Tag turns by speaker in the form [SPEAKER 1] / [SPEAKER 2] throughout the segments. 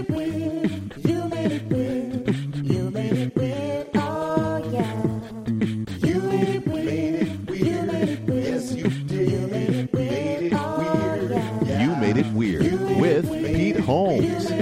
[SPEAKER 1] it weird. You made it weird. You made it weird. Oh yeah. You made it weird. You made it weird. Yes, you did. You made it weird. Oh yeah.
[SPEAKER 2] You Made It Weird with Pete Holmes.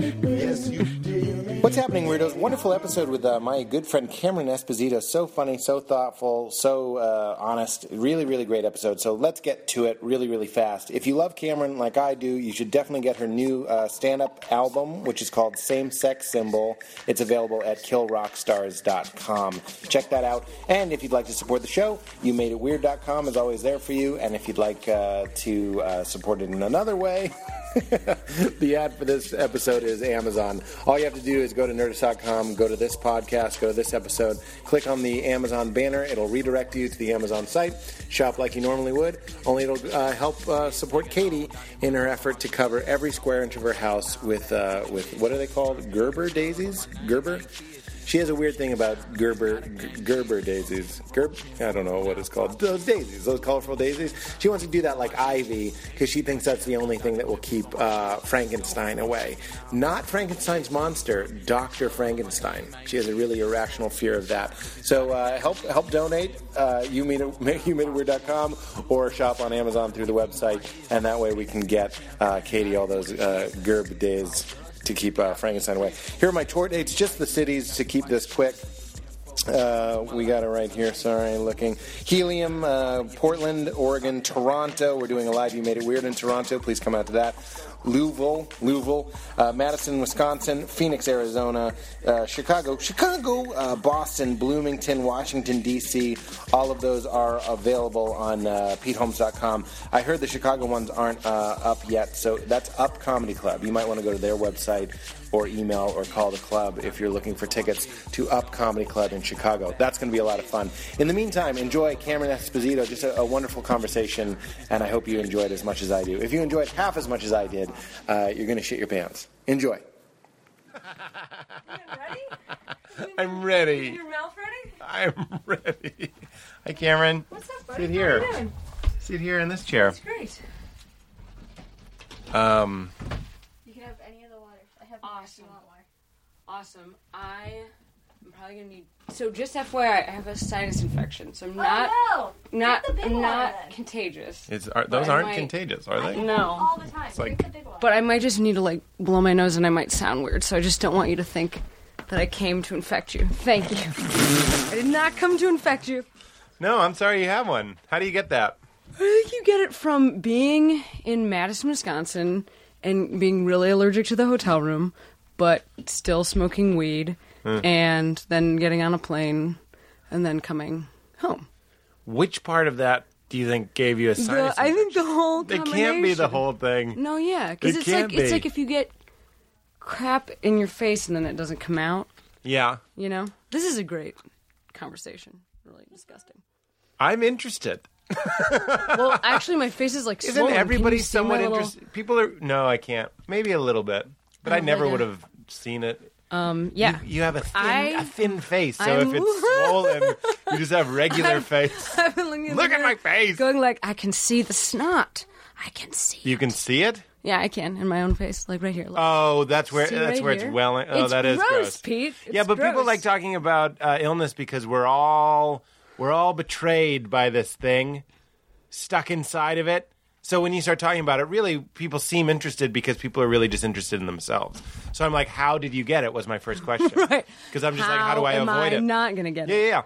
[SPEAKER 3] What's happening, weirdos? Wonderful episode with uh, my good friend Cameron Esposito. So funny, so thoughtful, so uh, honest. Really, really great episode. So let's get to it really, really fast. If you love Cameron like I do, you should definitely get her new uh, stand-up album, which is called Same Sex Symbol. It's available at killrockstars.com. Check that out. And if you'd like to support the show, you made it weird.com is always there for you. And if you'd like uh, to uh, support it in another way. the ad for this episode is Amazon. All you have to do is go to nerdist.com, go to this podcast, go to this episode, click on the Amazon banner. It'll redirect you to the Amazon site. Shop like you normally would, only it'll uh, help uh, support Katie in her effort to cover every square inch of her house with, uh, with what are they called? Gerber daisies? Gerber? She has a weird thing about Gerber G- Gerber daisies. Gerb, I don't know what it's called. Those daisies, those colorful daisies. She wants to do that like ivy because she thinks that's the only thing that will keep uh, Frankenstein away. Not Frankenstein's monster, Doctor Frankenstein. She has a really irrational fear of that. So uh, help help donate. Uh, you meet weird.com or shop on Amazon through the website, and that way we can get uh, Katie all those uh, Gerb days to keep uh, Frankenstein away. Here are my tour dates, just the cities to keep this quick. Uh, we got it right here. Sorry, looking. Helium, uh, Portland, Oregon, Toronto. We're doing a live. You made it weird in Toronto. Please come out to that. Louisville, Louisville, uh, Madison, Wisconsin, Phoenix, Arizona, uh, Chicago, Chicago, uh, Boston, Bloomington, Washington D.C. All of those are available on uh, PeteHolmes.com. I heard the Chicago ones aren't uh, up yet, so that's Up Comedy Club. You might want to go to their website or email or call the club if you're looking for tickets to Up Comedy Club in Chicago. That's going to be a lot of fun. In the meantime, enjoy Cameron Esposito. Just a, a wonderful conversation, and I hope you enjoyed as much as I do. If you enjoyed half as much as I did, uh, you're going to shit your pants. Enjoy.
[SPEAKER 4] I'm ready.
[SPEAKER 5] Your mouth ready?
[SPEAKER 4] I'm ready. Hi, Cameron.
[SPEAKER 5] What's up, buddy?
[SPEAKER 4] Sit here.
[SPEAKER 5] How you doing?
[SPEAKER 4] Sit here in this chair.
[SPEAKER 5] It's great.
[SPEAKER 4] Um,
[SPEAKER 6] You can have any of the water. I have
[SPEAKER 5] Awesome. Awesome. I am probably gonna need. So just FYI, I have a sinus infection, so I'm not
[SPEAKER 6] Oh, no.
[SPEAKER 5] not
[SPEAKER 6] Drink the big
[SPEAKER 5] I'm
[SPEAKER 6] one,
[SPEAKER 5] not
[SPEAKER 6] then.
[SPEAKER 5] contagious.
[SPEAKER 4] it's are, those
[SPEAKER 5] I
[SPEAKER 4] aren't
[SPEAKER 5] might-
[SPEAKER 4] contagious, are they?
[SPEAKER 5] No,
[SPEAKER 6] All the time.
[SPEAKER 4] like-
[SPEAKER 6] Drink the big one.
[SPEAKER 5] but I might just need to like blow my nose, and I might sound weird. So I just don't want you to think that I came to infect you. Thank you. I did not come to infect you.
[SPEAKER 4] No, I'm sorry you have one. How do you get that?
[SPEAKER 5] I think you get it from being in Madison, Wisconsin, and being really allergic to the hotel room, but still smoking weed, and then getting on a plane, and then coming home.
[SPEAKER 4] Which part of that do you think gave you a sinus?
[SPEAKER 5] The- I think
[SPEAKER 4] infection?
[SPEAKER 5] the whole.
[SPEAKER 4] it can't be the
[SPEAKER 5] combination.
[SPEAKER 4] whole thing.
[SPEAKER 5] No, yeah, because
[SPEAKER 4] It
[SPEAKER 5] it's
[SPEAKER 4] can't
[SPEAKER 5] like it's
[SPEAKER 4] be.
[SPEAKER 5] like if you get crap in your face and then it doesn't come out.
[SPEAKER 4] Yeah,
[SPEAKER 5] You know, this is a great conversation. Really disgusting.
[SPEAKER 4] I'm interested.
[SPEAKER 5] Well, actually, my face is like
[SPEAKER 4] Isn't
[SPEAKER 5] swollen. Can you
[SPEAKER 4] everybody
[SPEAKER 5] see my
[SPEAKER 4] somewhat
[SPEAKER 5] little-
[SPEAKER 4] interested? People are. No, I can't. Maybe a little bit, but I never
[SPEAKER 5] yeah.
[SPEAKER 4] would have seen it.
[SPEAKER 5] Mm, Yeah.
[SPEAKER 4] You have a thin,
[SPEAKER 5] I-
[SPEAKER 4] a thin face, so
[SPEAKER 5] I'm-
[SPEAKER 4] if it's swollen, you just have regular face.
[SPEAKER 5] I've been looking at, the
[SPEAKER 4] Look at
[SPEAKER 5] mirror,
[SPEAKER 4] my face.
[SPEAKER 5] Going like, I can see the snot. I can see.
[SPEAKER 4] You can see it.
[SPEAKER 5] Yeah, I can in my own face, like right here. Look.
[SPEAKER 4] Oh, that's where
[SPEAKER 5] See
[SPEAKER 4] that's
[SPEAKER 5] right
[SPEAKER 4] where
[SPEAKER 5] here?
[SPEAKER 4] it's welling. Oh,
[SPEAKER 5] It's
[SPEAKER 4] that is
[SPEAKER 5] gross,
[SPEAKER 4] gross,
[SPEAKER 5] Pete. It's
[SPEAKER 4] yeah, but people
[SPEAKER 5] gross.
[SPEAKER 4] like talking about uh, illness because we're all we're all betrayed by this thing, stuck inside of it. So when you start talking about it, really, people seem interested because people are really just interested in themselves. So I'm like, how did you get it? Was my first question because I'm just like, how do I
[SPEAKER 5] am
[SPEAKER 4] avoid
[SPEAKER 5] I
[SPEAKER 4] it?
[SPEAKER 5] Not gonna get
[SPEAKER 4] yeah,
[SPEAKER 5] it.
[SPEAKER 4] yeah.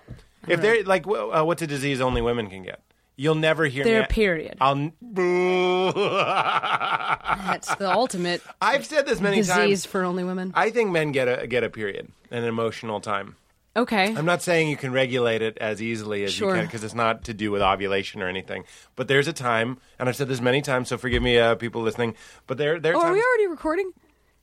[SPEAKER 4] yeah. If they're like, wh- uh, what's a disease only women can get? You'll never hear
[SPEAKER 5] Their
[SPEAKER 4] me.
[SPEAKER 5] period.
[SPEAKER 4] I'll. n- Boo.
[SPEAKER 5] That's the ultimate
[SPEAKER 4] I've said this many times.
[SPEAKER 5] disease for only women.
[SPEAKER 4] I think men get a get a period, an emotional time.
[SPEAKER 5] Okay.
[SPEAKER 4] I'm not saying you can regulate it as easily as
[SPEAKER 5] Sure.
[SPEAKER 4] you can because it's not to do with ovulation or anything. But there's a time, and I've said this many times, so forgive me, uh, people listening. But there, there.
[SPEAKER 5] oh, are
[SPEAKER 4] times-
[SPEAKER 5] we already recording?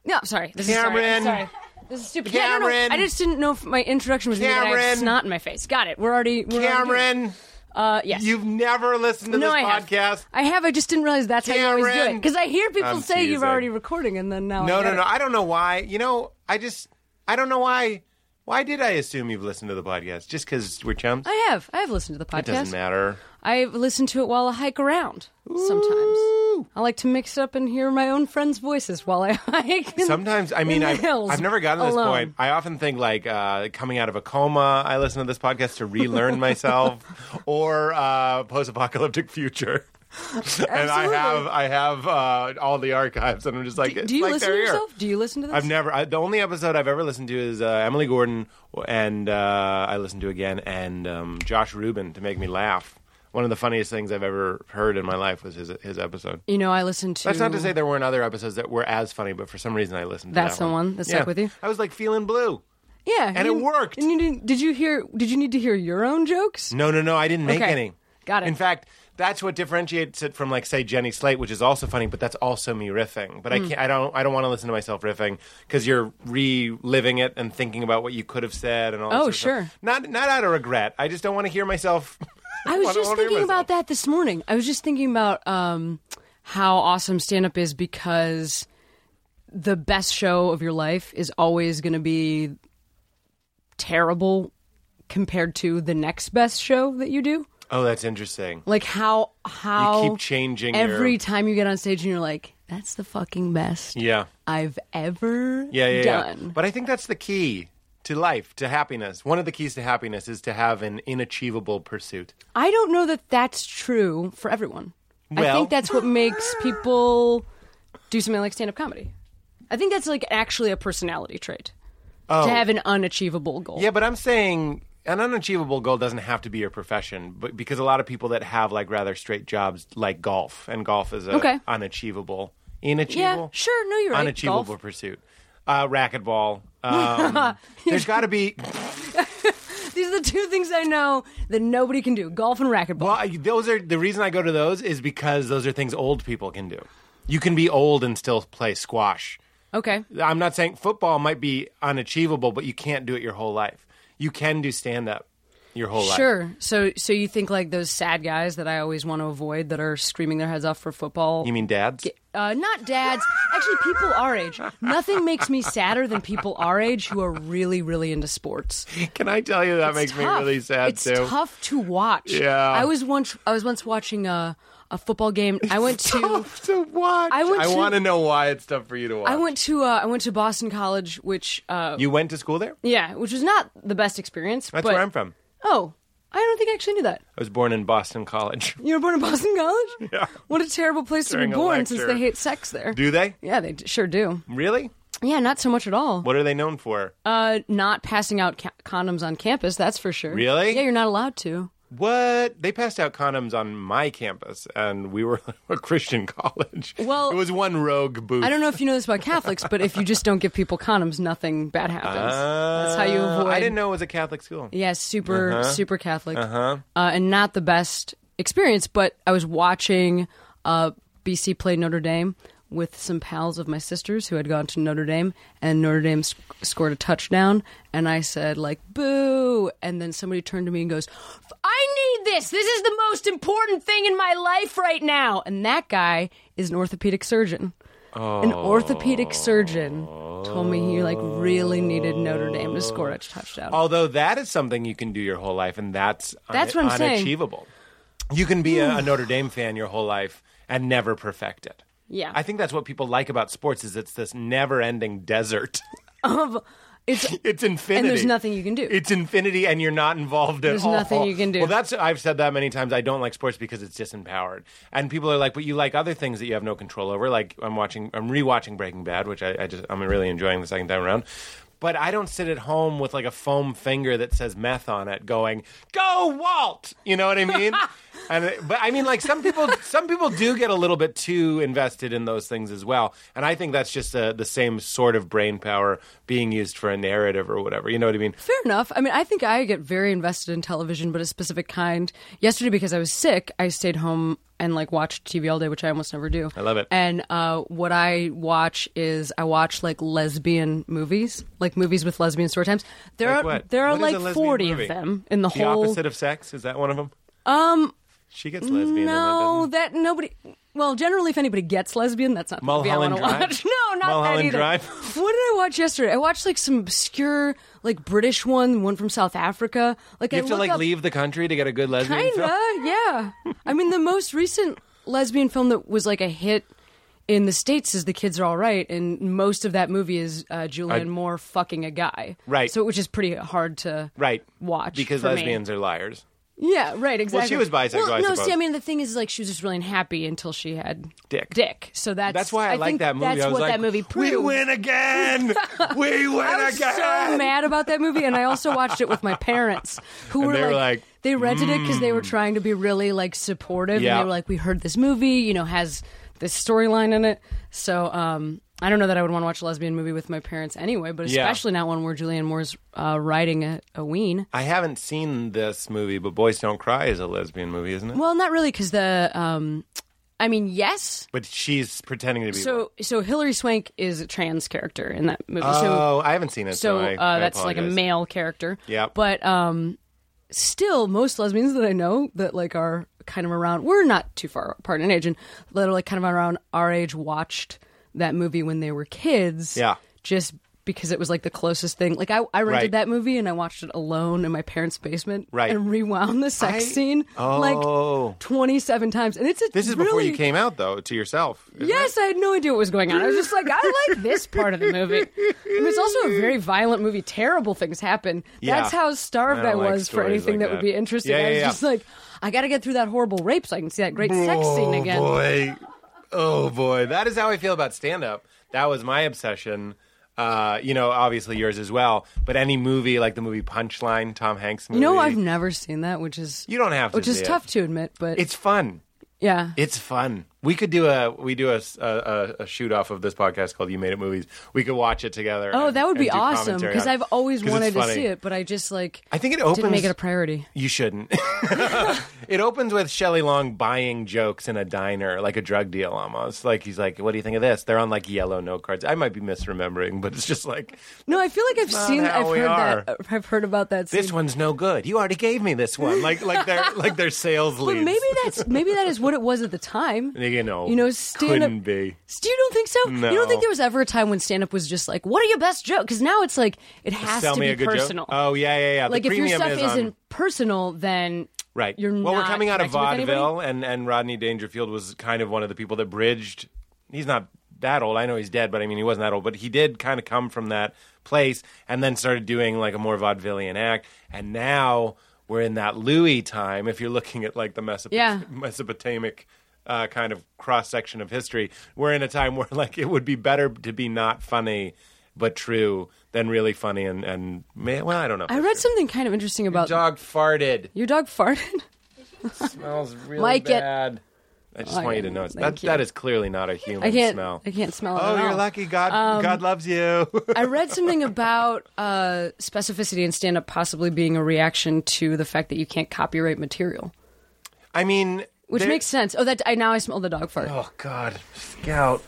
[SPEAKER 5] No, sorry. This
[SPEAKER 4] Cameron.
[SPEAKER 5] is sorry. I'm sorry. This is stupid. Yeah, no, no,
[SPEAKER 4] Cameron.
[SPEAKER 5] I just didn't know if my introduction was gonna be that I
[SPEAKER 4] Cameron.
[SPEAKER 5] have snot in my face. Got it. We're already. We're already doing it.
[SPEAKER 4] Cameron,
[SPEAKER 5] uh, yes.
[SPEAKER 4] you've never listened to
[SPEAKER 5] no,
[SPEAKER 4] this
[SPEAKER 5] I have.
[SPEAKER 4] podcast.
[SPEAKER 5] I have. I just didn't realize that's how you always do it.
[SPEAKER 4] Cameron.
[SPEAKER 5] Because I hear people
[SPEAKER 4] I'm
[SPEAKER 5] say you've
[SPEAKER 4] teasing.
[SPEAKER 5] already recording, and then now I
[SPEAKER 4] No,
[SPEAKER 5] get
[SPEAKER 4] no, no.
[SPEAKER 5] it.
[SPEAKER 4] I don't know why. You know, I just, I don't know why. Why did I assume you've listened to the podcast? Just because we're chums?
[SPEAKER 5] I have. I have listened to the podcast.
[SPEAKER 4] it doesn't matter.
[SPEAKER 5] I listen to it while I hike around sometimes. I like to mix up and hear my own friends' voices while I hike. in-
[SPEAKER 4] Sometimes, I
[SPEAKER 5] in
[SPEAKER 4] mean,
[SPEAKER 5] the
[SPEAKER 4] I've,
[SPEAKER 5] hills
[SPEAKER 4] I've never gotten to this
[SPEAKER 5] alone.
[SPEAKER 4] point. I often think like uh, coming out of a coma. I listen to this podcast to relearn myself, or uh, post-apocalyptic future. and I
[SPEAKER 5] Absolutely.
[SPEAKER 4] have I have uh, all the archives, and I'm just like, it's
[SPEAKER 5] Do you
[SPEAKER 4] like
[SPEAKER 5] listen
[SPEAKER 4] they're
[SPEAKER 5] to
[SPEAKER 4] here.
[SPEAKER 5] yourself? Do you listen to this?
[SPEAKER 4] I've never. I, the only episode I've ever listened to is uh, Emily Gordon, and uh, I listened to again, and um, Josh Rubin to make me laugh. One of the funniest things I've ever heard in my life was his his episode.
[SPEAKER 5] You know, I listen to.
[SPEAKER 4] That's not to say there weren't other episodes that were as funny, but for some reason I listened to
[SPEAKER 5] That's
[SPEAKER 4] that
[SPEAKER 5] the
[SPEAKER 4] one.
[SPEAKER 5] one that stuck
[SPEAKER 4] Yeah.
[SPEAKER 5] with you?
[SPEAKER 4] I was like feeling blue.
[SPEAKER 5] Yeah,
[SPEAKER 4] And
[SPEAKER 5] you-
[SPEAKER 4] it worked.
[SPEAKER 5] and you didn't- did you hear? Did you need to hear your own jokes?
[SPEAKER 4] No, no, no. I didn't make
[SPEAKER 5] Okay.
[SPEAKER 4] any.
[SPEAKER 5] Got it.
[SPEAKER 4] In fact, that's what differentiates it from like say Jenny Slate, which is also funny, but that's also me riffing. But I
[SPEAKER 5] Hmm.
[SPEAKER 4] can't. I don't. I don't want to listen to myself riffing because you're reliving it and thinking about what you could have said and all. that
[SPEAKER 5] Oh,
[SPEAKER 4] sort of stuff.
[SPEAKER 5] sure.
[SPEAKER 4] Not not out of regret. I just don't want to hear myself.
[SPEAKER 5] I was
[SPEAKER 4] wanna-
[SPEAKER 5] just
[SPEAKER 4] wanna hear
[SPEAKER 5] thinking about
[SPEAKER 4] myself.
[SPEAKER 5] that this morning. I was just thinking about um, how awesome stand up is because the best show of your life is always going to be terrible compared to the next best show that you do.
[SPEAKER 4] Oh, that's interesting.
[SPEAKER 5] Like how how
[SPEAKER 4] you keep changing your-
[SPEAKER 5] every time you get on stage and you're like, that's the fucking best
[SPEAKER 4] Yeah.
[SPEAKER 5] I've ever
[SPEAKER 4] Yeah, yeah,
[SPEAKER 5] done.
[SPEAKER 4] yeah. But I think that's the key to life, to happiness. One of the keys to happiness is to have an inachievable pursuit.
[SPEAKER 5] I don't know that that's true for everyone. I
[SPEAKER 4] Well-
[SPEAKER 5] think that's what makes people do something like stand up comedy. I think that's like actually a personality trait
[SPEAKER 4] Oh.
[SPEAKER 5] to have an unachievable goal.
[SPEAKER 4] Yeah, but I'm saying an unachievable goal doesn't have to be your profession, but because a lot of people that have like rather straight jobs like golf, and golf is a
[SPEAKER 5] Okay.
[SPEAKER 4] unachievable, inachievable,
[SPEAKER 5] Yeah, sure. No, you're right.
[SPEAKER 4] unachievable
[SPEAKER 5] Golf.
[SPEAKER 4] pursuit. Uh, racquetball. Um, there's got to be.
[SPEAKER 5] These are the two things I know that nobody can do golf and racquetball.
[SPEAKER 4] Well, I- those are the reason I go to those is because those are things old people can do. You can be old and still play squash.
[SPEAKER 5] okay.
[SPEAKER 4] I'm not saying football might be unachievable, but you can't do it your whole life. You can do stand up your whole life.
[SPEAKER 5] Sure. So, so you think like those sad guys that I always want to avoid that are screaming their heads off for football?
[SPEAKER 4] You mean dads?
[SPEAKER 5] uh, not dads. Actually, people our age. Nothing makes me sadder than people our age who are really, really into sports.
[SPEAKER 4] Can I tell you that makes
[SPEAKER 5] It's
[SPEAKER 4] me
[SPEAKER 5] tough.
[SPEAKER 4] really sad
[SPEAKER 5] it's
[SPEAKER 4] too?
[SPEAKER 5] tough to watch.
[SPEAKER 4] Yeah.
[SPEAKER 5] I was once I was once watching a a football game. I went to
[SPEAKER 4] Tough to watch.
[SPEAKER 5] I went to-
[SPEAKER 4] want to know why it's tough for you to watch.
[SPEAKER 5] I went to uh, I went to Boston College, which uh,
[SPEAKER 4] You went to school there?
[SPEAKER 5] yeah, which was not the best experience.
[SPEAKER 4] That's
[SPEAKER 5] but,
[SPEAKER 4] where I'm from.
[SPEAKER 5] Oh, I don't think I actually knew that.
[SPEAKER 4] I was born in Boston College.
[SPEAKER 5] You were born in Boston College.
[SPEAKER 4] Yeah.
[SPEAKER 5] What a terrible place
[SPEAKER 4] During
[SPEAKER 5] to
[SPEAKER 4] a
[SPEAKER 5] be born, since
[SPEAKER 4] lecture.
[SPEAKER 5] they hate sex there.
[SPEAKER 4] Do they
[SPEAKER 5] yeah, they d- sure do.
[SPEAKER 4] really?
[SPEAKER 5] Yeah, not so much at all.
[SPEAKER 4] What are they known for?
[SPEAKER 5] Uh, not passing out ca- condoms on campus, that's for sure.
[SPEAKER 4] Really?
[SPEAKER 5] Yeah, you're not allowed to.
[SPEAKER 4] what they passed out condoms on my campus, and we were a Christian college.
[SPEAKER 5] Well-
[SPEAKER 4] it was one rogue booth.
[SPEAKER 5] I don't know if you know this about Catholics, but if you just don't give people condoms, nothing bad happens. That's how you
[SPEAKER 4] Uh,
[SPEAKER 5] avoid.
[SPEAKER 4] I didn't know it was a Catholic school.
[SPEAKER 5] Yeah, super, super Catholic, uh and not the best experience. But I was watching uh, BC play Notre Dame with some pals of my sisters who had gone to Notre Dame, and Notre Dame sc- scored a touchdown, and I said like "boo," and then somebody turned to me and goes, "I need this. This is the most important thing in my life right now." And that guy is an orthopedic surgeon. An orthopedic surgeon told me he like really needed Notre Dame to score a touchdown.
[SPEAKER 4] Although that is something you can do your whole life, and that's
[SPEAKER 5] That's what I'm saying.
[SPEAKER 4] unachievable. You can be a, a Notre Dame fan your whole life and never perfect it.
[SPEAKER 5] Yeah.
[SPEAKER 4] I think that's what people like about sports is it's this never-ending desert.
[SPEAKER 5] It's
[SPEAKER 4] It's infinity,
[SPEAKER 5] there's nothing you can do.
[SPEAKER 4] It's infinity, and you're not involved at
[SPEAKER 5] There's
[SPEAKER 4] all.
[SPEAKER 5] nothing you can do.
[SPEAKER 4] Well, that's I've said that many times. I don't like sports because it's disempowered, and people are like, "But you like other things that you have no control over." Like I'm watching, I'm rewatching Breaking Bad, which I, I just I'm really enjoying the second time around. But I don't sit at home with like a foam finger that says meth on it, going "Go Walt," you know what I mean? and but I mean, like some people, some people do get a little bit too invested in those things as well, and I think that's just uh the same sort of brain power being used for a narrative or whatever. You know what I mean?
[SPEAKER 5] fair enough. I mean, I think I get very invested in television, but a specific kind. Yesterday, because I was sick, I stayed home and like watched TV all day, which I almost never do. I
[SPEAKER 4] love it.
[SPEAKER 5] And uh, what I watch is I watch like lesbian movies, like movies with lesbian story times. There
[SPEAKER 4] Like
[SPEAKER 5] are
[SPEAKER 4] what?
[SPEAKER 5] there are
[SPEAKER 4] What is a
[SPEAKER 5] like
[SPEAKER 4] lesbian
[SPEAKER 5] forty
[SPEAKER 4] movie?
[SPEAKER 5] of them in the,
[SPEAKER 4] The
[SPEAKER 5] whole. Um,
[SPEAKER 4] opposite of sex is that one of them? She gets lesbian.
[SPEAKER 5] no,
[SPEAKER 4] in it, doesn't
[SPEAKER 5] that nobody. Well, generally, if anybody gets lesbian, that's not the movie I
[SPEAKER 4] Mulholland
[SPEAKER 5] want to
[SPEAKER 4] Drive?
[SPEAKER 5] watch. No, not
[SPEAKER 4] Mulholland
[SPEAKER 5] that either.
[SPEAKER 4] Drive?
[SPEAKER 5] What did I watch yesterday? I watched like some obscure, like British one, one from South Africa. Like
[SPEAKER 4] you
[SPEAKER 5] I
[SPEAKER 4] have to
[SPEAKER 5] look
[SPEAKER 4] like
[SPEAKER 5] up-
[SPEAKER 4] leave the country to get a good lesbian film.
[SPEAKER 5] Kinda, yeah. I mean, the most recent lesbian film that was like a hit in the states is The Kids Are All Right, and most of that movie is uh, Julianne
[SPEAKER 4] I-
[SPEAKER 5] Moore fucking a guy,
[SPEAKER 4] Right.
[SPEAKER 5] So, which is pretty hard to
[SPEAKER 4] Right.
[SPEAKER 5] watch
[SPEAKER 4] Because
[SPEAKER 5] for me.
[SPEAKER 4] lesbians are liars.
[SPEAKER 5] Yeah, right. Exactly.
[SPEAKER 4] was bisexual,
[SPEAKER 5] Well,
[SPEAKER 4] I
[SPEAKER 5] no,
[SPEAKER 4] suppose.
[SPEAKER 5] see, I mean, the thing is, like, she was just really unhappy until she had
[SPEAKER 4] Dick.
[SPEAKER 5] Dick. So that's
[SPEAKER 4] That's why I, like
[SPEAKER 5] think
[SPEAKER 4] that movie.
[SPEAKER 5] That's
[SPEAKER 4] I was
[SPEAKER 5] what
[SPEAKER 4] like,
[SPEAKER 5] that movie proved.
[SPEAKER 4] We win again. we win
[SPEAKER 5] I was
[SPEAKER 4] again.
[SPEAKER 5] so mad about that movie, and I also watched it with my parents, who
[SPEAKER 4] And
[SPEAKER 5] were,
[SPEAKER 4] they were
[SPEAKER 5] like,
[SPEAKER 4] like, "Hmm."
[SPEAKER 5] they rented it because they were trying to be really like supportive,
[SPEAKER 4] Yeah.
[SPEAKER 5] and they were like, "We heard this movie, you know, has this storyline in it." So um, I don't know that I would want to watch a lesbian movie with my parents anyway, but
[SPEAKER 4] Yeah.
[SPEAKER 5] especially not one where Julianne Moore's uh, riding a, a ween.
[SPEAKER 4] I haven't seen this movie, but Boys Don't Cry is a lesbian movie, isn't it?
[SPEAKER 5] Well, not really, because the, um, I mean, yes.
[SPEAKER 4] But she's pretending to be. one.
[SPEAKER 5] So, so Hilary Swank is a trans character in that movie. so,
[SPEAKER 4] oh, I haven't seen it. So,
[SPEAKER 5] so
[SPEAKER 4] I-
[SPEAKER 5] uh,
[SPEAKER 4] I
[SPEAKER 5] that's like a
[SPEAKER 4] apologize.
[SPEAKER 5] male character.
[SPEAKER 4] Yep.
[SPEAKER 5] But um, still, most lesbians that I know that like are kind of around, we're not too far apart in age, and that are like kind of around our age watched that movie when they were kids.
[SPEAKER 4] Yeah.
[SPEAKER 5] Just because it was like the closest thing. Like I, I rented
[SPEAKER 4] Right.
[SPEAKER 5] that movie and I watched it alone in my parents' basement.
[SPEAKER 4] Right.
[SPEAKER 5] And rewound the sex
[SPEAKER 4] I-
[SPEAKER 5] scene
[SPEAKER 4] Oh.
[SPEAKER 5] like twenty-seven times, and it's a
[SPEAKER 4] This is before
[SPEAKER 5] really-
[SPEAKER 4] you came out, though, to yourself. isn't
[SPEAKER 5] Yes, I had no idea what was going on. I was just like, I like this part of the movie. I mean, it's also a very violent movie. Terrible things happen.
[SPEAKER 4] Yeah.
[SPEAKER 5] That's how starved
[SPEAKER 4] I
[SPEAKER 5] I,
[SPEAKER 4] don't like
[SPEAKER 5] was for
[SPEAKER 4] stories
[SPEAKER 5] anything that
[SPEAKER 4] like
[SPEAKER 5] would
[SPEAKER 4] that.
[SPEAKER 5] be interesting.
[SPEAKER 4] Yeah,
[SPEAKER 5] I was
[SPEAKER 4] yeah, yeah.
[SPEAKER 5] just like, I got to get through that horrible rape so I can see that great
[SPEAKER 4] it?
[SPEAKER 5] sex scene again.
[SPEAKER 4] Oh boy, oh boy, that is how I feel about stand-up. That was my obsession. Uh, you know, obviously yours as well. But any movie, like the movie Punchline, Tom Hanks movie.
[SPEAKER 5] You know, I've never seen that, which is
[SPEAKER 4] You don't have to
[SPEAKER 5] which is
[SPEAKER 4] see it.
[SPEAKER 5] tough to admit, but
[SPEAKER 4] It's fun.
[SPEAKER 5] yeah,
[SPEAKER 4] It's fun. We could do a we do a, s- a- a- a shoot off of this podcast called "You Made It Movies." We could watch it together.
[SPEAKER 5] Oh,
[SPEAKER 4] and-
[SPEAKER 5] that would
[SPEAKER 4] and
[SPEAKER 5] be
[SPEAKER 4] do
[SPEAKER 5] awesome
[SPEAKER 4] commentary
[SPEAKER 5] because
[SPEAKER 4] on it.
[SPEAKER 5] I've always
[SPEAKER 4] 'Cause it's
[SPEAKER 5] wanted to
[SPEAKER 4] funny.
[SPEAKER 5] see it, but I just like
[SPEAKER 4] I think it opens.
[SPEAKER 5] didn't make it a priority.
[SPEAKER 4] you shouldn't. it opens with Shelley Long buying jokes in a diner, like a drug deal almost. Like he's like, "What do you think of this?" They're on like yellow note cards. I might be misremembering, but it's just like
[SPEAKER 5] No, I feel like I've
[SPEAKER 4] not
[SPEAKER 5] seen,
[SPEAKER 4] how
[SPEAKER 5] I've
[SPEAKER 4] we
[SPEAKER 5] heard
[SPEAKER 4] are.
[SPEAKER 5] that, I've heard about that. Scene.
[SPEAKER 4] this one's no good. You already gave me this one. Like like their like their sales
[SPEAKER 5] But
[SPEAKER 4] leads.
[SPEAKER 5] maybe that's maybe that is what it was at the time.
[SPEAKER 4] You know,
[SPEAKER 5] you know, stand
[SPEAKER 4] couldn't
[SPEAKER 5] up.
[SPEAKER 4] be.
[SPEAKER 5] Do you don't think so? You
[SPEAKER 4] No.
[SPEAKER 5] don't think there was ever a time when stand up was just like, "What are your best jokes?" Because now it's like it has
[SPEAKER 4] sell
[SPEAKER 5] to
[SPEAKER 4] me
[SPEAKER 5] be
[SPEAKER 4] a good
[SPEAKER 5] personal.
[SPEAKER 4] joke. Oh yeah yeah yeah. The
[SPEAKER 5] like if your
[SPEAKER 4] premium
[SPEAKER 5] stuff
[SPEAKER 4] is on-
[SPEAKER 5] isn't personal, then
[SPEAKER 4] Right.
[SPEAKER 5] You're
[SPEAKER 4] well, we're
[SPEAKER 5] not
[SPEAKER 4] coming out of
[SPEAKER 5] connecting with
[SPEAKER 4] vaudeville, and, and Rodney Dangerfield was kind of one of the people that bridged. He's not that old. I know he's dead, but I mean, he wasn't that old. But he did kind of come from that place and then started doing like a more vaudevillian act. And now we're in that Louis time, if you're looking at like the Mesopot-
[SPEAKER 5] Yeah.
[SPEAKER 4] Mesopotamic. Uh, kind of cross section of history. We're in a time where, like, it would be better to be not funny but true than really funny and and man. Well, I don't know.
[SPEAKER 5] I read something kind of interesting about
[SPEAKER 4] dog farted.
[SPEAKER 5] your dog farted.
[SPEAKER 4] smells really
[SPEAKER 5] Like it.
[SPEAKER 4] bad. I just want you to know it's- that
[SPEAKER 5] Thank you.
[SPEAKER 4] that is clearly not a human
[SPEAKER 5] I can't.
[SPEAKER 4] smell.
[SPEAKER 5] I can't smell it.
[SPEAKER 4] Oh,
[SPEAKER 5] at
[SPEAKER 4] you're
[SPEAKER 5] all. Um,
[SPEAKER 4] lucky. God, God loves you.
[SPEAKER 5] I read something about uh, specificity in stand up possibly being a reaction to the fact that you can't copyright material,
[SPEAKER 4] I mean,
[SPEAKER 5] which
[SPEAKER 4] there-
[SPEAKER 5] makes sense. Oh, that I now I smell the dog fart.
[SPEAKER 4] Oh God, Scout.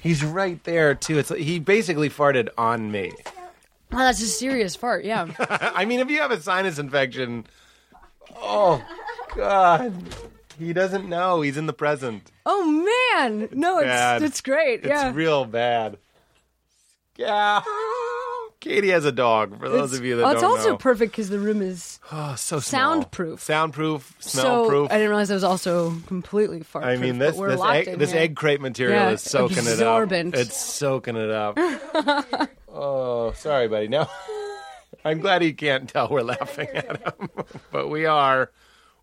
[SPEAKER 4] He's right there too. It's he basically farted on me.
[SPEAKER 5] Oh, that's a serious fart. Yeah.
[SPEAKER 4] I mean, if you have a sinus infection, oh God, he doesn't know. He's in the present.
[SPEAKER 5] Oh man, no, it's
[SPEAKER 4] bad.
[SPEAKER 5] it's great. yeah,
[SPEAKER 4] It's real bad. Yeah. Katie has a dog. For those
[SPEAKER 5] It's-
[SPEAKER 4] of you that
[SPEAKER 5] oh,
[SPEAKER 4] don't
[SPEAKER 5] it's also
[SPEAKER 4] know,
[SPEAKER 5] perfect because the room is
[SPEAKER 4] oh, so small.
[SPEAKER 5] soundproof.
[SPEAKER 4] soundproof,
[SPEAKER 5] so.
[SPEAKER 4] smell proof.
[SPEAKER 5] I didn't realize it was also completely far.
[SPEAKER 4] I mean, this
[SPEAKER 5] we're
[SPEAKER 4] this
[SPEAKER 5] locked
[SPEAKER 4] egg,
[SPEAKER 5] in
[SPEAKER 4] this
[SPEAKER 5] here.
[SPEAKER 4] egg crate material
[SPEAKER 5] Yeah,
[SPEAKER 4] is soaking
[SPEAKER 5] absorbent.
[SPEAKER 4] it up. It's soaking it up. oh, sorry, buddy. Now, I'm glad you can't tell we're laughing at him, but we are.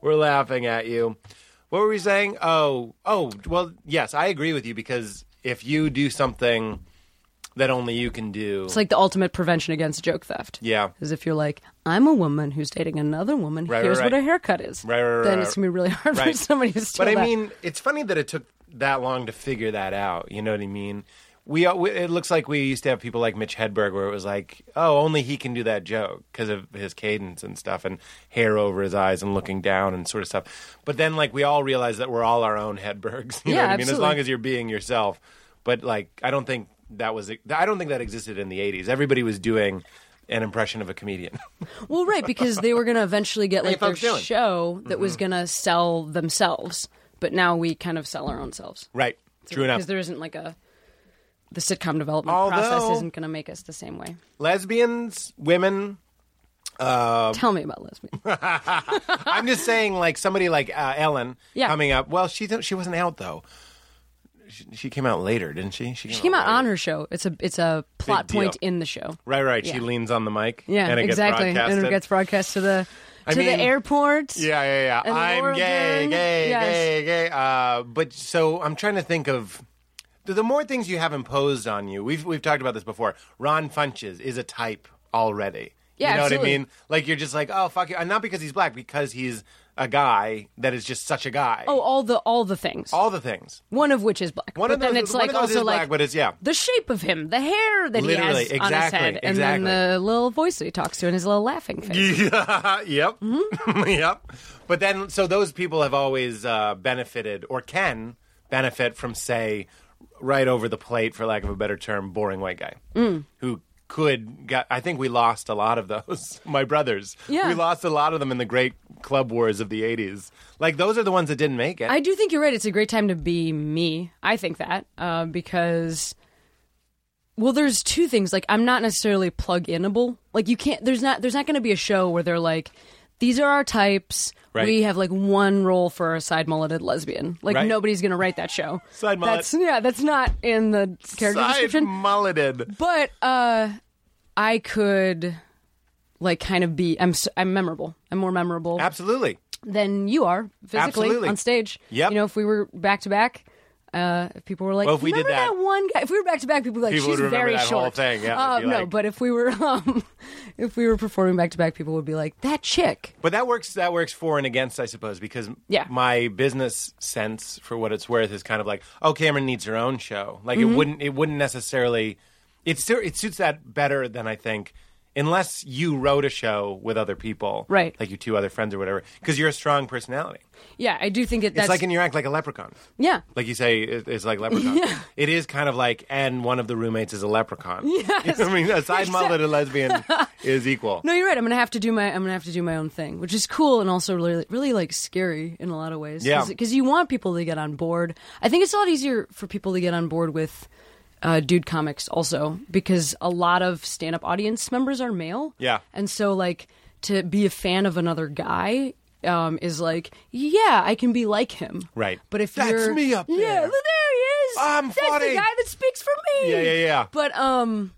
[SPEAKER 4] We're laughing at you. What were we saying? Oh, oh, well, yes, I agree with you because if you do something that only you can do,
[SPEAKER 5] It's like the ultimate prevention against joke theft.
[SPEAKER 4] yeah,
[SPEAKER 5] Is if you're like, I'm a woman who's dating another woman.
[SPEAKER 4] Right, right,
[SPEAKER 5] Here's
[SPEAKER 4] right.
[SPEAKER 5] what her haircut is.
[SPEAKER 4] Right, right, right,
[SPEAKER 5] Then
[SPEAKER 4] right.
[SPEAKER 5] it's gonna be really hard for
[SPEAKER 4] Right.
[SPEAKER 5] somebody to steal
[SPEAKER 4] But I
[SPEAKER 5] that.
[SPEAKER 4] mean, it's funny that it took that long to figure that out. You know what I mean? We, we it looks like we used to have people like Mitch Hedberg, where it was like, oh, only he can do that joke because of his cadence and stuff, and hair over his eyes and looking down and sort of stuff. But then, like, we all realize that we're all our own Hedbergs. You know
[SPEAKER 5] Yeah,
[SPEAKER 4] what I mean? As
[SPEAKER 5] absolutely.
[SPEAKER 4] long as you're being yourself. But like, I don't think that was. I don't think that existed in the '80s. Everybody was doing an impression of a comedian.
[SPEAKER 5] Well, right, because they were going to eventually get
[SPEAKER 4] Hey,
[SPEAKER 5] like their
[SPEAKER 4] folks, doing? Mm-hmm.
[SPEAKER 5] show that was going to sell themselves, but now we kind of sell our own selves.
[SPEAKER 4] right. True
[SPEAKER 5] Because
[SPEAKER 4] enough.
[SPEAKER 5] there isn't like a the sitcom development
[SPEAKER 4] Although-
[SPEAKER 5] process isn't going to make us the same way.
[SPEAKER 4] Lesbians, women. Um,
[SPEAKER 5] Tell me about lesbian.
[SPEAKER 4] I'm just saying, like somebody like uh, Ellen
[SPEAKER 5] Yeah.
[SPEAKER 4] coming up. Well, she don't- she wasn't out though. She, she came out later, didn't she?
[SPEAKER 5] She came out
[SPEAKER 4] later.
[SPEAKER 5] on her show. It's a it's a plot
[SPEAKER 4] deal.
[SPEAKER 5] point in the show.
[SPEAKER 4] Right, right. She
[SPEAKER 5] Yeah.
[SPEAKER 4] leans on the mic.
[SPEAKER 5] Yeah,
[SPEAKER 4] and it
[SPEAKER 5] exactly. and
[SPEAKER 4] Gets
[SPEAKER 5] it
[SPEAKER 4] broadcasted.
[SPEAKER 5] gets broadcast to the
[SPEAKER 4] I
[SPEAKER 5] to
[SPEAKER 4] mean-
[SPEAKER 5] the airport.
[SPEAKER 4] Yeah, yeah, yeah.
[SPEAKER 5] And
[SPEAKER 4] I'm
[SPEAKER 5] Laurel
[SPEAKER 4] gay,
[SPEAKER 5] Dern.
[SPEAKER 4] gay,
[SPEAKER 5] Yes.
[SPEAKER 4] gay, gay. Uh, but so I'm trying to think of the, the more things you have imposed on you. We've we've talked about this before. Ron Funches is a type already.
[SPEAKER 5] Yeah,
[SPEAKER 4] you know
[SPEAKER 5] absolutely.
[SPEAKER 4] what I mean. Like you're just like, oh fuck you, and not because he's black, because he's a guy that is just such a guy.
[SPEAKER 5] Oh, all the all the things.
[SPEAKER 4] all the things.
[SPEAKER 5] one of which is black.
[SPEAKER 4] One
[SPEAKER 5] but
[SPEAKER 4] of
[SPEAKER 5] then
[SPEAKER 4] those-
[SPEAKER 5] it's
[SPEAKER 4] one
[SPEAKER 5] like
[SPEAKER 4] of those
[SPEAKER 5] also
[SPEAKER 4] is black,
[SPEAKER 5] like
[SPEAKER 4] but it's- yeah.
[SPEAKER 5] the shape of him, the hair that
[SPEAKER 4] Literally,
[SPEAKER 5] he has on his
[SPEAKER 4] exactly,
[SPEAKER 5] head, and then
[SPEAKER 4] exactly.
[SPEAKER 5] the little voice that he talks to and his little laughing face.
[SPEAKER 4] Yeah, yep. yep. But then, so those people have always uh, benefited or can benefit from, say, right over the plate, for lack of a better term, boring white guy who could got i think we lost a lot of those my brothers
[SPEAKER 5] Yeah.
[SPEAKER 4] we lost a lot of them in the great club wars of the 80s like those are the ones that didn't make it
[SPEAKER 5] I do think you're right. It's a great time to be me. I think that uh, because, well, there's two things. Like, I'm not necessarily plug inable. Like, you can't. There's not. There's not going to be a show where they're like, these are our types.
[SPEAKER 4] Right.
[SPEAKER 5] We have like one role for a side mulleted lesbian. Like,
[SPEAKER 4] Right.
[SPEAKER 5] nobody's going to write that show.
[SPEAKER 4] Side mullet.
[SPEAKER 5] That's yeah. That's not in the character
[SPEAKER 4] Side
[SPEAKER 5] description.
[SPEAKER 4] mulleted
[SPEAKER 5] But uh, I could, like, kind of be. I'm. s- I'm memorable. I'm more memorable
[SPEAKER 4] absolutely
[SPEAKER 5] than you are physically
[SPEAKER 4] Absolutely.
[SPEAKER 5] on stage.
[SPEAKER 4] Yep.
[SPEAKER 5] You know, if we were back to back, uh, if people were like,
[SPEAKER 4] Well, if we did
[SPEAKER 5] remember
[SPEAKER 4] that-
[SPEAKER 5] one guy, if we were back to back, people would be like,
[SPEAKER 4] People would
[SPEAKER 5] she's
[SPEAKER 4] remember
[SPEAKER 5] very
[SPEAKER 4] that whole
[SPEAKER 5] short.
[SPEAKER 4] thing, yeah,
[SPEAKER 5] Uh,
[SPEAKER 4] it'd be
[SPEAKER 5] no,
[SPEAKER 4] like-
[SPEAKER 5] but if we were, um, if we were performing back to back, people would be like, that chick.
[SPEAKER 4] But that works. That works for and against, I suppose, because
[SPEAKER 5] Yeah.
[SPEAKER 4] my business sense, for what it's worth, is kind of like, oh, Cameron needs her own show. Like
[SPEAKER 5] Mm-hmm.
[SPEAKER 4] it wouldn't. It wouldn't necessarily. It su- it suits that better than I think, unless you wrote a show with other people,
[SPEAKER 5] Right.
[SPEAKER 4] Like you two other friends or whatever, because you're a strong personality.
[SPEAKER 5] Yeah, I do think that
[SPEAKER 4] It's
[SPEAKER 5] that's
[SPEAKER 4] like in your act, like a leprechaun.
[SPEAKER 5] yeah.
[SPEAKER 4] Like you say, it- it's like leprechaun. It is kind of like, and one of the roommates is a leprechaun.
[SPEAKER 5] Yes.
[SPEAKER 4] I mean, a side mullet and lesbian is equal.
[SPEAKER 5] No, you're right. I'm gonna have to do my I'm gonna have to do my own thing, which is cool and also really really like scary in a lot of ways.
[SPEAKER 4] Yeah.
[SPEAKER 5] because you want people to get on board. I think it's a lot easier for people to get on board with uh, dude comics also because a lot of stand up audience members are male.
[SPEAKER 4] Yeah.
[SPEAKER 5] and so like to be a fan of another guy. Um, is like yeah, I can be like him.
[SPEAKER 4] Right.
[SPEAKER 5] but if
[SPEAKER 4] That's
[SPEAKER 5] you're
[SPEAKER 4] me up
[SPEAKER 5] yeah,
[SPEAKER 4] there.
[SPEAKER 5] there he is.
[SPEAKER 4] I'm
[SPEAKER 5] That's the
[SPEAKER 4] funny.
[SPEAKER 5] guy that speaks for me.
[SPEAKER 4] Yeah, yeah, yeah.
[SPEAKER 5] But um,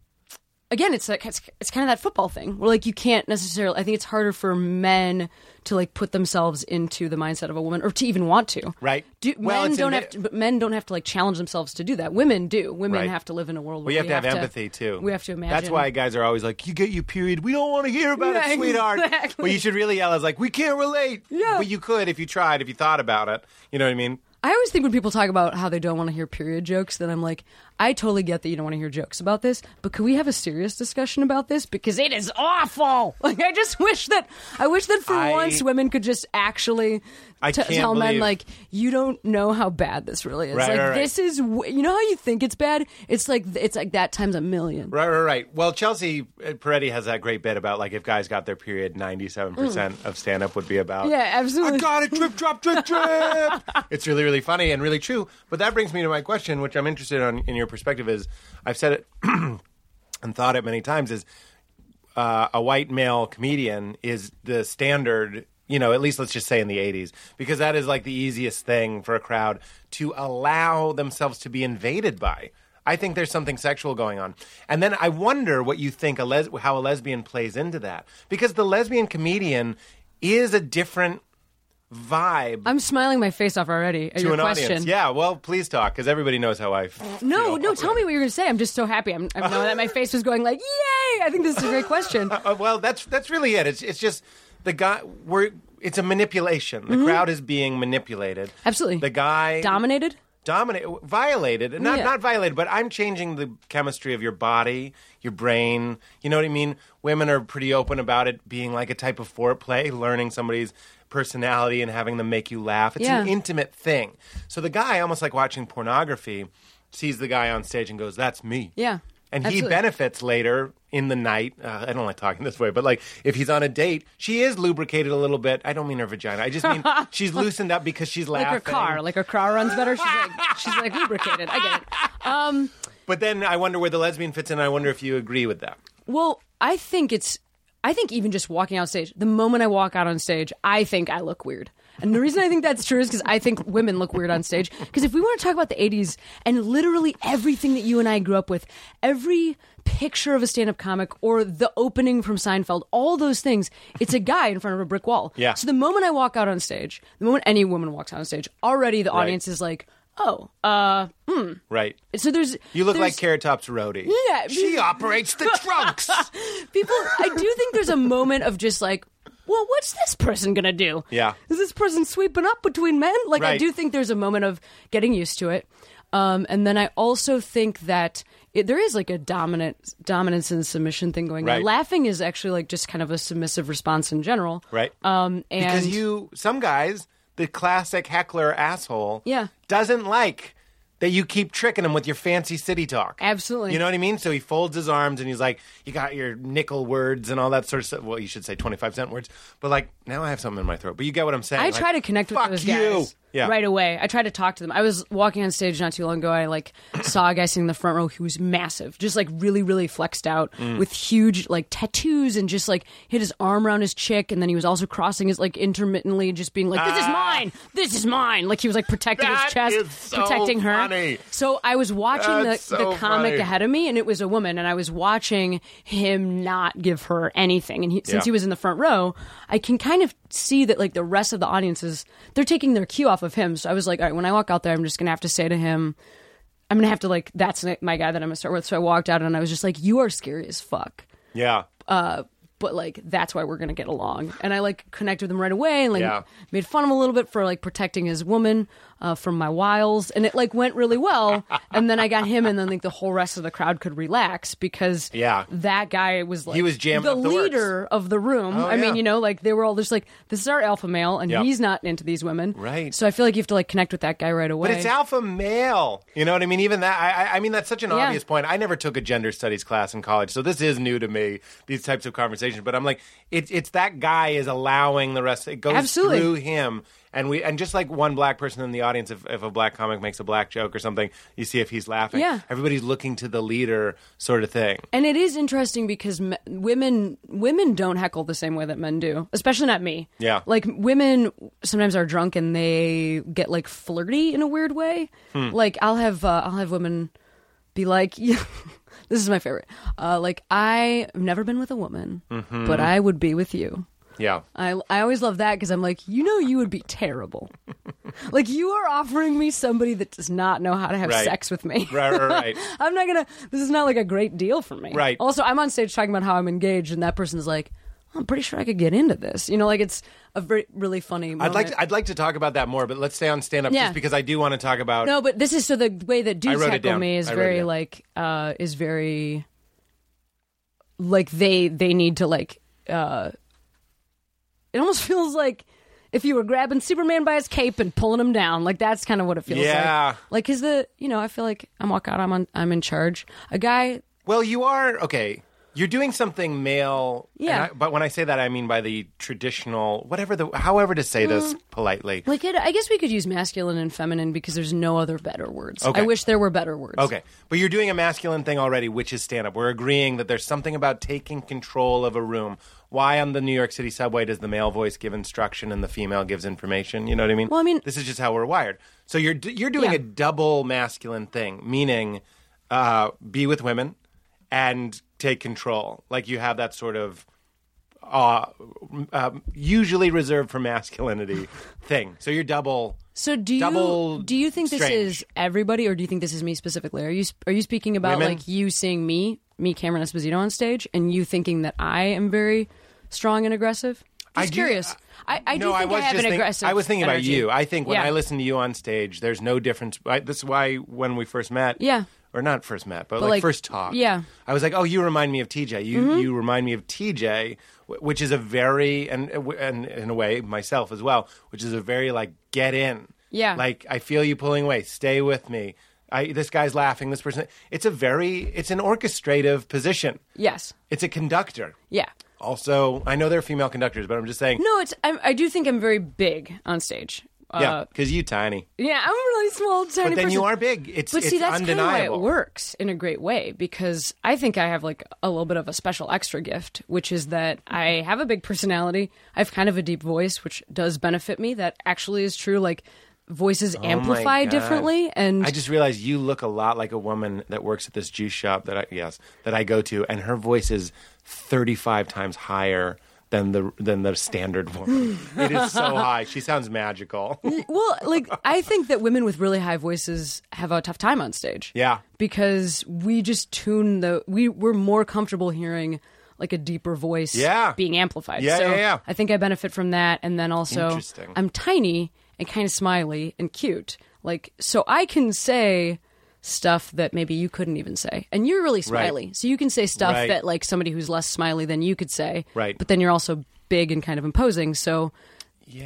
[SPEAKER 5] again, it's like it's, it's kind of that football thing where like you can't necessarily. I think it's harder for men to like put themselves into the mindset of a woman or to even want to.
[SPEAKER 4] Right.
[SPEAKER 5] Do,
[SPEAKER 4] Well,
[SPEAKER 5] men
[SPEAKER 4] it's
[SPEAKER 5] don't
[SPEAKER 4] in-
[SPEAKER 5] have to, but men don't have to like challenge themselves to do that. Women do. Women
[SPEAKER 4] Right.
[SPEAKER 5] have to live in a world where
[SPEAKER 4] We have
[SPEAKER 5] we
[SPEAKER 4] to have, empathy too.
[SPEAKER 5] We have to imagine.
[SPEAKER 4] That's why guys are always like, "You get your period. We don't want to hear about
[SPEAKER 5] Yeah,
[SPEAKER 4] it, sweetheart."
[SPEAKER 5] exactly.
[SPEAKER 4] Well, you should really yell. Is like, "We can't relate."
[SPEAKER 5] Yeah.
[SPEAKER 4] Well, you could if you tried, if you thought about it. You know what I mean?
[SPEAKER 5] I always think when people talk about how they don't want to hear period jokes, then I'm like, I totally get that you don't want to hear jokes about this, but could we have a serious discussion about this? Because it is awful. Like I just wish that I wish that for
[SPEAKER 4] I-
[SPEAKER 5] once women could just actually
[SPEAKER 4] I
[SPEAKER 5] t-
[SPEAKER 4] can't
[SPEAKER 5] tell men
[SPEAKER 4] believe-
[SPEAKER 5] like you don't know how bad this really is.
[SPEAKER 4] Right,
[SPEAKER 5] like
[SPEAKER 4] right, right.
[SPEAKER 5] this is w- you know how you think it's bad. It's like it's like that times a million.
[SPEAKER 4] Right, right, right. Well, Chelsea uh, Peretti has that great bit about like if guys got their period, ninety-seven percent of stand-up would be about.
[SPEAKER 5] Yeah, absolutely.
[SPEAKER 4] I got it. Drip, drop, drip, drip. it's really, really funny and really true. But that brings me to my question, which I'm interested on in your perspective. Is I've said it and thought it many times is uh, a white male comedian is the standard. You know, at least let's just say in the 80s, because that is like the easiest thing for a crowd to allow themselves to be invaded by. I think there's something sexual going on. And then I wonder what you think a les- how a lesbian plays into that. Because the lesbian comedian is a different vibe
[SPEAKER 5] I'm smiling my face off already at
[SPEAKER 4] to
[SPEAKER 5] your
[SPEAKER 4] an
[SPEAKER 5] question.
[SPEAKER 4] audience. Yeah, well, please talk, because everybody knows how I
[SPEAKER 5] No, no, tell me what you're going to say. I'm just so happy. I'm, I'm knowing that my face was going like, "Yay!" I think this is a great question.
[SPEAKER 4] Uh, well, that's that's really it. It's it's just the guy. We're it's a manipulation. The crowd is being manipulated.
[SPEAKER 5] Absolutely.
[SPEAKER 4] the guy
[SPEAKER 5] Dominated?
[SPEAKER 4] dominate violated not
[SPEAKER 5] Yeah.
[SPEAKER 4] not violated but i'm changing the chemistry of your body your brain you know what i mean women are pretty open about it being like a type of foreplay learning somebody's personality and having them make you laugh it's an
[SPEAKER 5] Yeah.
[SPEAKER 4] intimate thing so the guy almost like watching pornography sees the guy on stage and goes that's me
[SPEAKER 5] Yeah.
[SPEAKER 4] And
[SPEAKER 5] Absolutely.
[SPEAKER 4] he benefits later in the night. Uh, I don't like talking this way, but like if he's on a date, she is lubricated a little bit. I don't mean her vagina. I just mean she's loosened up because she's
[SPEAKER 5] Like
[SPEAKER 4] laughing.
[SPEAKER 5] her car, like her car runs better. She's like she's like lubricated. I get it. Um,
[SPEAKER 4] But then I wonder where the lesbian fits in. I wonder if you agree with that.
[SPEAKER 5] well, I think it's. I think even just walking on stage, the moment I walk out on stage, I think I look weird. And the reason I think that's true is because I think women look weird on stage. Because if we want to talk about the 80s and literally everything that you and I grew up with, every picture of a stand up comic or the opening from Seinfeld, all those things, it's a guy in front of a brick wall.
[SPEAKER 4] Yeah.
[SPEAKER 5] So the moment I walk out on stage, the moment any woman walks out on stage, already the audience is like, oh, uh,
[SPEAKER 4] Right.
[SPEAKER 5] so there's.
[SPEAKER 4] You look
[SPEAKER 5] there's-
[SPEAKER 4] like Carrot Top's roadie.
[SPEAKER 5] Yeah.
[SPEAKER 4] She operates the trunks.
[SPEAKER 5] people i do think there's a moment of just like well what's this person gonna do
[SPEAKER 4] Yeah.
[SPEAKER 5] is this person sweeping up between men like i
[SPEAKER 4] Right.
[SPEAKER 5] do think there's a moment of getting used to it um, and then i also think that it, there is like a dominant dominance and submission thing going on
[SPEAKER 4] Right.
[SPEAKER 5] laughing is actually like just kind of a submissive response in general
[SPEAKER 4] Right.
[SPEAKER 5] um, and
[SPEAKER 4] because you, some guys, the classic heckler asshole,
[SPEAKER 5] Yeah.
[SPEAKER 4] doesn't like that you keep tricking him with your fancy city talk.
[SPEAKER 5] Absolutely.
[SPEAKER 4] You know what I mean? So he folds his arms and he's like, "You got your nickel words and all that sort of stuff." Well, you should say twenty-five cent words, but like now I have something in my throat. But you get what I'm saying.
[SPEAKER 5] I
[SPEAKER 4] Like,
[SPEAKER 5] try to connect with
[SPEAKER 4] fuck
[SPEAKER 5] those
[SPEAKER 4] you.
[SPEAKER 5] guys
[SPEAKER 4] Yeah.
[SPEAKER 5] right away. I try to talk to them. I was walking on stage not too long ago. I like saw a guy sitting in the front row who was massive, just like really, really flexed out
[SPEAKER 4] Mm.
[SPEAKER 5] with huge like tattoos and just like hit his arm around his chick, and then he was also crossing his like intermittently, just being like, "This is
[SPEAKER 4] Ah.
[SPEAKER 5] mine, this is mine." Like he was like protecting
[SPEAKER 4] That
[SPEAKER 5] his chest,
[SPEAKER 4] is so
[SPEAKER 5] protecting her.
[SPEAKER 4] funny.
[SPEAKER 5] So I was watching the,
[SPEAKER 4] That's so
[SPEAKER 5] the comic
[SPEAKER 4] funny.
[SPEAKER 5] ahead of me, and it was a woman, and I was watching him not give her anything. And he, since
[SPEAKER 4] Yeah.
[SPEAKER 5] he was in the front row, I can kind of see that like the rest of the audience is they're taking their cue off of him. So I was like, all right, when I walk out there, I'm just gonna have to say to him, I'm gonna have to like, that's my guy that I'm gonna start with. So I walked out, and I was just like, you are scary as fuck
[SPEAKER 4] Yeah.
[SPEAKER 5] Uh, but like that's why we're gonna get along. And I like connected with him right away and like
[SPEAKER 4] Yeah.
[SPEAKER 5] made fun of him a little bit for like protecting his woman uh, from my wiles, and it like went really well. and then I got him, and then like the whole rest of the crowd could relax because
[SPEAKER 4] Yeah.
[SPEAKER 5] that guy was like
[SPEAKER 4] was jamming
[SPEAKER 5] the
[SPEAKER 4] up the works. Oh,
[SPEAKER 5] leader of the room. I
[SPEAKER 4] yeah.
[SPEAKER 5] mean, you know, like they were all just like this is our alpha male, and
[SPEAKER 4] Yep.
[SPEAKER 5] he's not into these women,
[SPEAKER 4] Right.
[SPEAKER 5] So I feel like you have to like connect with that guy right away.
[SPEAKER 4] But it's alpha male. You know what I mean? Even that, I, I- I mean, that's such an
[SPEAKER 5] Yeah.
[SPEAKER 4] obvious point. I never took a gender studies class in college, so this is new to me. These types of conversations, but I'm like, it's it's that guy is allowing the rest. It goes
[SPEAKER 5] Absolutely.
[SPEAKER 4] through him, and we and just like one black person in the audience, if, if a black comic makes a black joke or something, you see if he's laughing.
[SPEAKER 5] Yeah.
[SPEAKER 4] everybody's looking to the leader, sort of thing.
[SPEAKER 5] And it is interesting because m- women women don't heckle the same way that men do, especially not me.
[SPEAKER 4] Yeah.
[SPEAKER 5] like women sometimes are drunk and they get like flirty in a weird way. Like I'll have uh, I'll have women be like, yeah, "This is my favorite." Uh, like I've never been with a woman, but I would be with you.
[SPEAKER 4] Yeah,
[SPEAKER 5] I, I always love that because I'm like, you know, you would be terrible. like, you are offering me somebody that does not know how to have
[SPEAKER 4] Right.
[SPEAKER 5] sex with me.
[SPEAKER 4] Right, right, right.
[SPEAKER 5] I'm not going to, this is not like a great deal for me.
[SPEAKER 4] Right.
[SPEAKER 5] Also, I'm on stage talking about how I'm engaged, and that person's like, I'm pretty sure I could get into this. You know, like it's a very, really funny moment.
[SPEAKER 4] I'd like to, I'd like to talk about that more, but let's stay on stand up
[SPEAKER 5] Yeah.
[SPEAKER 4] just because I do want to talk about.
[SPEAKER 5] No, but this is so the way that dudes
[SPEAKER 4] wrote it
[SPEAKER 5] heckle
[SPEAKER 4] down.
[SPEAKER 5] me is
[SPEAKER 4] I wrote it
[SPEAKER 5] very
[SPEAKER 4] down.
[SPEAKER 5] like uh is very like they they need to like uh it almost feels like if you were grabbing Superman by his cape and pulling him down, like that's kind of what it feels
[SPEAKER 4] Yeah.
[SPEAKER 5] like. Like is the you know I feel like I'm walk out, I'm on, I'm in charge. A guy,
[SPEAKER 4] Well, you are okay. You're doing something male, and
[SPEAKER 5] Yeah.
[SPEAKER 4] I- but when I say that, I mean by the traditional, whatever the, however to say this politely.
[SPEAKER 5] like it, I guess we could use masculine and feminine because there's no other better words.
[SPEAKER 4] Okay.
[SPEAKER 5] I wish there were better words.
[SPEAKER 4] Okay, but you're doing a masculine thing already, which is stand up. We're agreeing that there's something about taking control of a room. Why on the New York City subway does the male voice give instruction and the female gives information? You know what I mean?
[SPEAKER 5] Well, I mean-
[SPEAKER 4] this is just how we're wired. So you're d- you're doing
[SPEAKER 5] Yeah.
[SPEAKER 4] a double masculine thing, meaning uh, be with women and take control. Like you have that sort of uh, um, usually reserved for masculinity thing. So you're double.
[SPEAKER 5] So do you
[SPEAKER 4] Double
[SPEAKER 5] do you think
[SPEAKER 4] strange.
[SPEAKER 5] this is everybody, or do you think this is me specifically? Are you sp- are you speaking about
[SPEAKER 4] Women?
[SPEAKER 5] like you seeing me, me Cameron Esposito on stage, and you thinking that I am very strong and aggressive?
[SPEAKER 4] I
[SPEAKER 5] Just
[SPEAKER 4] do- uh,
[SPEAKER 5] curious. I, I
[SPEAKER 4] no,
[SPEAKER 5] do
[SPEAKER 4] I
[SPEAKER 5] think I,
[SPEAKER 4] was
[SPEAKER 5] have
[SPEAKER 4] just
[SPEAKER 5] an
[SPEAKER 4] think-
[SPEAKER 5] aggressive.
[SPEAKER 4] I was thinking
[SPEAKER 5] energy.
[SPEAKER 4] about you. I think when
[SPEAKER 5] Yeah.
[SPEAKER 4] I listen to you on stage, there's no difference. I, this is why when we first met,
[SPEAKER 5] Yeah.
[SPEAKER 4] or not first met, but,
[SPEAKER 5] But,
[SPEAKER 4] like,
[SPEAKER 5] like,
[SPEAKER 4] first talk,
[SPEAKER 5] yeah. Mm-hmm.
[SPEAKER 4] I was like, oh, you remind me of TJ. You you remind me of TJ, wh- which is a very and and in a way myself as well, which is a very like get in,
[SPEAKER 5] Yeah.
[SPEAKER 4] like I feel you pulling away, stay with me. I, this guy's laughing. This person. It's a very. It's an orchestrative position.
[SPEAKER 5] Yes.
[SPEAKER 4] It's a conductor.
[SPEAKER 5] Yeah.
[SPEAKER 4] Also, I know they're female conductors, but I'm just saying.
[SPEAKER 5] No, it's I, I do think I'm very big on stage. Uh,
[SPEAKER 4] yeah, because you tiny,
[SPEAKER 5] yeah, I'm a really small, tiny.
[SPEAKER 4] but then
[SPEAKER 5] person.
[SPEAKER 4] you are big. It's
[SPEAKER 5] But
[SPEAKER 4] it's
[SPEAKER 5] see, that's kind of why
[SPEAKER 4] undeniable.
[SPEAKER 5] it works in a great way because I think I have like a little bit of a special extra gift, which is that I have a big personality. I have kind of a deep voice, which does benefit me. That actually is true. Like voices
[SPEAKER 4] Oh my
[SPEAKER 5] amplify
[SPEAKER 4] God.
[SPEAKER 5] differently, and
[SPEAKER 4] I just realized you look a lot like a woman that works at this juice shop that I yes that I go to, and her voice is thirty five times higher than the than the standard woman. it is so high. She sounds magical.
[SPEAKER 5] well, like I think that women with really high voices have a tough time on stage.
[SPEAKER 4] yeah,
[SPEAKER 5] because we just tune the we we're more comfortable hearing like a deeper voice
[SPEAKER 4] Yeah.
[SPEAKER 5] being amplified.
[SPEAKER 4] Yeah,
[SPEAKER 5] so
[SPEAKER 4] yeah, yeah.
[SPEAKER 5] I think I benefit from that and then also
[SPEAKER 4] Interesting.
[SPEAKER 5] I'm tiny and kind of smiley and cute. Like so I can say stuff that maybe you couldn't even say. And you're really smiley. So you can say stuff
[SPEAKER 4] Right.
[SPEAKER 5] that like somebody who's less smiley than you could say.
[SPEAKER 4] Right.
[SPEAKER 5] But then you're also big and kind of imposing. So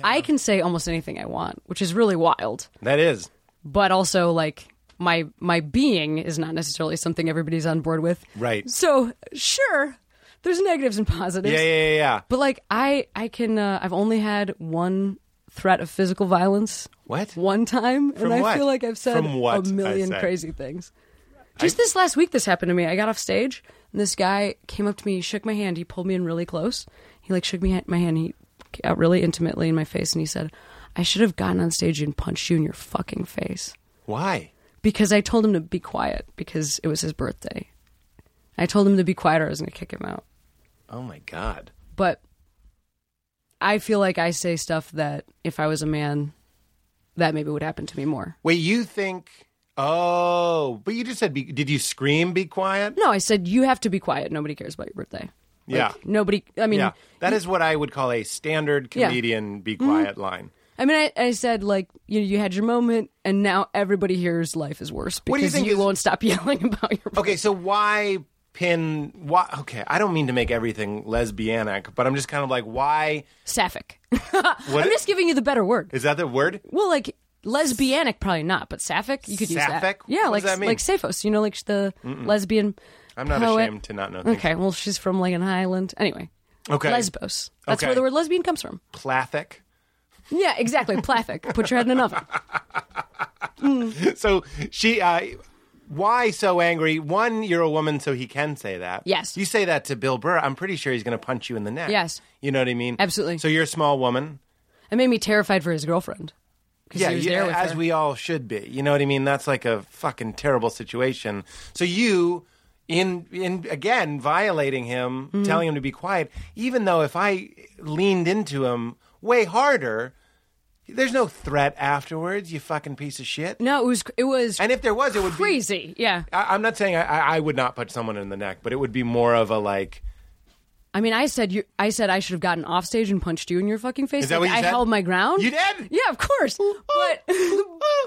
[SPEAKER 5] I can say almost anything I want, which is really wild
[SPEAKER 4] that is.
[SPEAKER 5] but also like my my being is not necessarily something everybody's on board with.
[SPEAKER 4] Right.
[SPEAKER 5] So sure, there's negatives and positives.
[SPEAKER 4] Yeah, yeah, yeah, yeah.
[SPEAKER 5] But like I I can uh, I've only had one threat of physical violence
[SPEAKER 4] What?
[SPEAKER 5] one time,
[SPEAKER 4] From
[SPEAKER 5] and I
[SPEAKER 4] what?
[SPEAKER 5] feel like I've said
[SPEAKER 4] From what,
[SPEAKER 5] a
[SPEAKER 4] I
[SPEAKER 5] million
[SPEAKER 4] say.
[SPEAKER 5] crazy things. Just this last week, this happened to me. I got off stage, and this guy came up to me, shook my hand, he pulled me in really close. He like shook me ha- my hand, he got really intimately in my face, and he said, "I should have gotten on stage and punched you in your fucking face."
[SPEAKER 4] Why?
[SPEAKER 5] because I told him to be quiet because it was his birthday. I told him to be quiet or I was going to kick him out.
[SPEAKER 4] Oh my god.
[SPEAKER 5] But I feel like I say stuff that if I was a man, that maybe would happen to me more.
[SPEAKER 4] Wait, you think? Oh, but you just said. Be, did you scream? Be quiet.
[SPEAKER 5] No, I said, you have to be quiet. Nobody cares about your birthday. Like,
[SPEAKER 4] Yeah.
[SPEAKER 5] Nobody, I mean,
[SPEAKER 4] yeah, that is what I would call a standard
[SPEAKER 5] Yeah. Mm-hmm.
[SPEAKER 4] comedian be quiet line.
[SPEAKER 5] I mean, I, I said, like, you, you had your moment and now everybody hears life is worse because
[SPEAKER 4] What do you think is-
[SPEAKER 5] won't stop yelling about your
[SPEAKER 4] Okay, so why pin? Why? Okay, I don't mean to make everything lesbianic, but I'm just kind of like, why
[SPEAKER 5] Sapphic.
[SPEAKER 4] What-
[SPEAKER 5] I'm just giving you the better word.
[SPEAKER 4] is that the word?
[SPEAKER 5] Well, like lesbianic, probably not, but sapphic, you could use that.
[SPEAKER 4] Sapphic?
[SPEAKER 5] Yeah,
[SPEAKER 4] What
[SPEAKER 5] like
[SPEAKER 4] does that mean?
[SPEAKER 5] like Sapphos, you know, like the lesbian.
[SPEAKER 4] I'm not
[SPEAKER 5] poet.
[SPEAKER 4] ashamed to not know. Things.
[SPEAKER 5] Okay, well, she's from like an island. Anyway,
[SPEAKER 4] Okay.
[SPEAKER 5] Lesbos. That's
[SPEAKER 4] Okay.
[SPEAKER 5] where the word lesbian comes from.
[SPEAKER 4] Plathic.
[SPEAKER 5] Yeah, exactly. Plathic. Put your head in an oven.
[SPEAKER 4] So she. Uh, why so angry? One, you're a woman, so he can say that.
[SPEAKER 5] Yes.
[SPEAKER 4] You say that to Bill Burr, I'm pretty sure he's going to punch you in the neck.
[SPEAKER 5] Yes.
[SPEAKER 4] You know what I mean?
[SPEAKER 5] Absolutely.
[SPEAKER 4] So you're a small woman.
[SPEAKER 5] It made me terrified for his girlfriend. 'Cause he was there with
[SPEAKER 4] as
[SPEAKER 5] her.
[SPEAKER 4] we all should be. You know what I mean? That's like a fucking terrible situation. So you, in in again violating him,
[SPEAKER 5] Mm-hmm.
[SPEAKER 4] telling him to be quiet, even though if I leaned into him way harder, there's no threat afterwards. You fucking piece of shit.
[SPEAKER 5] No, it was it was
[SPEAKER 4] And if there was, it would be
[SPEAKER 5] crazy. Yeah,
[SPEAKER 4] I, I'm not saying I, I I would not punch someone in the neck, but it would be more of a like.
[SPEAKER 5] I mean, I said you. I said I should have gotten off stage and punched you in your fucking face.
[SPEAKER 4] Is that
[SPEAKER 5] Like,
[SPEAKER 4] what you
[SPEAKER 5] I
[SPEAKER 4] said?
[SPEAKER 5] held my ground.
[SPEAKER 4] You did? Oh.
[SPEAKER 5] Yeah, of course. But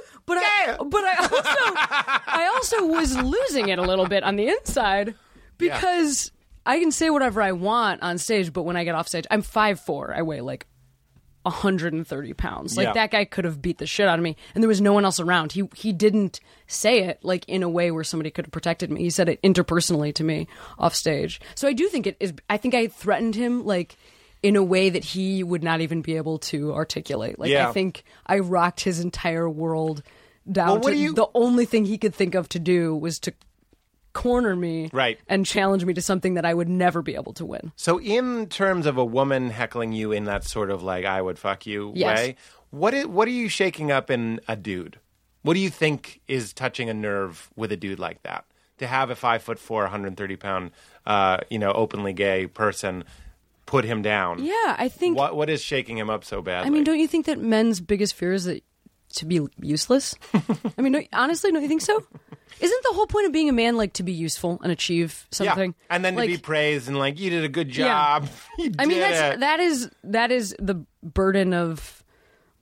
[SPEAKER 5] but I
[SPEAKER 4] Yeah.
[SPEAKER 5] but I also I also was losing it a little bit on the inside because I can say whatever I want on stage, but when I get off stage, I'm five four. I weigh like. 130 pounds. Like
[SPEAKER 4] Yeah.
[SPEAKER 5] that guy could have beat the shit out of me, and there was no one else around. He he didn't say it like in a way where somebody could have protected me. He said it interpersonally to me off stage. So I do think it is. I think I threatened him like in a way that he would not even be able to articulate. Like
[SPEAKER 4] Yeah.
[SPEAKER 5] I think I rocked his entire world down.
[SPEAKER 4] Well, what
[SPEAKER 5] to,
[SPEAKER 4] do you-
[SPEAKER 5] The only thing he could think of to do was to corner me
[SPEAKER 4] Right.
[SPEAKER 5] and challenge me to something that I would never be able to win.
[SPEAKER 4] So, in terms of a woman heckling you in that sort of like "I would fuck you"
[SPEAKER 5] Yes.
[SPEAKER 4] way, what i- what are you shaking up in a dude? What do you think is touching a nerve with a dude like that? To have a five foot four, 130 pound, uh, you know, openly gay person put him down.
[SPEAKER 5] Yeah, I think
[SPEAKER 4] What what is shaking him up so badly?
[SPEAKER 5] I mean, don't you think that men's biggest fear is that to be useless? I mean, don't, honestly, don't you think so? Isn't the whole point of being a man like to be useful and achieve
[SPEAKER 4] yeah.
[SPEAKER 5] something?
[SPEAKER 4] And then
[SPEAKER 5] like,
[SPEAKER 4] to be praised and like you did a good
[SPEAKER 5] Yeah.
[SPEAKER 4] job. You
[SPEAKER 5] I mean,
[SPEAKER 4] did
[SPEAKER 5] that's
[SPEAKER 4] it.
[SPEAKER 5] that is that is the burden of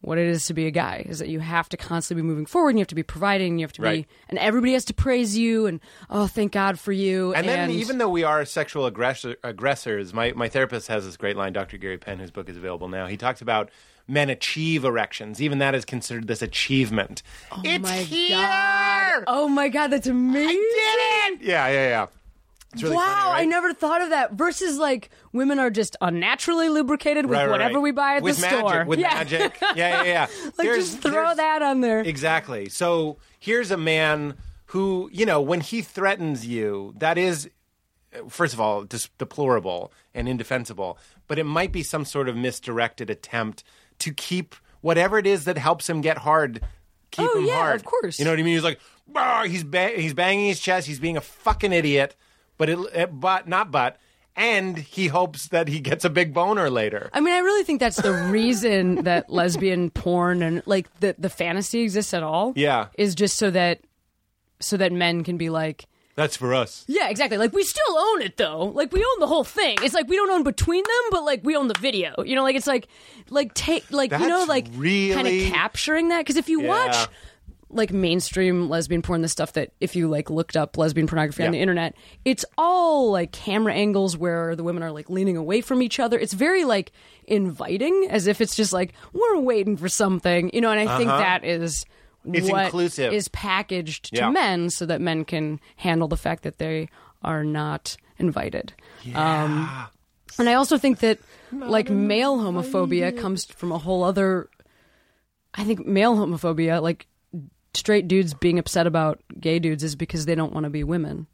[SPEAKER 5] what it is to be a guy is that you have to constantly be moving forward and you have to be providing and you have to
[SPEAKER 4] Right.
[SPEAKER 5] be and everybody has to praise you and oh thank god for you
[SPEAKER 4] And then, even though we are sexual aggressor, aggressors, my, my therapist has this great line, Dr. Gary Penn, whose book is available now. He talks about men achieve erections. Even that is considered this achievement. it's
[SPEAKER 5] Oh my
[SPEAKER 4] here!
[SPEAKER 5] God.
[SPEAKER 4] water.
[SPEAKER 5] Oh my god, that's amazing!
[SPEAKER 4] Did it? Yeah, yeah, yeah. It's really
[SPEAKER 5] wow,
[SPEAKER 4] funny, right?
[SPEAKER 5] I never thought of that. Versus, like women are just unnaturally lubricated with
[SPEAKER 4] Right, right,
[SPEAKER 5] whatever
[SPEAKER 4] right.
[SPEAKER 5] we buy at
[SPEAKER 4] With
[SPEAKER 5] the
[SPEAKER 4] magic,
[SPEAKER 5] store.
[SPEAKER 4] With
[SPEAKER 5] yeah.
[SPEAKER 4] magic. Yeah, yeah, yeah.
[SPEAKER 5] like
[SPEAKER 4] There's-
[SPEAKER 5] just throw
[SPEAKER 4] there's-
[SPEAKER 5] that on there.
[SPEAKER 4] Exactly. So here's a man who, you know, when he threatens you, that is, first of all, dis- deplorable and indefensible, but it might be some sort of misdirected attempt to keep whatever it is that helps him get hard, keep
[SPEAKER 5] Oh,
[SPEAKER 4] him
[SPEAKER 5] yeah,
[SPEAKER 4] hard.
[SPEAKER 5] of course.
[SPEAKER 4] You know what I mean? He's like, "Bah," he's, ba- he's banging his chest, he's being a fucking idiot, but, it, eh, but not but. And he hopes that he gets a big boner later.
[SPEAKER 5] I mean, I really think that's the reason that lesbian porn and like the the fantasy exists at all.
[SPEAKER 4] Yeah.
[SPEAKER 5] is just so that so that men can be like,
[SPEAKER 4] That's for us.
[SPEAKER 5] yeah, exactly. Like we still own it though. Like we own the whole thing. It's like we don't own between them, but like we own the video. You know, like it's like like take like you know
[SPEAKER 4] That's
[SPEAKER 5] like kind
[SPEAKER 4] really-
[SPEAKER 5] of capturing that because if you
[SPEAKER 4] Yeah.
[SPEAKER 5] watch like mainstream lesbian porn, the stuff that if you like looked up lesbian pornography on
[SPEAKER 4] Yeah.
[SPEAKER 5] the internet, it's all like camera angles where the women are like leaning away from each other. It's very like inviting, as if it's just like we're waiting for something, you know. And I think that is
[SPEAKER 4] Uh-huh. It's
[SPEAKER 5] what
[SPEAKER 4] inclusive.
[SPEAKER 5] is packaged to
[SPEAKER 4] Yeah.
[SPEAKER 5] men so that men can handle the fact that they are not invited. Um, and I also think that like male homophobia comes from a whole other. I think male homophobia, like straight dudes being upset about gay dudes, is because they don't want to be women.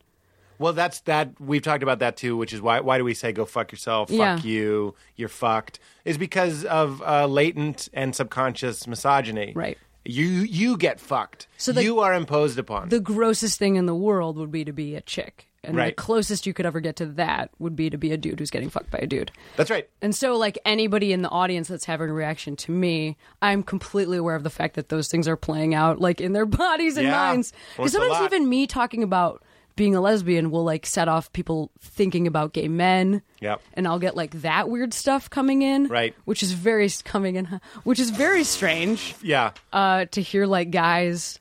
[SPEAKER 4] Well, that's that we've talked about that too, which is why why do we say go fuck yourself, fuck
[SPEAKER 5] Yeah.
[SPEAKER 4] you, you're fucked, is because of uh, latent and subconscious misogyny.
[SPEAKER 5] Right.
[SPEAKER 4] You you get fucked.
[SPEAKER 5] So the-
[SPEAKER 4] you are imposed upon.
[SPEAKER 5] The grossest thing in the world would be to be a chick. And
[SPEAKER 4] Right.
[SPEAKER 5] the closest you could ever get to that would be to be a dude who's getting fucked by a dude.
[SPEAKER 4] that's right.
[SPEAKER 5] And so, like anybody in the audience that's having a reaction to me, I'm completely aware of the fact that those things are playing out, like in their bodies and
[SPEAKER 4] Yeah.
[SPEAKER 5] minds.
[SPEAKER 4] Well, it's a
[SPEAKER 5] sometimes
[SPEAKER 4] lot.
[SPEAKER 5] even me talking about being a lesbian will like set off people thinking about gay men.
[SPEAKER 4] Yep.
[SPEAKER 5] And I'll get like that weird stuff coming in,
[SPEAKER 4] Right.
[SPEAKER 5] Which is very coming in, which is very strange
[SPEAKER 4] Yeah.
[SPEAKER 5] uh, to hear like guys.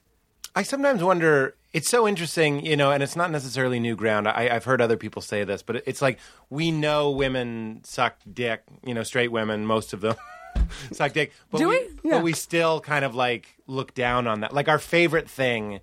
[SPEAKER 4] I sometimes wonder. It's so interesting, you know, and it's not necessarily new ground. I, I've heard other people say this, but it's like we know women suck dick, you know, straight women, most of them suck dick. But
[SPEAKER 5] Do we? Yeah.
[SPEAKER 4] But we still kind of like look down on that. Like our favorite thing,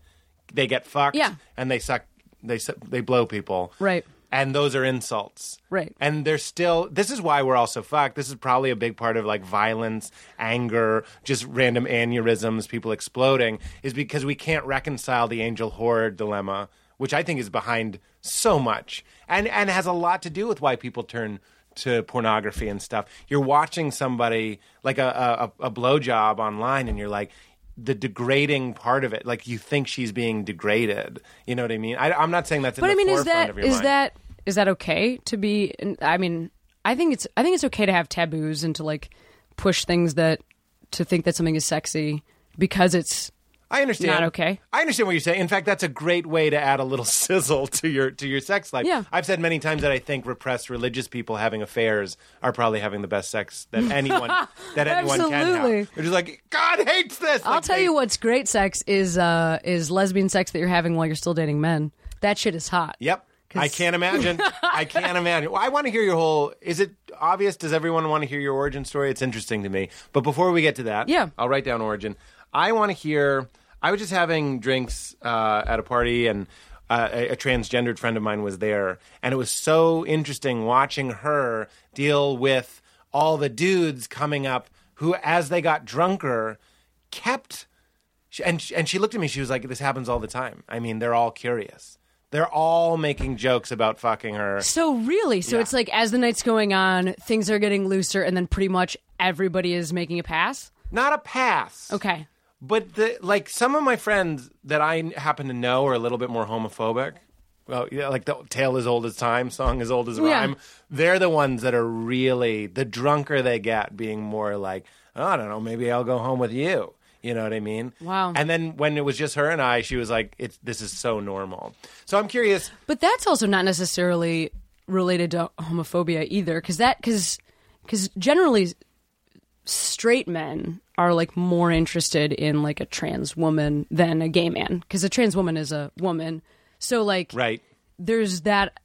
[SPEAKER 4] they get fucked,
[SPEAKER 5] Yeah.
[SPEAKER 4] and they suck, they su- they blow people,
[SPEAKER 5] Right.
[SPEAKER 4] And those are insults,
[SPEAKER 5] Right.
[SPEAKER 4] And they're still. This is why we're all so fucked. This is probably a big part of like violence, anger, just random aneurysms, people exploding, is because we can't reconcile the angel horror dilemma, which I think is behind so much, and and has a lot to do with why people turn to pornography and stuff. You're watching somebody like a a, a blowjob online, and you're like. The degrading part of it, like you think she's being degraded. You know what I mean? I, I'm not saying that's. In
[SPEAKER 5] But
[SPEAKER 4] the
[SPEAKER 5] I mean, is
[SPEAKER 4] forefront
[SPEAKER 5] that
[SPEAKER 4] of your
[SPEAKER 5] is
[SPEAKER 4] mind.
[SPEAKER 5] that is that okay to be? I mean, I think it's I think it's okay to have taboos and to like push things that to think that something is sexy because it's
[SPEAKER 4] I understand.
[SPEAKER 5] Not okay.
[SPEAKER 4] I understand what you're saying. In fact, that's a great way to add a little sizzle to your to your sex life.
[SPEAKER 5] Yeah.
[SPEAKER 4] I've said many times that I think repressed religious people having affairs are probably having the best sex that anyone that anyone can
[SPEAKER 5] Absolutely.
[SPEAKER 4] have. They're just like God hates this.
[SPEAKER 5] I'll
[SPEAKER 4] Like,
[SPEAKER 5] tell
[SPEAKER 4] they-
[SPEAKER 5] you what's great sex is uh is lesbian sex that you're having while you're still dating men. That shit is hot.
[SPEAKER 4] Yep. I can't imagine. I can't imagine. Well, I want to hear your whole. Is it obvious? Does everyone want to hear your origin story? It's interesting to me. But before we get to that,
[SPEAKER 5] Yeah.
[SPEAKER 4] I'll write down origin. I want to hear. I was just having drinks uh, at a party, and uh, a, a transgendered friend of mine was there, and it was so interesting watching her deal with all the dudes coming up who, as they got drunker, kept she, and she, and she looked at me. She was like, "This happens all the time. I mean, they're all curious. They're all making jokes about fucking her."
[SPEAKER 5] So really, so
[SPEAKER 4] Yeah.
[SPEAKER 5] it's like as the night's going on, things are getting looser, and then pretty much everybody is making a pass.
[SPEAKER 4] Not a pass.
[SPEAKER 5] Okay.
[SPEAKER 4] But the like some of my friends that I happen to know are a little bit more homophobic. Well, yeah, like the tale as old as time, song as old as
[SPEAKER 5] Yeah.
[SPEAKER 4] rhyme. They're the ones that are really the drunker they get, being more like, "Oh, I don't know, maybe I'll go home with you. You know what I mean?
[SPEAKER 5] Wow.
[SPEAKER 4] And then when it was just her and I, she was like, "It's this is so normal." So I'm curious.
[SPEAKER 5] But that's also not necessarily related to homophobia either, because that because because generally straight men are like more interested in like a trans woman than a gay man, because a trans woman is a woman. So like
[SPEAKER 4] Right.
[SPEAKER 5] there's that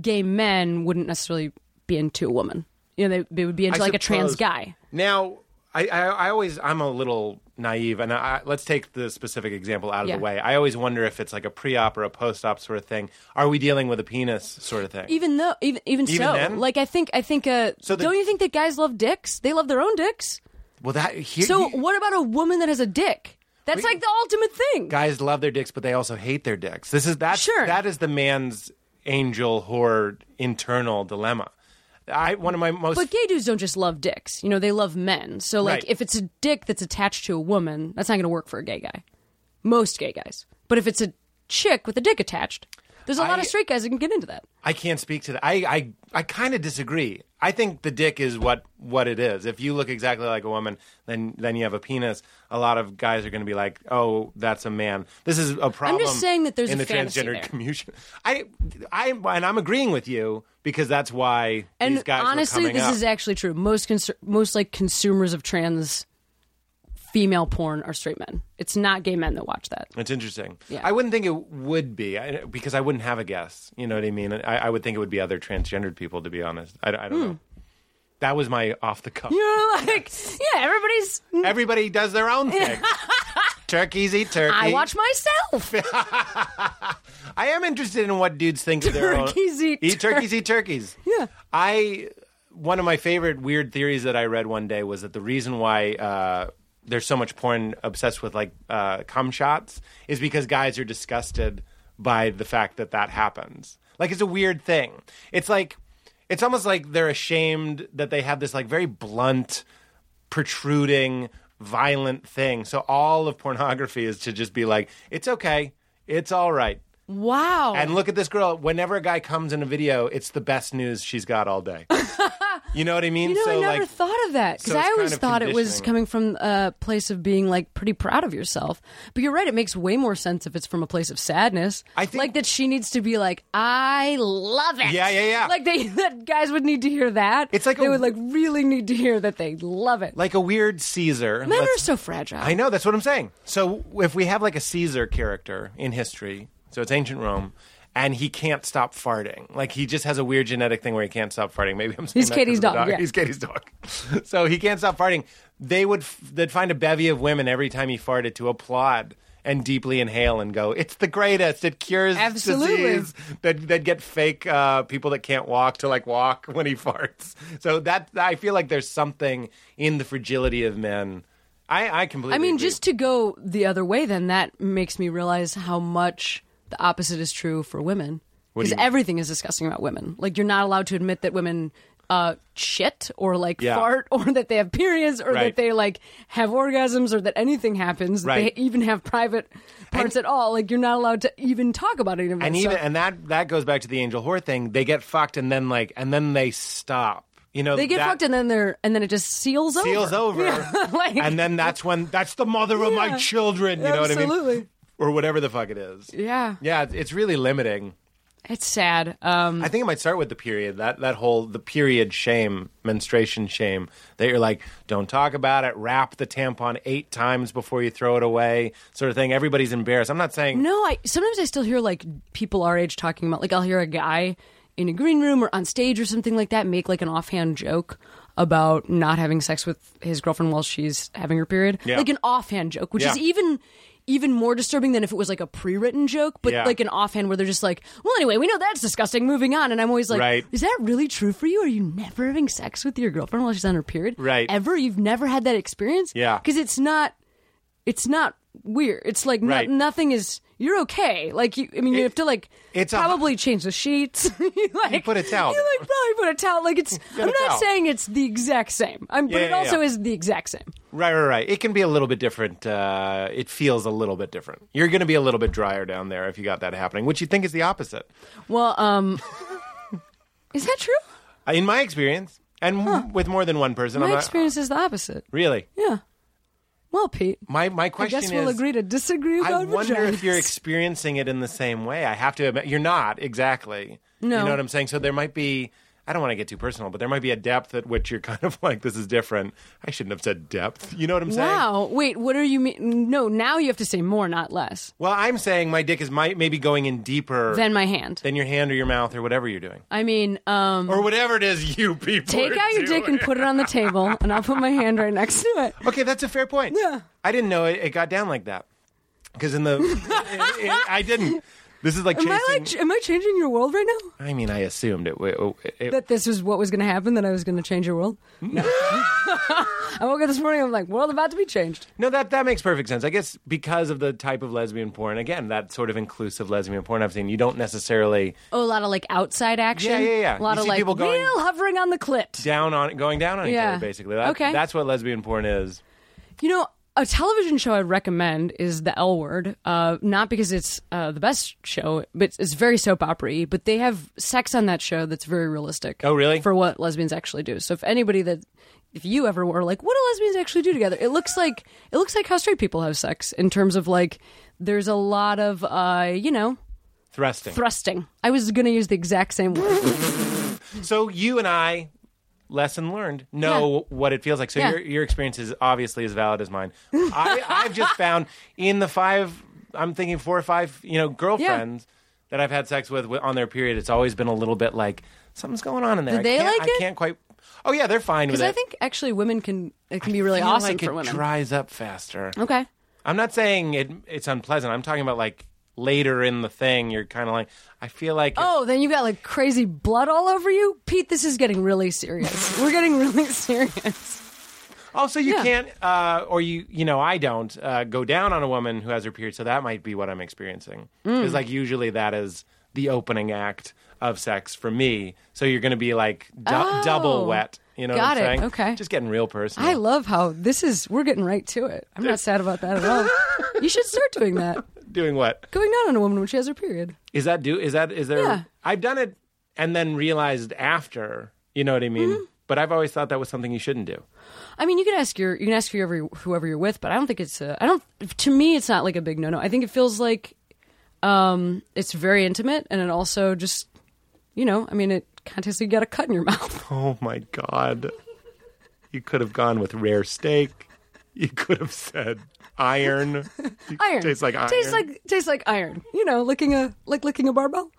[SPEAKER 5] gay men wouldn't necessarily be into a woman. You know, they, they would be into
[SPEAKER 4] I
[SPEAKER 5] like a trans
[SPEAKER 4] suppose.
[SPEAKER 5] guy.
[SPEAKER 4] Now, I, I, I always I'm a little naive, and I, let's take the specific example out of
[SPEAKER 5] Yeah.
[SPEAKER 4] the way. I always wonder if it's like a pre-op or a post-op sort of thing. Are we dealing with a penis sort of thing?
[SPEAKER 5] Even though, even even,
[SPEAKER 4] Even
[SPEAKER 5] so,
[SPEAKER 4] then?
[SPEAKER 5] like I think I think. Uh,
[SPEAKER 4] So the-
[SPEAKER 5] don't you think that guys love dicks? They love their own dicks.
[SPEAKER 4] well, that here,
[SPEAKER 5] So
[SPEAKER 4] you-
[SPEAKER 5] what about a woman that has a dick? That's
[SPEAKER 4] We-
[SPEAKER 5] like the ultimate thing.
[SPEAKER 4] guys love their dicks, but they also hate their dicks. This is that
[SPEAKER 5] Sure.
[SPEAKER 4] that is the man's angel whore internal dilemma. I one of my most
[SPEAKER 5] But gay dudes don't just love dicks. You know, they love men. So like
[SPEAKER 4] Right.
[SPEAKER 5] if it's a dick that's attached to a woman, that's not going to work for a gay guy. Most gay guys. But if it's a chick with a dick attached, there's a lot
[SPEAKER 4] I-
[SPEAKER 5] of straight guys that can get into that.
[SPEAKER 4] I can't speak to that. I I, I kind of disagree. I think the dick is what what it is. If you look exactly like a woman, then then you have a penis. A lot of guys are going to be like, "Oh, that's a man." This is a problem.
[SPEAKER 5] saying that there's
[SPEAKER 4] in
[SPEAKER 5] a
[SPEAKER 4] the
[SPEAKER 5] fantasy
[SPEAKER 4] transgender
[SPEAKER 5] there.
[SPEAKER 4] community. I I and I'm agreeing with you because that's why
[SPEAKER 5] And
[SPEAKER 4] these guys were
[SPEAKER 5] honestly,
[SPEAKER 4] coming
[SPEAKER 5] this
[SPEAKER 4] up.
[SPEAKER 5] is actually true. Most cons- most like consumers of trans female porn are straight men. It's not gay men that watch that.
[SPEAKER 4] It's interesting.
[SPEAKER 5] Yeah.
[SPEAKER 4] I wouldn't think it would be I, because I wouldn't have a guess. You know what I mean? I, I would think it would be other transgendered people, to be honest. I, I don't
[SPEAKER 5] Hmm.
[SPEAKER 4] know. That was my off the cuff.
[SPEAKER 5] You're like, yeah, everybody's.
[SPEAKER 4] Everybody does their own thing. Turkeys eat turkey.
[SPEAKER 5] I watch myself.
[SPEAKER 4] I am interested in what dudes think of their own.
[SPEAKER 5] Turkeys eat tur-
[SPEAKER 4] turkeys eat turkeys.
[SPEAKER 5] Yeah.
[SPEAKER 4] I one of my favorite weird theories that I read one day was that the reason why uh, there's so much porn obsessed with like uh, cum shots is because guys are disgusted by the fact that that happens. Like it's a weird thing. It's like it's almost like they're ashamed that they have this like very blunt, protruding, violent thing. So all of pornography is to just be like, it's okay, it's all right.
[SPEAKER 5] Wow.
[SPEAKER 4] And look at this girl. Whenever a guy comes in a video, it's the best news she's got all day. you know what I mean?
[SPEAKER 5] You know,
[SPEAKER 4] so
[SPEAKER 5] I never
[SPEAKER 4] like,
[SPEAKER 5] thought of that because
[SPEAKER 4] so it's
[SPEAKER 5] I
[SPEAKER 4] kind
[SPEAKER 5] always
[SPEAKER 4] of
[SPEAKER 5] thought it was
[SPEAKER 4] conditioning.
[SPEAKER 5] coming from a place of being like pretty proud of yourself. But you're right; it makes way more sense if it's from a place of sadness.
[SPEAKER 4] I think-
[SPEAKER 5] like that she needs to be like, "I love it."
[SPEAKER 4] Yeah, yeah, yeah.
[SPEAKER 5] Like they, that guys would need to hear that.
[SPEAKER 4] It's like
[SPEAKER 5] they
[SPEAKER 4] a-
[SPEAKER 5] would like really need to hear that they love it.
[SPEAKER 4] like a weird Caesar.
[SPEAKER 5] Men are
[SPEAKER 4] Let's-
[SPEAKER 5] so fragile.
[SPEAKER 4] I know that's what I'm saying. So if we have like a Caesar character in history, so it's ancient Rome, and he can't stop farting. Like he just has a weird genetic thing where he can't stop farting. Maybe I'm saying
[SPEAKER 5] He's
[SPEAKER 4] that
[SPEAKER 5] Katie's
[SPEAKER 4] 'cause of the
[SPEAKER 5] dog, yeah.
[SPEAKER 4] He's Katie's dog. so he can't stop farting. They would f- they'd find a bevy of women every time he farted to applaud and deeply inhale and go, "It's the greatest. It cures
[SPEAKER 5] Absolutely.
[SPEAKER 4] disease." That that get fake uh, people that can't walk to like walk when he farts. So that I feel like there's something in the fragility of men. I, I completely.
[SPEAKER 5] I mean,
[SPEAKER 4] agree.
[SPEAKER 5] just to go the other way, then that makes me realize how much the opposite is true for women.
[SPEAKER 4] What do
[SPEAKER 5] Because
[SPEAKER 4] you mean?
[SPEAKER 5] everything is disgusting about women. Like you're not allowed to admit that women uh, shit or like
[SPEAKER 4] Yeah.
[SPEAKER 5] fart or that they have periods or
[SPEAKER 4] Right.
[SPEAKER 5] that they like have orgasms or that anything happens. that
[SPEAKER 4] Right.
[SPEAKER 5] They even have private parts at all. Like you're not allowed to even talk about any of that.
[SPEAKER 4] and
[SPEAKER 5] stuff.
[SPEAKER 4] even and that that goes back to the angel whore thing. They get fucked and then like and then they stop. You know,
[SPEAKER 5] they get
[SPEAKER 4] that
[SPEAKER 5] fucked and then they're and then it just seals over.
[SPEAKER 4] seals over,
[SPEAKER 5] Yeah, like-
[SPEAKER 4] and then that's when that's the mother of my
[SPEAKER 5] Yeah.
[SPEAKER 4] children. You know what I mean?
[SPEAKER 5] Absolutely.
[SPEAKER 4] Or whatever the fuck it is.
[SPEAKER 5] Yeah.
[SPEAKER 4] Yeah, it's- it's really limiting.
[SPEAKER 5] It's sad. Um,
[SPEAKER 4] I think it might start with the period. That that whole the period shame, menstruation shame. That you're like, don't talk about it. Wrap the tampon eight times before you throw it away, sort of thing. Everybody's embarrassed. I'm not saying
[SPEAKER 5] No, I sometimes I still hear like people our age talking about like I'll hear a guy in a green room or on stage or something like that make like an offhand joke about not having sex with his girlfriend while she's having her period.
[SPEAKER 4] Yeah.
[SPEAKER 5] Like an offhand joke, which is
[SPEAKER 4] Yeah.
[SPEAKER 5] even even more disturbing than if it was like a pre-written joke, but
[SPEAKER 4] Yeah.
[SPEAKER 5] like an offhand where they're just like, "Well, anyway, we know that's disgusting. Moving on." And I'm always like,
[SPEAKER 4] Right.
[SPEAKER 5] "Is that really true for you? Are you never having sex with your girlfriend while she's on her period?
[SPEAKER 4] Right.
[SPEAKER 5] Ever? You've never had that experience?
[SPEAKER 4] Yeah.
[SPEAKER 5] Because it's not it's not weird. It's like no-
[SPEAKER 4] Right.
[SPEAKER 5] nothing is. You're okay. Like you, I mean, you have to like
[SPEAKER 4] it's a-
[SPEAKER 5] probably change the sheets. you, like,
[SPEAKER 4] put a towel
[SPEAKER 5] You like probably put a towel. Like it's.
[SPEAKER 4] Get
[SPEAKER 5] I'm
[SPEAKER 4] a
[SPEAKER 5] not
[SPEAKER 4] towel.
[SPEAKER 5] saying it's the exact same. I'm, but
[SPEAKER 4] Yeah,
[SPEAKER 5] it
[SPEAKER 4] yeah,
[SPEAKER 5] also
[SPEAKER 4] yeah.
[SPEAKER 5] is the exact same.
[SPEAKER 4] Right, right, right. It can be a little bit different. Uh, it feels a little bit different. You're going to be a little bit drier down there if you got that happening, which you think is the opposite,
[SPEAKER 5] Well, um, is that true?
[SPEAKER 4] Uh, in my experience, and with more than one person.
[SPEAKER 5] My
[SPEAKER 4] I'm not-
[SPEAKER 5] experience is the opposite.
[SPEAKER 4] really.
[SPEAKER 5] Yeah. Well, Pete,
[SPEAKER 4] My my
[SPEAKER 5] I
[SPEAKER 4] question
[SPEAKER 5] guess we'll
[SPEAKER 4] is.
[SPEAKER 5] agree to disagree about
[SPEAKER 4] I wonder if you're
[SPEAKER 5] vaginas.
[SPEAKER 4] experiencing it in the same way. I have to admit, you're not exactly.
[SPEAKER 5] No.
[SPEAKER 4] You know what I'm saying? So there might be I don't want to get too personal, but there might be a depth at which you're kind of like, this is different. I shouldn't have said depth. You know what I'm saying?
[SPEAKER 5] Wow. Wait, what are you mean? No, now you have to say more, not less
[SPEAKER 4] Well, I'm saying my dick is might maybe going in deeper
[SPEAKER 5] than my hand.
[SPEAKER 4] than your hand or your mouth or whatever you're doing.
[SPEAKER 5] I mean, um,
[SPEAKER 4] Or whatever it is you people
[SPEAKER 5] take
[SPEAKER 4] are
[SPEAKER 5] out your dick
[SPEAKER 4] doing.
[SPEAKER 5] and put it on the table, and I'll put my hand right next to it.
[SPEAKER 4] Okay, that's a fair point.
[SPEAKER 5] Yeah.
[SPEAKER 4] I didn't know it, it got down like that. Because in the. i i I didn't. This is like
[SPEAKER 5] Am
[SPEAKER 4] chasing.
[SPEAKER 5] I like? ch- Am I changing your world right now?
[SPEAKER 4] I mean, I assumed it. w- it- it-
[SPEAKER 5] That this was what was going to happen. That I was going to change your world. No.
[SPEAKER 4] Hmm.
[SPEAKER 5] I woke up this morning. I'm like, world about to be changed.
[SPEAKER 4] no, that, that makes perfect sense. I guess because of the type of lesbian porn, again, that sort of inclusive lesbian porn I've seen, you don't necessarily
[SPEAKER 5] Oh, a lot of like outside action.
[SPEAKER 4] Yeah, yeah,
[SPEAKER 5] A
[SPEAKER 4] yeah.
[SPEAKER 5] lot
[SPEAKER 4] You
[SPEAKER 5] of
[SPEAKER 4] see
[SPEAKER 5] like
[SPEAKER 4] people going-
[SPEAKER 5] real hovering on the clit.
[SPEAKER 4] down on going down on
[SPEAKER 5] Yeah.
[SPEAKER 4] each other basically. That,
[SPEAKER 5] Okay.
[SPEAKER 4] that's what lesbian porn is.
[SPEAKER 5] You know, a television show I'd recommend is The L Word. Uh, not because it's uh, the best show, but it's very soap opera But they have sex on that show that's very realistic.
[SPEAKER 4] Oh, really?
[SPEAKER 5] For what lesbians actually do. So if anybody that if you ever were like, what do lesbians actually do together? It looks like it looks like how straight people have sex in terms of like there's a lot of uh, you know
[SPEAKER 4] Thrusting.
[SPEAKER 5] thrusting. I was gonna use the exact same word.
[SPEAKER 4] so you and I, lesson learned, know what it feels like. So
[SPEAKER 5] Yeah.
[SPEAKER 4] your, your experience is obviously as valid as mine. I, I've just found in the five, I'm thinking four or five, you know, girlfriends that I've had sex with, with on their period, it's always been a little bit like something's going on in there.
[SPEAKER 5] Do they
[SPEAKER 4] I can't,
[SPEAKER 5] like
[SPEAKER 4] I
[SPEAKER 5] it?
[SPEAKER 4] can't quite. Oh yeah, they're fine with
[SPEAKER 5] Because
[SPEAKER 4] it.
[SPEAKER 5] I think actually women can it can be really
[SPEAKER 4] I feel
[SPEAKER 5] awesome
[SPEAKER 4] like
[SPEAKER 5] for
[SPEAKER 4] it
[SPEAKER 5] women. Oh.
[SPEAKER 4] dries up faster.
[SPEAKER 5] okay.
[SPEAKER 4] I'm not saying it, it's unpleasant. I'm talking about like later in the thing, you're kind of like, I feel like.
[SPEAKER 5] Oh, then you got like crazy blood all over you, Pete. This is getting really serious. We're getting really serious.
[SPEAKER 4] Also, you
[SPEAKER 5] Yeah.
[SPEAKER 4] can't, uh, or you, you know, I don't uh, go down on a woman who has her period. So that might be what I'm experiencing.
[SPEAKER 5] Mm.
[SPEAKER 4] Because like usually that is the opening act of sex for me. So you're going to be like du-
[SPEAKER 5] Oh.
[SPEAKER 4] double wet. You know
[SPEAKER 5] Got
[SPEAKER 4] what I'm
[SPEAKER 5] it.
[SPEAKER 4] saying?
[SPEAKER 5] Okay.
[SPEAKER 4] Just getting real personal.
[SPEAKER 5] I love how this is. We're getting right to it. I'm not sad about that at all. You should start doing that.
[SPEAKER 4] doing what
[SPEAKER 5] Going down on a woman when she has her period.
[SPEAKER 4] is that? Do is that is there?
[SPEAKER 5] Yeah.
[SPEAKER 4] I've done it and then realized after. You know what I mean?
[SPEAKER 5] Mm-hmm.
[SPEAKER 4] But I've always thought that was something you shouldn't do.
[SPEAKER 5] I mean, you can ask your you can ask whoever whoever you're with, but I don't think it's a. I don't. To me, it's not like a big no no. I think it feels like, um, it's very intimate, and it also just, you know, I mean, it contests you got a cut in your mouth.
[SPEAKER 4] Oh my God. You could have gone with rare steak. You could have said iron. You-
[SPEAKER 5] Iron
[SPEAKER 4] Tastes like iron.
[SPEAKER 5] Tastes like tastes like iron. You know, licking a like licking a barbell.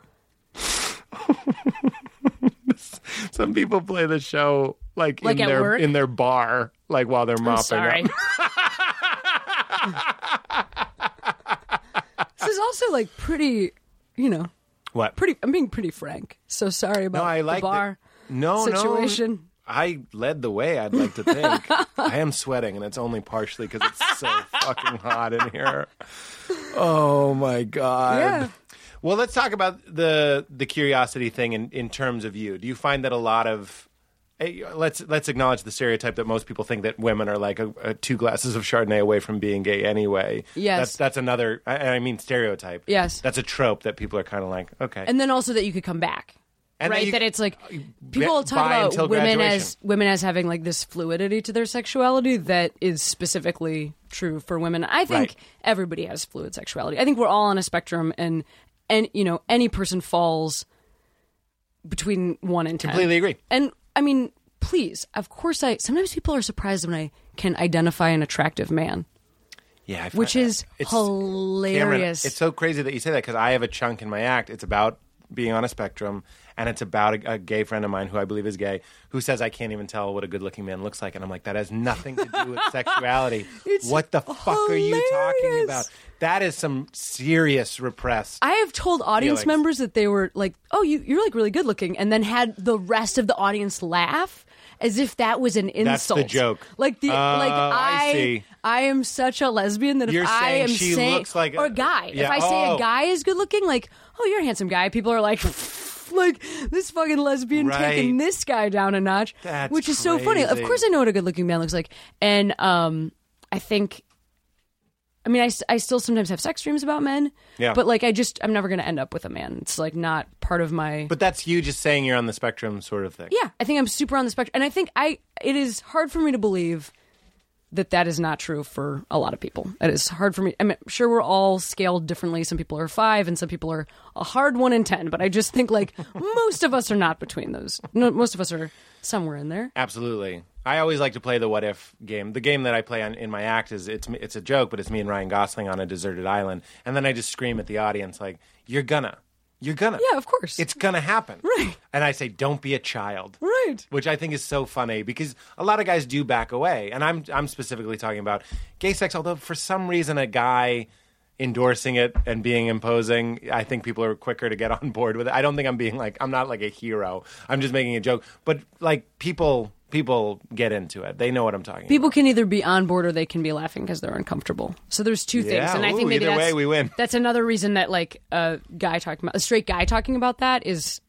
[SPEAKER 4] Some people play the show like,
[SPEAKER 5] Like
[SPEAKER 4] in
[SPEAKER 5] at
[SPEAKER 4] their
[SPEAKER 5] work?
[SPEAKER 4] in their bar, like while they're mopping
[SPEAKER 5] sorry.
[SPEAKER 4] up.
[SPEAKER 5] this is also like pretty, you know,
[SPEAKER 4] What?
[SPEAKER 5] pretty. I'm being pretty frank. So sorry about
[SPEAKER 4] no, I like
[SPEAKER 5] the bar
[SPEAKER 4] the- no no.
[SPEAKER 5] situation.
[SPEAKER 4] I led the way. I'd like to think. I am sweating, and it's only partially because it's so fucking hot in here. Oh my god.
[SPEAKER 5] Yeah.
[SPEAKER 4] Well, let's talk about the the curiosity thing in, in terms of you. Do you find that a lot of eh, let's let's acknowledge the stereotype that most people think that women are like a, a two glasses of chardonnay away from being gay anyway.
[SPEAKER 5] Yes.
[SPEAKER 4] that's that's another. I, I mean stereotype.
[SPEAKER 5] Yes.
[SPEAKER 4] that's a trope that people are kind of like okay,
[SPEAKER 5] And then also that you could come back.
[SPEAKER 4] And
[SPEAKER 5] right,
[SPEAKER 4] you-
[SPEAKER 5] that it's like people
[SPEAKER 4] bi-
[SPEAKER 5] talk
[SPEAKER 4] until
[SPEAKER 5] about women
[SPEAKER 4] graduation.
[SPEAKER 5] as women as having like this fluidity to their sexuality that is specifically true for women. I think
[SPEAKER 4] Right.
[SPEAKER 5] everybody has fluid sexuality. I think we're all on a spectrum, and and you know any person falls between one and ten.
[SPEAKER 4] Completely agree.
[SPEAKER 5] And I mean, please, of course, I sometimes people are surprised when I can identify an attractive man,
[SPEAKER 4] yeah, I find
[SPEAKER 5] which
[SPEAKER 4] that-
[SPEAKER 5] is
[SPEAKER 4] Uh, it's- Cameron,
[SPEAKER 5] hilarious.
[SPEAKER 4] it's so crazy that you say that because I have a chunk in my act. It's about being on a spectrum, and it's about a, a gay friend of mine who I believe is gay who says I can't even tell what a good-looking man looks like, and I'm like, that has nothing to do with sexuality.
[SPEAKER 5] It's
[SPEAKER 4] what the fuck are you talking
[SPEAKER 5] hilarious.
[SPEAKER 4] about? That is some serious repressed.
[SPEAKER 5] I have told audience
[SPEAKER 4] Feelings.
[SPEAKER 5] members that they were like, "Oh, you, you're like really good looking," and then had the rest of the audience laugh as if that was an
[SPEAKER 4] That's the
[SPEAKER 5] insult.
[SPEAKER 4] joke.
[SPEAKER 5] Like the
[SPEAKER 4] Oh,
[SPEAKER 5] like
[SPEAKER 4] I
[SPEAKER 5] I
[SPEAKER 4] see.
[SPEAKER 5] I am such a lesbian that
[SPEAKER 4] You're
[SPEAKER 5] if I
[SPEAKER 4] saying
[SPEAKER 5] am
[SPEAKER 4] she
[SPEAKER 5] saying
[SPEAKER 4] looks like a-
[SPEAKER 5] or guy,
[SPEAKER 4] Yeah,
[SPEAKER 5] if I say
[SPEAKER 4] oh.
[SPEAKER 5] a guy is good looking, like, "Oh, you're a handsome guy," people are like. Like this fucking lesbian
[SPEAKER 4] Right.
[SPEAKER 5] taking this guy down a notch,
[SPEAKER 4] That's
[SPEAKER 5] which is so funny. Of
[SPEAKER 4] crazy.
[SPEAKER 5] course, I know what a good-looking man looks like, and um, I think I mean, I, s- I still sometimes have sex dreams about men.
[SPEAKER 4] Yeah.
[SPEAKER 5] But like, I just I'm never gonna end up with a man. It's like not part of my.
[SPEAKER 4] but that's you just saying you're on the spectrum, sort of thing.
[SPEAKER 5] yeah, I think I'm super on the spectrum, and I think I it is hard for me to believe that that is not true for a lot of people. It is hard for me. I'm sure we're all scaled differently. Some people are five, and some people are a hard one in ten. But I just think like most of us are not between those. No, most of us are somewhere in there.
[SPEAKER 4] Absolutely. I always like to play the what if game. The game that I play on, in my act is it's me- it's a joke, but it's me and Ryan Gosling on a deserted island, and then I just scream at the audience like, "You're gonna, you're gonna,
[SPEAKER 5] Yeah, of course.
[SPEAKER 4] it's gonna happen."
[SPEAKER 5] Right.
[SPEAKER 4] And I say, "Don't be a child."
[SPEAKER 5] Right.
[SPEAKER 4] Which I think is so funny because a lot of guys do back away, and I'm I'm specifically talking about gay sex. Although for some reason a guy endorsing it and being imposing, I think people are quicker to get on board with it. I don't think I'm being like I'm not like a hero. I'm just making a joke, but like people people get into it. They know what I'm talking.
[SPEAKER 5] People can either be on board or they can be laughing because they're uncomfortable. So there's two
[SPEAKER 4] Yeah,
[SPEAKER 5] things, and I
[SPEAKER 4] ooh,
[SPEAKER 5] think maybe
[SPEAKER 4] either
[SPEAKER 5] that's,
[SPEAKER 4] way, we win.
[SPEAKER 5] That's another reason that like a guy talking about a straight guy talking about that is.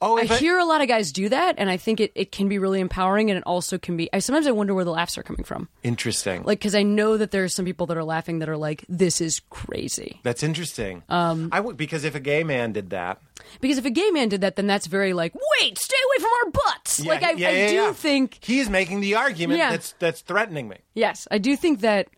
[SPEAKER 4] about. Oh,
[SPEAKER 5] I
[SPEAKER 4] if I-
[SPEAKER 5] hear a lot of guys do that, and I think it, it can be really empowering, and it also can be. I sometimes I wonder where the laughs are coming from,
[SPEAKER 4] interesting.
[SPEAKER 5] like because I know that there's some people that are laughing that are like, "This is crazy."
[SPEAKER 4] that's interesting. Um, I would because if a gay man did that,
[SPEAKER 5] Because if a gay man did that, then that's very like, "Wait, stay away from our butts."
[SPEAKER 4] Yeah,
[SPEAKER 5] like I,
[SPEAKER 4] yeah,
[SPEAKER 5] I
[SPEAKER 4] yeah,
[SPEAKER 5] do
[SPEAKER 4] yeah.
[SPEAKER 5] think
[SPEAKER 4] he's making the argument
[SPEAKER 5] Yeah.
[SPEAKER 4] that's that's threatening me.
[SPEAKER 5] Yes, I do think that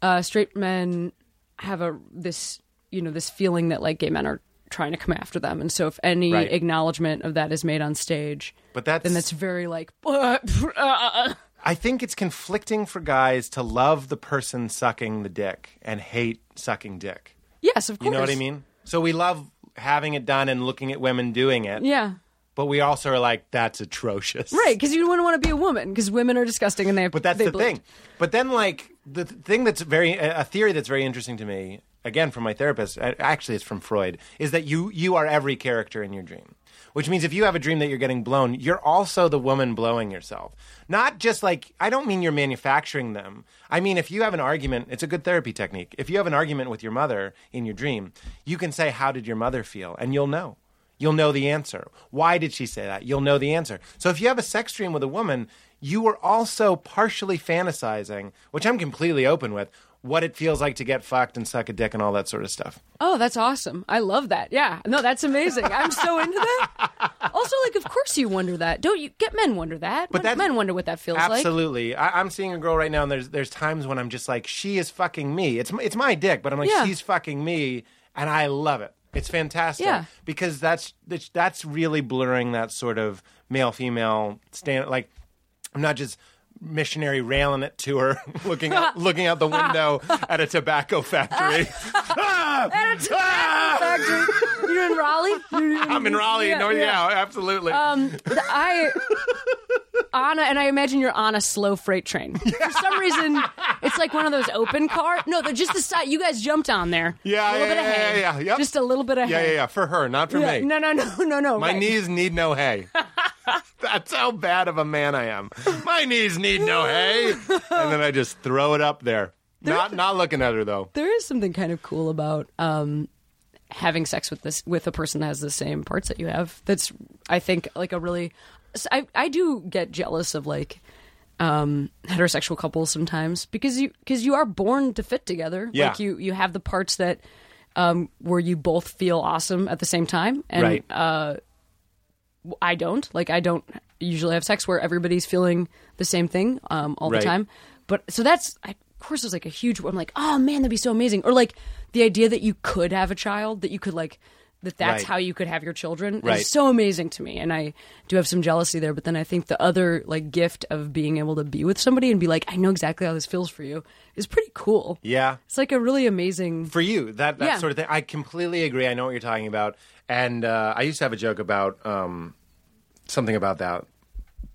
[SPEAKER 5] uh, straight men have a this you know this feeling that like gay men are trying to come after them, and so if any
[SPEAKER 4] Right.
[SPEAKER 5] acknowledgement of that is made on stage,
[SPEAKER 4] But that's
[SPEAKER 5] then that's very like uh, uh,
[SPEAKER 4] I think it's conflicting for guys to love the person sucking the dick and hate sucking dick.
[SPEAKER 5] yes, of course.
[SPEAKER 4] You know what I mean? So we love having it done and looking at women doing it,
[SPEAKER 5] Yeah.
[SPEAKER 4] but we also are like, that's atrocious.
[SPEAKER 5] Right, because you wouldn't want to be a woman, because women are disgusting and they.
[SPEAKER 4] But that's
[SPEAKER 5] they
[SPEAKER 4] the
[SPEAKER 5] bleed.
[SPEAKER 4] thing. But then, like, the th- thing that's very, a a theory that's very interesting to me, again, from my therapist, a- actually, it's from Freud, is that you, you are every character in your dream. Which means if you have a dream that you're getting blown, you're also the woman blowing yourself. Not just like, I don't mean you're manufacturing them. I mean, if you have an argument, it's a good therapy technique. If you have an argument with your mother in your dream, you can say, How did your mother feel? And you'll know. You'll know the answer. Why did she say that? You'll know the answer. So if you have a sex dream with a woman, you are also partially fantasizing, which I'm completely open with, what it feels like to get fucked and suck a dick and all that sort of stuff.
[SPEAKER 5] Oh, that's awesome! I love that. Yeah, no, that's amazing. I'm so into that. Also, like, of course you wonder that, don't you? Get men wonder that. Men-
[SPEAKER 4] But that-
[SPEAKER 5] men wonder what that feels like.
[SPEAKER 4] Absolutely. I, I'm seeing a girl right now, and there's there's times when I'm just like, she is fucking me. It's m- it's my dick, but I'm like,
[SPEAKER 5] Yeah.
[SPEAKER 4] she's fucking me, and I love it. It's fantastic.
[SPEAKER 5] Yeah.
[SPEAKER 4] Because that's that's- that's really blurring that sort of male female stand. Like, I'm not just missionary railing it to her, looking out, looking out the window at a tobacco factory. at a tobacco
[SPEAKER 5] factory. You're in Raleigh. You're in-
[SPEAKER 4] I'm in Raleigh.
[SPEAKER 5] Yeah,
[SPEAKER 4] no,
[SPEAKER 5] yeah.
[SPEAKER 4] yeah, absolutely.
[SPEAKER 5] Um, th- I on a, and I imagine you're on a slow freight train. For some reason, it's like one of those open car. No, they're just the side. You guys jumped on there.
[SPEAKER 4] Yeah,
[SPEAKER 5] a little
[SPEAKER 4] yeah,
[SPEAKER 5] bit of
[SPEAKER 4] yeah,
[SPEAKER 5] hay.
[SPEAKER 4] yeah, yeah, yep.
[SPEAKER 5] Just a little bit of
[SPEAKER 4] yeah, yeah,
[SPEAKER 5] hay.
[SPEAKER 4] yeah. For her, not for me.
[SPEAKER 5] No, no, no, no, no.
[SPEAKER 4] My
[SPEAKER 5] right.
[SPEAKER 4] knees need no hay. That's how bad of a man I am. My knees need no hay. And then I just throw it up there. Not not looking at her though.
[SPEAKER 5] There is something kind of cool about um, having sex with this with a person that has the same parts that you have. That's I think like a really. s- I I do get jealous of like um heterosexual couples sometimes because you because you are born to fit together
[SPEAKER 4] Yeah.
[SPEAKER 5] like you you have the parts that um where you both feel awesome at the same time and
[SPEAKER 4] Right.
[SPEAKER 5] uh i don't like i don't usually have sex where everybody's feeling the same thing um all
[SPEAKER 4] Right.
[SPEAKER 5] the time but so that's I, of course it was like a huge i'm like oh man that'd be so amazing or like the idea that you could have a child that you could like that that's
[SPEAKER 4] Right.
[SPEAKER 5] how you could have your children
[SPEAKER 4] Right.
[SPEAKER 5] is so amazing to me and i do have some jealousy there but then i think the other like gift of being able to be with somebody and be like i know exactly how this feels for you is pretty cool
[SPEAKER 4] Yeah.
[SPEAKER 5] it's like a really amazing
[SPEAKER 4] For you, that, that
[SPEAKER 5] Yeah.
[SPEAKER 4] sort of thing. I completely agree. I know what you're talking about. And uh, I used to have a joke about um, something about that.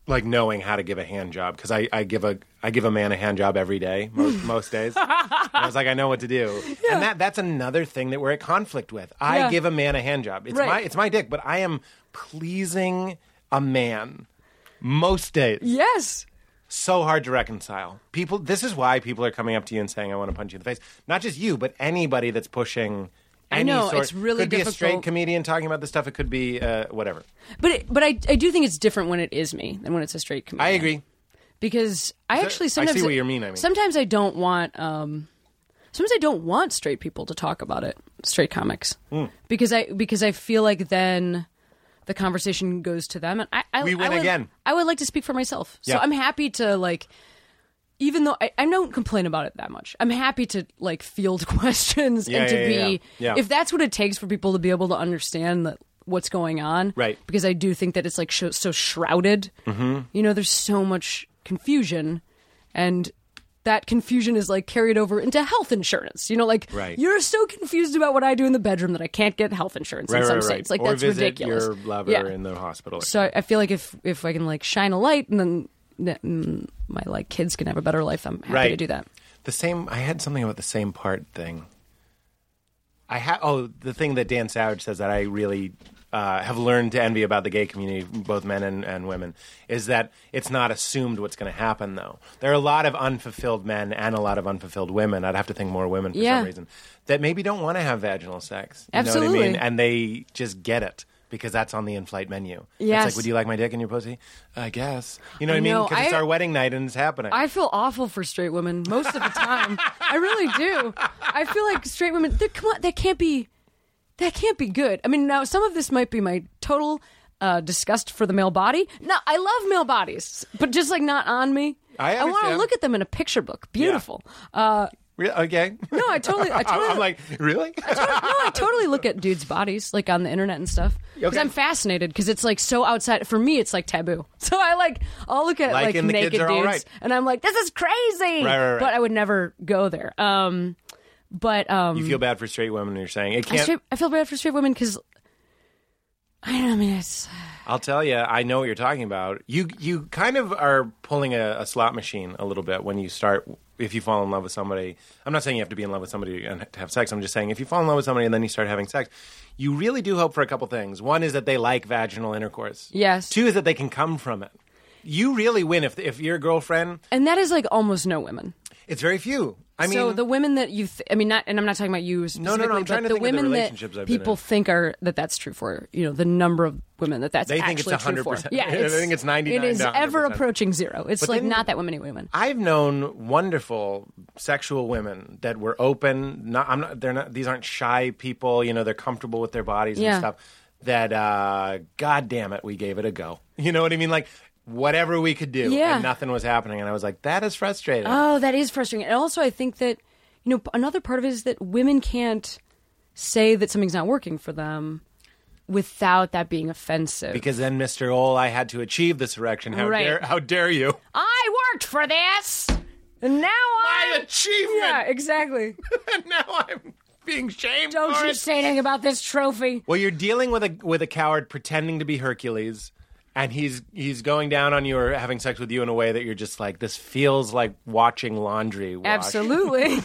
[SPEAKER 4] Like knowing how to give a hand job because I, I give a I give a man a hand job every day most, most days. And I was like I know what to do, and that that's another thing that we're at conflict with. I
[SPEAKER 5] Yeah.
[SPEAKER 4] give a man a hand job. It's
[SPEAKER 5] Right.
[SPEAKER 4] my it's my dick, but I am pleasing a man most days.
[SPEAKER 5] yes
[SPEAKER 4] So hard to reconcile. People, this is why people are coming up to you and saying, "I want to punch you in the face." Not just you, but anybody that's pushing. Any
[SPEAKER 5] know,
[SPEAKER 4] sort.
[SPEAKER 5] it's really
[SPEAKER 4] could be a straight
[SPEAKER 5] difficult.
[SPEAKER 4] comedian talking about this stuff. It could be uh, whatever.
[SPEAKER 5] but it, but I, I do think it's different when it is me than when it's a straight comedian
[SPEAKER 4] I agree.
[SPEAKER 5] because I actually
[SPEAKER 4] I see
[SPEAKER 5] sometimes
[SPEAKER 4] what you mean, I mean.
[SPEAKER 5] sometimes I don't want um, sometimes I don't want straight people to talk about it, straight comics,
[SPEAKER 4] Hmm.
[SPEAKER 5] because I because I feel like then the conversation goes to them, and I, I
[SPEAKER 4] We
[SPEAKER 5] I
[SPEAKER 4] win
[SPEAKER 5] would-
[SPEAKER 4] again.
[SPEAKER 5] I would like to speak for myself, so
[SPEAKER 4] Yeah.
[SPEAKER 5] I'm happy to like even though I, I don't complain about it that much, I'm happy to like field questions
[SPEAKER 4] Yeah,
[SPEAKER 5] and to
[SPEAKER 4] yeah, yeah,
[SPEAKER 5] be
[SPEAKER 4] yeah. Yeah.
[SPEAKER 5] if that's what it takes for people to be able to understand that what's going on,
[SPEAKER 4] Right.
[SPEAKER 5] Because I do think that it's like sh- so shrouded. Mm-hmm. You know, there's so much confusion, and that confusion is like carried over into health insurance. You know, like
[SPEAKER 4] Right.
[SPEAKER 5] you're so confused about what I do in the bedroom that I can't get health insurance in some states. Like
[SPEAKER 4] or
[SPEAKER 5] that's
[SPEAKER 4] visit
[SPEAKER 5] ridiculous.
[SPEAKER 4] your lover
[SPEAKER 5] Yeah.
[SPEAKER 4] in the hospital.
[SPEAKER 5] So I- I feel like if if I can like shine a light and then that- mm, my like kids can have a better life, I'm happy to
[SPEAKER 4] Right.
[SPEAKER 5] do that.
[SPEAKER 4] the same. I had something about the same part thing. I ha- oh the thing that Dan Savage says that I really uh, have learned to envy about the gay community, both men and, and women, is that it's not assumed what's going to happen. Though there are a lot of unfulfilled men and a lot of unfulfilled women. I'd have to think more women for
[SPEAKER 5] Yeah.
[SPEAKER 4] some reason that maybe don't want to have vaginal sex. You know what I
[SPEAKER 5] Absolutely.
[SPEAKER 4] mean? And they just get it. Because that's on the in-flight menu.
[SPEAKER 5] Yes.
[SPEAKER 4] It's like, would you like my dick in your pussy? I guess. You know
[SPEAKER 5] I
[SPEAKER 4] what I mean?
[SPEAKER 5] know.
[SPEAKER 4] Because it's
[SPEAKER 5] I-
[SPEAKER 4] our wedding night and it's happening.
[SPEAKER 5] I feel awful for straight women most of the time. I really do. I feel like straight women. they're- Come on, that can't be. That can't be good. I mean, now some of this might be my total uh, disgust for the male body. No, I love male bodies, but just like not on me.
[SPEAKER 4] I
[SPEAKER 5] want to
[SPEAKER 4] understand.
[SPEAKER 5] look at them in a picture book. Beautiful. Uh,
[SPEAKER 4] Re- okay.
[SPEAKER 5] no, I totally. I totally
[SPEAKER 4] I'm like, really?
[SPEAKER 5] Oh, no, I totally look at dudes' bodies like on the internet and stuff because
[SPEAKER 4] Okay.
[SPEAKER 5] I'm fascinated because it's like so outside for me. It's like taboo, so I like I'll look at
[SPEAKER 4] Like
[SPEAKER 5] like
[SPEAKER 4] in the
[SPEAKER 5] naked
[SPEAKER 4] kids are all
[SPEAKER 5] dudes
[SPEAKER 4] right.
[SPEAKER 5] and I'm like, this is crazy.
[SPEAKER 4] Right, right, right.
[SPEAKER 5] But I would never go there. Um, but um,
[SPEAKER 4] you feel bad for straight women. You're saying it
[SPEAKER 5] I,
[SPEAKER 4] can't.
[SPEAKER 5] straight, I feel bad for straight women because I don't know. I mean, it's,
[SPEAKER 4] I'll tell you. I know what you're talking about. You you kind of are pulling a, a slot machine a little bit when you start. If you fall in love with somebody, I'm not saying you have to be in love with somebody and to have sex. I'm just saying if you fall in love with somebody and then you start having sex, you really do hope for a couple things. One is that they like vaginal intercourse.
[SPEAKER 5] Yes.
[SPEAKER 4] Two is that they can come from it. You really win if if your girlfriend.
[SPEAKER 5] and that is like almost no women.
[SPEAKER 4] It's very few. I mean,
[SPEAKER 5] so the women that you, th- I mean, not, and I'm not talking about you
[SPEAKER 4] no,
[SPEAKER 5] specifically,
[SPEAKER 4] no, I'm trying
[SPEAKER 5] but
[SPEAKER 4] to
[SPEAKER 5] the
[SPEAKER 4] think of the
[SPEAKER 5] women
[SPEAKER 4] relationships
[SPEAKER 5] that
[SPEAKER 4] I've been
[SPEAKER 5] people
[SPEAKER 4] in.
[SPEAKER 5] think are that that's true for, you know, the number of women that that's
[SPEAKER 4] They think it's
[SPEAKER 5] actually true for.
[SPEAKER 4] 100%.
[SPEAKER 5] Yeah,
[SPEAKER 4] They think it's 99
[SPEAKER 5] It is
[SPEAKER 4] to
[SPEAKER 5] ever
[SPEAKER 4] 100%.
[SPEAKER 5] approaching zero. It's like
[SPEAKER 4] then-
[SPEAKER 5] not that many women.
[SPEAKER 4] I've known wonderful sexual women that were open. Not, I'm not. They're not. These aren't shy people. You know, they're comfortable with their bodies
[SPEAKER 5] Yeah.
[SPEAKER 4] and stuff. That, uh, god damn it, we gave it a go. You know what I mean? Like whatever we could do,
[SPEAKER 5] Yeah.
[SPEAKER 4] and nothing was happening. And I was like, that is frustrating.
[SPEAKER 5] Oh, that is frustrating. And also, I think that you know p- another part of it is that women can't say that something's not working for them without that being offensive.
[SPEAKER 4] because then, Mister Ole, I had to achieve this erection. How
[SPEAKER 5] Right.
[SPEAKER 4] dare? How dare you?
[SPEAKER 5] I worked for this, and now
[SPEAKER 4] My
[SPEAKER 5] I.
[SPEAKER 4] achievement.
[SPEAKER 5] Yeah, exactly.
[SPEAKER 4] and now I'm being shamed.
[SPEAKER 5] Don't
[SPEAKER 4] for
[SPEAKER 5] you
[SPEAKER 4] it.
[SPEAKER 5] say anything about this trophy.
[SPEAKER 4] Well, you're dealing with a with a coward pretending to be Hercules, and he's he's going down on you or having sex with you in a way that you're just like, this feels like watching laundry. Wash.
[SPEAKER 5] Absolutely.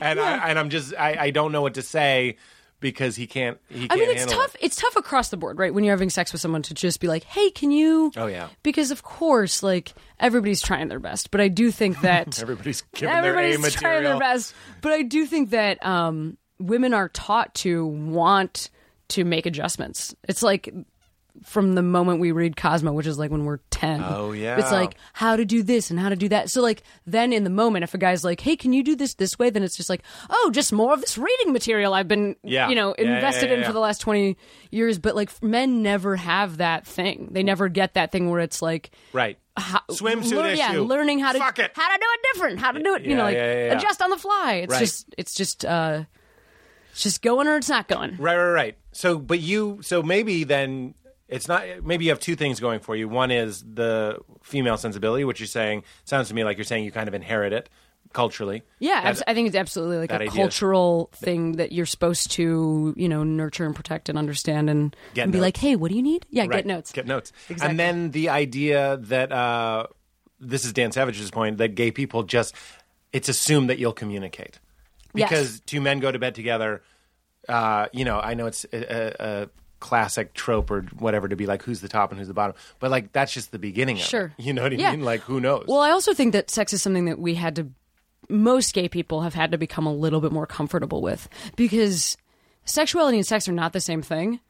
[SPEAKER 4] And I, and I'm just I, I don't know what to say because he can't he can't
[SPEAKER 5] I mean, it's
[SPEAKER 4] handle
[SPEAKER 5] tough.
[SPEAKER 4] it.
[SPEAKER 5] It's tough across the board, right? When you're having sex with someone to just be like, "Hey, can you?"
[SPEAKER 4] Oh, yeah.
[SPEAKER 5] Because of course, like everybody's trying their best, but I do think that
[SPEAKER 4] Everybody's giving
[SPEAKER 5] everybody's
[SPEAKER 4] their A
[SPEAKER 5] trying their
[SPEAKER 4] material.
[SPEAKER 5] best. But I do think that um, women are taught to want to make adjustments. It's like from the moment we read Cosmo, which is like when we're ten.
[SPEAKER 4] Oh, yeah.
[SPEAKER 5] it's like how to do this and how to do that. So like then in the moment, if a guy's like, "Hey, can you do this this way?" Then it's just like, "Oh, just more of this reading material I've been,
[SPEAKER 4] Yeah.
[SPEAKER 5] you know,
[SPEAKER 4] Yeah, yeah,
[SPEAKER 5] invested
[SPEAKER 4] yeah,
[SPEAKER 5] in for
[SPEAKER 4] yeah.
[SPEAKER 5] the last twenty years." But like men never have that thing. They never get that thing where it's like,
[SPEAKER 4] Right.
[SPEAKER 5] how,
[SPEAKER 4] Swimsuit
[SPEAKER 5] lear- yeah,
[SPEAKER 4] issue.
[SPEAKER 5] learning how to
[SPEAKER 4] Fuck it.
[SPEAKER 5] how to do it different, how to do it, you
[SPEAKER 4] Yeah,
[SPEAKER 5] know, like
[SPEAKER 4] yeah, yeah, yeah.
[SPEAKER 5] adjust on the fly. It's
[SPEAKER 4] Right.
[SPEAKER 5] just it's just uh it's just going or it's not going.
[SPEAKER 4] Right, right, right. So, but you, so maybe then it's not. Maybe you have two things going for you. One is the female sensibility, which you're saying sounds to me like you're saying you kind of inherit it culturally.
[SPEAKER 5] Yeah,
[SPEAKER 4] That-
[SPEAKER 5] abs- I think it's absolutely like
[SPEAKER 4] that
[SPEAKER 5] a
[SPEAKER 4] idea.
[SPEAKER 5] cultural thing that you're supposed to, you know, nurture and protect and understand and,
[SPEAKER 4] Get
[SPEAKER 5] and be
[SPEAKER 4] notes.
[SPEAKER 5] like, "Hey, what do you need?" Yeah,
[SPEAKER 4] Right.
[SPEAKER 5] get notes.
[SPEAKER 4] Get notes.
[SPEAKER 5] Exactly.
[SPEAKER 4] And then the idea that uh, this is Dan Savage's point that gay people just it's assumed that you'll communicate
[SPEAKER 5] Yes.
[SPEAKER 4] because two men go to bed together. Uh, you know, I know it's a, a, a classic trope or whatever to be like who's the top and who's the bottom, but like that's just the beginning.
[SPEAKER 5] Sure.
[SPEAKER 4] Of it. You know what I
[SPEAKER 5] Yeah.
[SPEAKER 4] mean? Like who knows?
[SPEAKER 5] Well, I also think that sex is something that we had to, most gay people have had to become a little bit more comfortable with because sexuality and sex are not the same thing.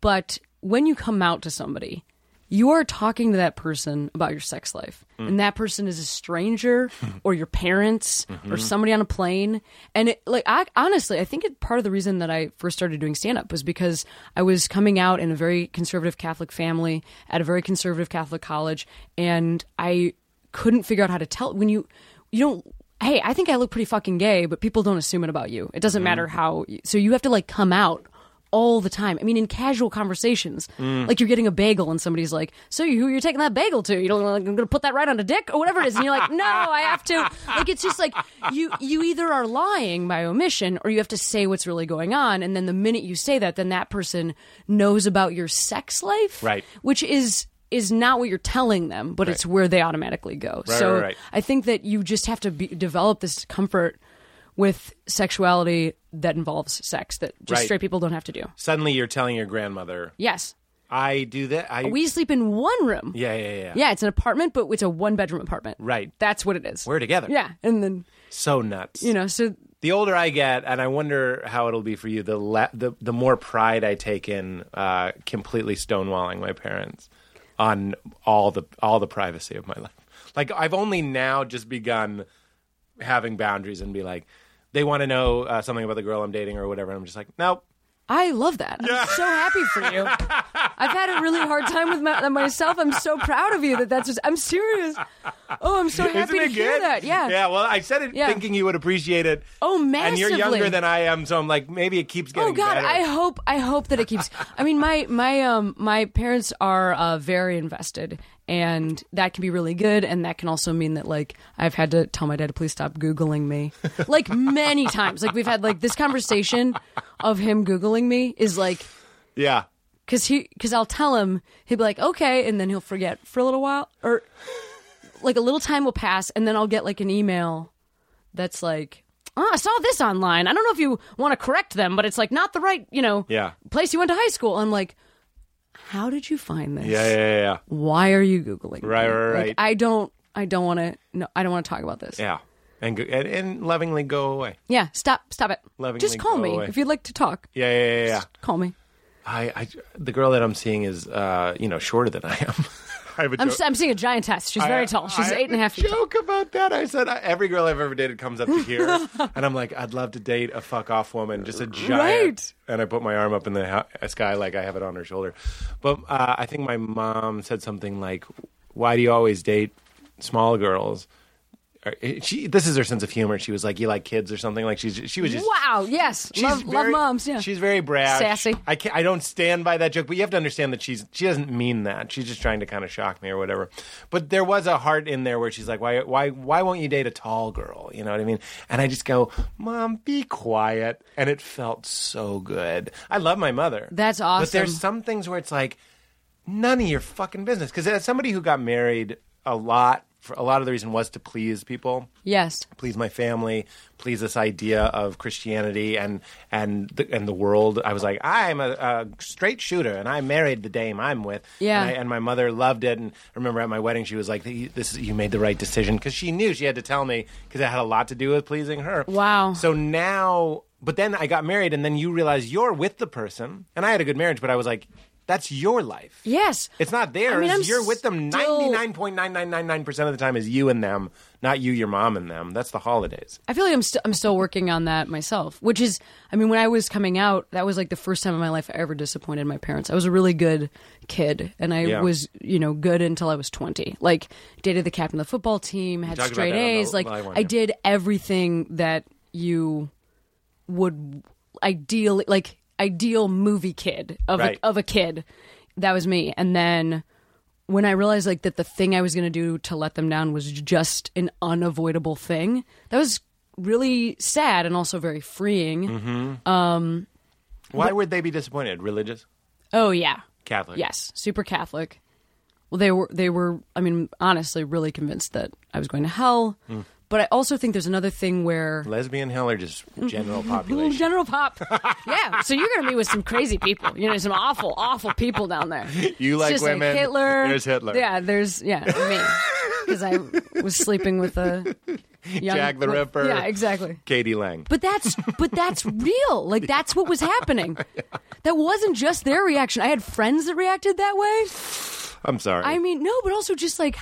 [SPEAKER 5] But when you come out to somebody, you are talking to that person about your sex life. And that person is a stranger or your parents or somebody on a plane. And it, like, I, honestly, I think it, part of the reason that I first started doing stand up was because I was coming out in a very conservative Catholic family at a very conservative Catholic college. And I couldn't figure out how to tell when you you don't hey, I think I look pretty fucking gay, but people don't assume it about you. It doesn't matter how so you have to like come out all the time. I mean, in casual conversations,
[SPEAKER 4] Mm.
[SPEAKER 5] like you're getting a bagel and somebody's like, "So you, who you're taking that bagel to? You don't like, I'm gonna put that right on a dick or whatever it is," and you're like, "No, I have to." Like it's just like you you either are lying by omission or you have to say what's really going on, and then the minute you say that, then that person knows about your sex life,
[SPEAKER 4] Right.
[SPEAKER 5] Which is is not what you're telling them, but it's where they automatically go. so
[SPEAKER 4] right, right.
[SPEAKER 5] I think that you just have to be, develop this comfort with sexuality that involves sex that just
[SPEAKER 4] Right.
[SPEAKER 5] straight people don't have to do.
[SPEAKER 4] Suddenly, you're telling your grandmother,
[SPEAKER 5] Yes.
[SPEAKER 4] "I do that." I
[SPEAKER 5] We sleep in one room.
[SPEAKER 4] yeah, yeah, yeah,
[SPEAKER 5] Yeah, it's an apartment, but it's a one bedroom apartment.
[SPEAKER 4] Right.
[SPEAKER 5] That's what it is.
[SPEAKER 4] We're together.
[SPEAKER 5] Yeah. And then,
[SPEAKER 4] so nuts.
[SPEAKER 5] you know, so
[SPEAKER 4] the older I get, and I wonder how it'll be for you, the le- the, the more pride I take in uh, completely stonewalling my parents on all the all the privacy of my life. Like I've only now just begun having boundaries and be like, they want to know uh, something about the girl I'm dating or whatever. And I'm just like, nope.
[SPEAKER 5] I love that. I'm so happy for you. I've had a really hard time with my, myself. I'm so proud of you that that's just, I'm serious. Oh, I'm so happy
[SPEAKER 4] Isn't
[SPEAKER 5] to
[SPEAKER 4] it
[SPEAKER 5] hear
[SPEAKER 4] good?
[SPEAKER 5] that. Yeah.
[SPEAKER 4] Yeah. Well, I said it
[SPEAKER 5] Yeah.
[SPEAKER 4] thinking you would appreciate it.
[SPEAKER 5] Oh,
[SPEAKER 4] And you're younger
[SPEAKER 5] massively.
[SPEAKER 4] than I am, so I'm like, maybe it keeps getting
[SPEAKER 5] Oh God,
[SPEAKER 4] better.
[SPEAKER 5] I hope I hope that it keeps. I mean, my my um my parents are uh, very invested, and that can be really good, and that can also mean that like I've had to tell my dad to please stop googling me, like many times. Like we've had like this conversation of him googling me is like
[SPEAKER 4] yeah.
[SPEAKER 5] because he because I'll tell him he'll be like okay, and then he'll forget for a little while, or like a little time will pass, and then I'll get like an email that's like, oh, I saw this online. I don't know if you want to correct them, but it's like not the right you know
[SPEAKER 4] Yeah.
[SPEAKER 5] place you went to high school. I'm like, how did you find this?
[SPEAKER 4] Yeah. Yeah. Yeah. yeah.
[SPEAKER 5] Why are you googling?
[SPEAKER 4] Right,
[SPEAKER 5] me?
[SPEAKER 4] right,
[SPEAKER 5] Like,
[SPEAKER 4] right.
[SPEAKER 5] I don't. I don't want to. No, I don't want to talk about this.
[SPEAKER 4] Yeah. And, go- and and lovingly go away.
[SPEAKER 5] Yeah, Stop. Stop it.
[SPEAKER 4] Lovingly
[SPEAKER 5] Just call
[SPEAKER 4] go
[SPEAKER 5] me
[SPEAKER 4] away.
[SPEAKER 5] if you'd like to talk.
[SPEAKER 4] Yeah, yeah, yeah. yeah.
[SPEAKER 5] Call me.
[SPEAKER 4] I, I, the girl that I'm seeing is, uh, you know, shorter than I am. I have a
[SPEAKER 5] I'm,
[SPEAKER 4] joke-
[SPEAKER 5] I'm seeing a giantess. She's very
[SPEAKER 4] I-
[SPEAKER 5] tall.
[SPEAKER 4] I
[SPEAKER 5] She's
[SPEAKER 4] have
[SPEAKER 5] eight and a half feet tall.
[SPEAKER 4] Joke about that. I said I, every girl I've ever dated comes up to here, and I'm like, I'd love to date a fuck off woman, just a giant.
[SPEAKER 5] Right.
[SPEAKER 4] And I put my arm up in the ho- sky like I have it on her shoulder. But uh, I think my mom said something like, "Why do you always date small girls?" Or- She, this is her sense of humor. She was like, "You like kids" or something. Like she's, she was just
[SPEAKER 5] Wow. Yes. love, love
[SPEAKER 4] very-
[SPEAKER 5] moms. Yeah.
[SPEAKER 4] she's very brash,
[SPEAKER 5] Sassy.
[SPEAKER 4] I can't, I don't stand by that joke, but you have to understand that she's she doesn't mean that. She's just trying to kind of shock me or whatever. But there was a heart in there where she's like, why why why won't you date a tall girl? You know what I mean? And I just go, mom, be quiet. And it felt so good. I love my mother.
[SPEAKER 5] That's
[SPEAKER 4] But there's
[SPEAKER 5] awesome.
[SPEAKER 4] some things where it's like none of your fucking business. Because as somebody who got married a lot, for a lot of the reason was to please people
[SPEAKER 5] yes.
[SPEAKER 4] please my family, please this idea of Christianity and and the, and the world. I was like, I'm a, a straight shooter, and I married the dame I'm with.
[SPEAKER 5] Yeah.
[SPEAKER 4] and, I, and my mother loved it. And I remember at my wedding, she was like, "This is, you made the right decision," because she knew she had to tell me because it had a lot to do with pleasing her.
[SPEAKER 5] Wow.
[SPEAKER 4] So now, but then I got married, and then you realize you're with the person, and I had a good marriage, but I was like, "That's your life."
[SPEAKER 5] Yes.
[SPEAKER 4] It's not theirs.
[SPEAKER 5] I mean, I'm
[SPEAKER 4] You're with them
[SPEAKER 5] still-
[SPEAKER 4] ninety nine point nine nine nine nine percent of the time is you and them, not you, your mom and them. That's the holidays.
[SPEAKER 5] I feel like I'm still I'm still working on that myself, which is I mean when I was coming out, that was like the first time in my life I ever disappointed my parents. I was a really good kid and I
[SPEAKER 4] Yeah.
[SPEAKER 5] was, you know, good until I was 20. Like dated the captain of the football team, had
[SPEAKER 4] talked about
[SPEAKER 5] straight
[SPEAKER 4] that on the
[SPEAKER 5] A's, like
[SPEAKER 4] live one,
[SPEAKER 5] I
[SPEAKER 4] yeah.
[SPEAKER 5] did everything that you would ideally like ideal movie kid of
[SPEAKER 4] Right.
[SPEAKER 5] a, of a kid. That was me. And then when I realized like that the thing I was going to do to let them down was just an unavoidable thing. That was really sad and also very freeing.
[SPEAKER 4] Mm-hmm. Why would they be disappointed? Religious,
[SPEAKER 5] Oh yeah.
[SPEAKER 4] Catholic.
[SPEAKER 5] Yes, super Catholic. Well, they were they were I mean honestly really convinced that I was going to hell.
[SPEAKER 4] Mm.
[SPEAKER 5] But I also think there's another thing where
[SPEAKER 4] lesbian hell or just
[SPEAKER 5] Mm-hmm.
[SPEAKER 4] general
[SPEAKER 5] Ooh,
[SPEAKER 4] population.
[SPEAKER 5] General Pop. yeah. So you're going to be with some crazy people. You know, some awful, awful people down there.
[SPEAKER 4] You
[SPEAKER 5] It's
[SPEAKER 4] like
[SPEAKER 5] just
[SPEAKER 4] women.
[SPEAKER 5] Hitler.
[SPEAKER 4] There's Hitler.
[SPEAKER 5] Yeah. There's yeah me because I was sleeping with a young,
[SPEAKER 4] Jack the Ripper.
[SPEAKER 5] Yeah, exactly.
[SPEAKER 4] Katie Lang.
[SPEAKER 5] But that's but that's real. Like that's what was happening. That wasn't just their reaction. I had friends that reacted that way.
[SPEAKER 4] I'm sorry.
[SPEAKER 5] I mean, no, but also just like,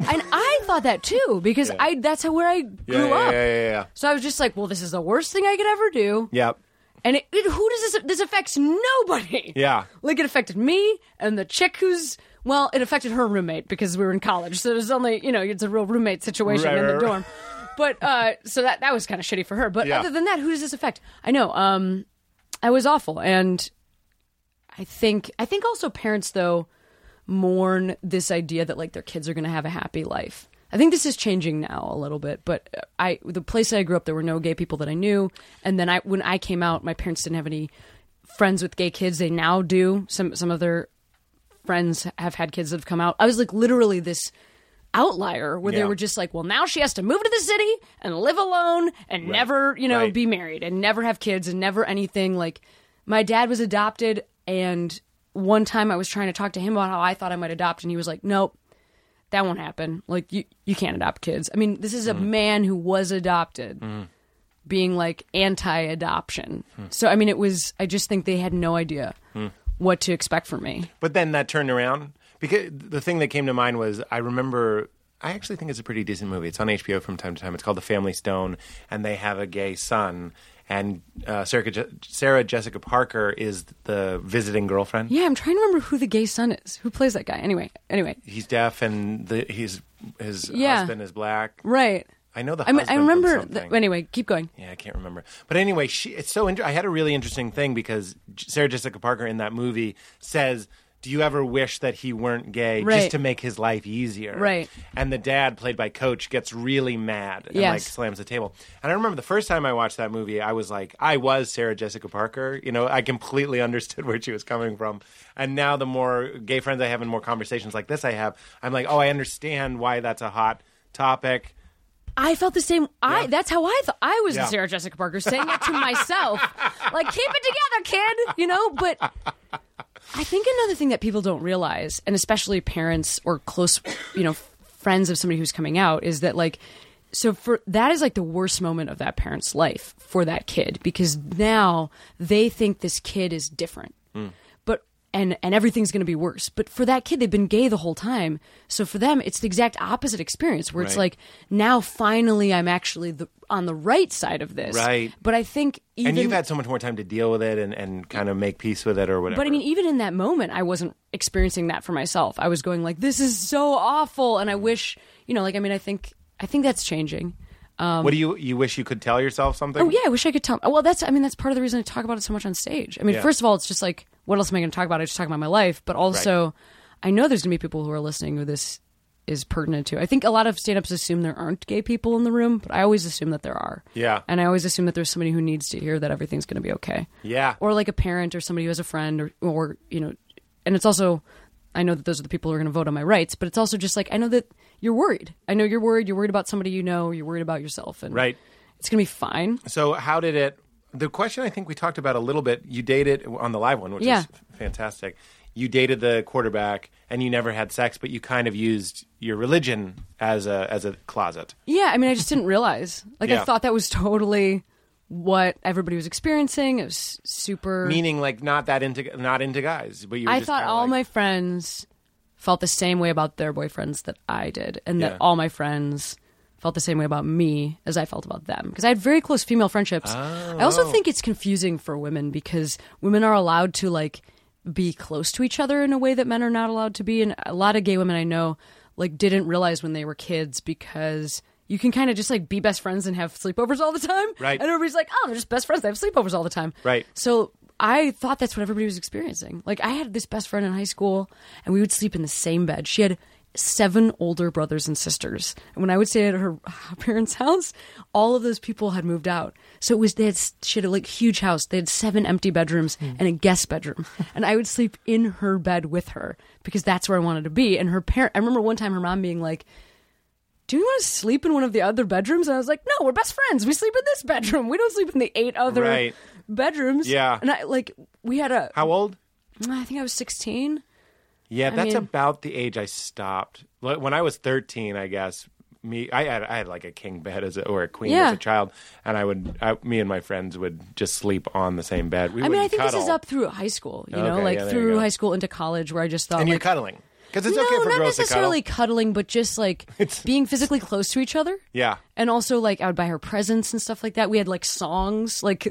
[SPEAKER 5] and I thought that too because I that's how where I grew
[SPEAKER 4] yeah, yeah,
[SPEAKER 5] up.
[SPEAKER 4] yeah, yeah, yeah.
[SPEAKER 5] So I was just like, well, this is the worst thing I could ever do.
[SPEAKER 4] Yep.
[SPEAKER 5] And it, it, who does this? This affects nobody.
[SPEAKER 4] Yeah.
[SPEAKER 5] Like it affected me and the chick who's Well, it affected her roommate because we were in college, so it was only you know it's a real roommate situation
[SPEAKER 4] Right,
[SPEAKER 5] in the
[SPEAKER 4] right, right.
[SPEAKER 5] dorm. But uh, so that that was kind of shitty for her. But
[SPEAKER 4] Yeah.
[SPEAKER 5] other than that, who does this affect? I know um, I was awful, and I think I think also parents though mourn this idea that like their kids are going to have a happy life. I think this is changing now a little bit, but uh, I the place I grew up there were no gay people that I knew, and then I when I came out, my parents didn't have any friends with gay kids. They now do. Some some of their friends have had kids that have come out. I was like literally this outlier where they
[SPEAKER 4] Yeah.
[SPEAKER 5] were just like, well, now she has to move to the city and live alone and never, you know,
[SPEAKER 4] Right.
[SPEAKER 5] be married and never have kids and never anything. Like, my dad was adopted, and one time I was trying to talk to him about how I thought I might adopt, and he was like, nope. That won't happen. Like you, you can't adopt kids. I mean, this is
[SPEAKER 4] Mm-hmm.
[SPEAKER 5] a man who was adopted, being like anti-adoption.
[SPEAKER 4] Hmm.
[SPEAKER 5] So I mean, it was. I just think they had no idea what to expect from me.
[SPEAKER 4] But then that turned around because the thing that came to mind was I remember I actually think it's a pretty decent movie. It's on HBO from time to time. It's called The Family Stone, and they have a gay son, and uh, Sarah, Je- Sarah Jessica Parker is the visiting girlfriend.
[SPEAKER 5] Yeah, I'm trying to remember who the gay son is. Who plays that guy? Anyway, anyway.
[SPEAKER 4] He's deaf, and the, he's his
[SPEAKER 5] Yeah.
[SPEAKER 4] husband is black.
[SPEAKER 5] Right.
[SPEAKER 4] I know the.
[SPEAKER 5] I mean, I
[SPEAKER 4] husband from
[SPEAKER 5] remember.
[SPEAKER 4] something.
[SPEAKER 5] The, anyway, keep going.
[SPEAKER 4] Yeah, I can't remember. But anyway, she it's so inter- I had a really interesting thing because J- Sarah Jessica Parker in that movie says, "Do you ever wish that he weren't gay
[SPEAKER 5] Right.
[SPEAKER 4] just to make his life easier?"
[SPEAKER 5] Right.
[SPEAKER 4] And the dad played by Coach gets really mad and like
[SPEAKER 5] Yes.
[SPEAKER 4] slams the table. And I remember the first time I watched that movie, I was like, I was Sarah Jessica Parker. You know, I completely understood where she was coming from. And now the more gay friends I have and more conversations like this I have, I'm like, "Oh, I understand why that's a hot topic."
[SPEAKER 5] I felt the same. I.
[SPEAKER 4] Yeah.
[SPEAKER 5] That's how I thought. I was
[SPEAKER 4] Yeah.
[SPEAKER 5] Sarah Jessica Parker saying it to myself, like keep it together, kid. You know. But I think another thing that people don't realize, and especially parents or close, you know, friends of somebody who's coming out, is that like, so for that is like the worst moment of that parent's life for that kid because now they think this kid is different.
[SPEAKER 4] Hmm.
[SPEAKER 5] but and and everything's going to be worse. But for that kid, they've been gay the whole time, so for them, it's the exact opposite experience where it's
[SPEAKER 4] Right.
[SPEAKER 5] like now finally I'm actually the, on the right side of this.
[SPEAKER 4] Right.
[SPEAKER 5] But I think even
[SPEAKER 4] and you've had so much more time to deal with it and, and kind of make peace with it or whatever.
[SPEAKER 5] but I mean, e- even in that moment, I wasn't experiencing that for myself. I was going like, "This is so awful," and I wish, you know, like I mean, I think I think that's changing.
[SPEAKER 4] what do you you wish you could tell yourself something?
[SPEAKER 5] Oh yeah, I wish I could tell. Well, that's I mean that's part of the reason I talk about it so much on stage. I mean,
[SPEAKER 4] Yeah.
[SPEAKER 5] first of all, it's just like what else am I going to talk about? I just talk about my life, but also I know there's going to be people who are listening who this is pertinent to. I think a lot of stand-ups assume there aren't gay people in the room, but I always assume that there are.
[SPEAKER 4] Yeah.
[SPEAKER 5] And I always assume that there's somebody who needs to hear that everything's going to be okay.
[SPEAKER 4] Yeah.
[SPEAKER 5] Or like a parent or somebody who has a friend or or you know and it's also I know that those are the people who are going to vote on my rights, but it's also just like I know that you're worried. I know you're worried, you're worried about somebody you know, you're worried about yourself and
[SPEAKER 4] Right.
[SPEAKER 5] It's going to be fine.
[SPEAKER 4] So how did it? The question I think we talked about a little bit. You dated on the live one, which
[SPEAKER 5] Yeah.
[SPEAKER 4] is f- fantastic. You dated the quarterback, and you never had sex, but you kind of used your religion as a as a closet.
[SPEAKER 5] Yeah, I mean, I just didn't realize. Like,
[SPEAKER 4] Yeah.
[SPEAKER 5] I thought that was totally what everybody was experiencing. It was super.
[SPEAKER 4] Meaning, like not that into not into guys, but you. Were
[SPEAKER 5] I
[SPEAKER 4] just
[SPEAKER 5] thought
[SPEAKER 4] kinda
[SPEAKER 5] all
[SPEAKER 4] like-
[SPEAKER 5] my friends felt the same way about their boyfriends that I did, and
[SPEAKER 4] Yeah.
[SPEAKER 5] that all my friends felt the same way about me as I felt about them. Because I had very close female friendships.
[SPEAKER 4] Oh.
[SPEAKER 5] I also think it's confusing for women because women are allowed to like be close to each other in a way that men are not allowed to be. And a lot of gay women I know like didn't realize when they were kids because you can kind of just like be best friends and have sleepovers all the time.
[SPEAKER 4] Right.
[SPEAKER 5] And everybody's like, oh, they're just best friends. They have sleepovers all the time.
[SPEAKER 4] Right.
[SPEAKER 5] So I thought that's what everybody was experiencing. Like I had this best friend in high school, and we would sleep in the same bed. She had seven older brothers and sisters, and when I would stay at her parents' house, all of those people had moved out. So it was they had she had a like huge house. They had seven empty bedrooms and a guest bedroom, and I would sleep in her bed with her because that's where I wanted to be. And her parent, I remember one time her mom being like do you want to sleep in one of the other bedrooms? And I was like, no, we're best friends. We sleep in this bedroom. We don't sleep in the eight other
[SPEAKER 4] Right.
[SPEAKER 5] bedrooms.
[SPEAKER 4] Yeah.
[SPEAKER 5] And I like we had a.
[SPEAKER 4] How old?
[SPEAKER 5] I think I was 16.
[SPEAKER 4] Yeah, that's
[SPEAKER 5] mean-
[SPEAKER 4] about the age I stopped. Like, When I was thirteen, I guess me I had I had like a king bed as a, or a queen as
[SPEAKER 5] Yeah.
[SPEAKER 4] a child, and I would I, me and my friends would just sleep on the same bed. We
[SPEAKER 5] I mean, I
[SPEAKER 4] wouldn't
[SPEAKER 5] think this is
[SPEAKER 4] cuddle.
[SPEAKER 5] up through high school, you know,
[SPEAKER 4] Okay,
[SPEAKER 5] like
[SPEAKER 4] yeah, there you
[SPEAKER 5] through
[SPEAKER 4] go.
[SPEAKER 5] high school into college where I just thought
[SPEAKER 4] and you're
[SPEAKER 5] like,
[SPEAKER 4] cuddling because it's
[SPEAKER 5] no,
[SPEAKER 4] okay for
[SPEAKER 5] not
[SPEAKER 4] girls to cuddle.
[SPEAKER 5] necessarily cuddling, but just like being physically close to each other.
[SPEAKER 4] Yeah.
[SPEAKER 5] And also like I would buy her presents and stuff like that. We had like songs like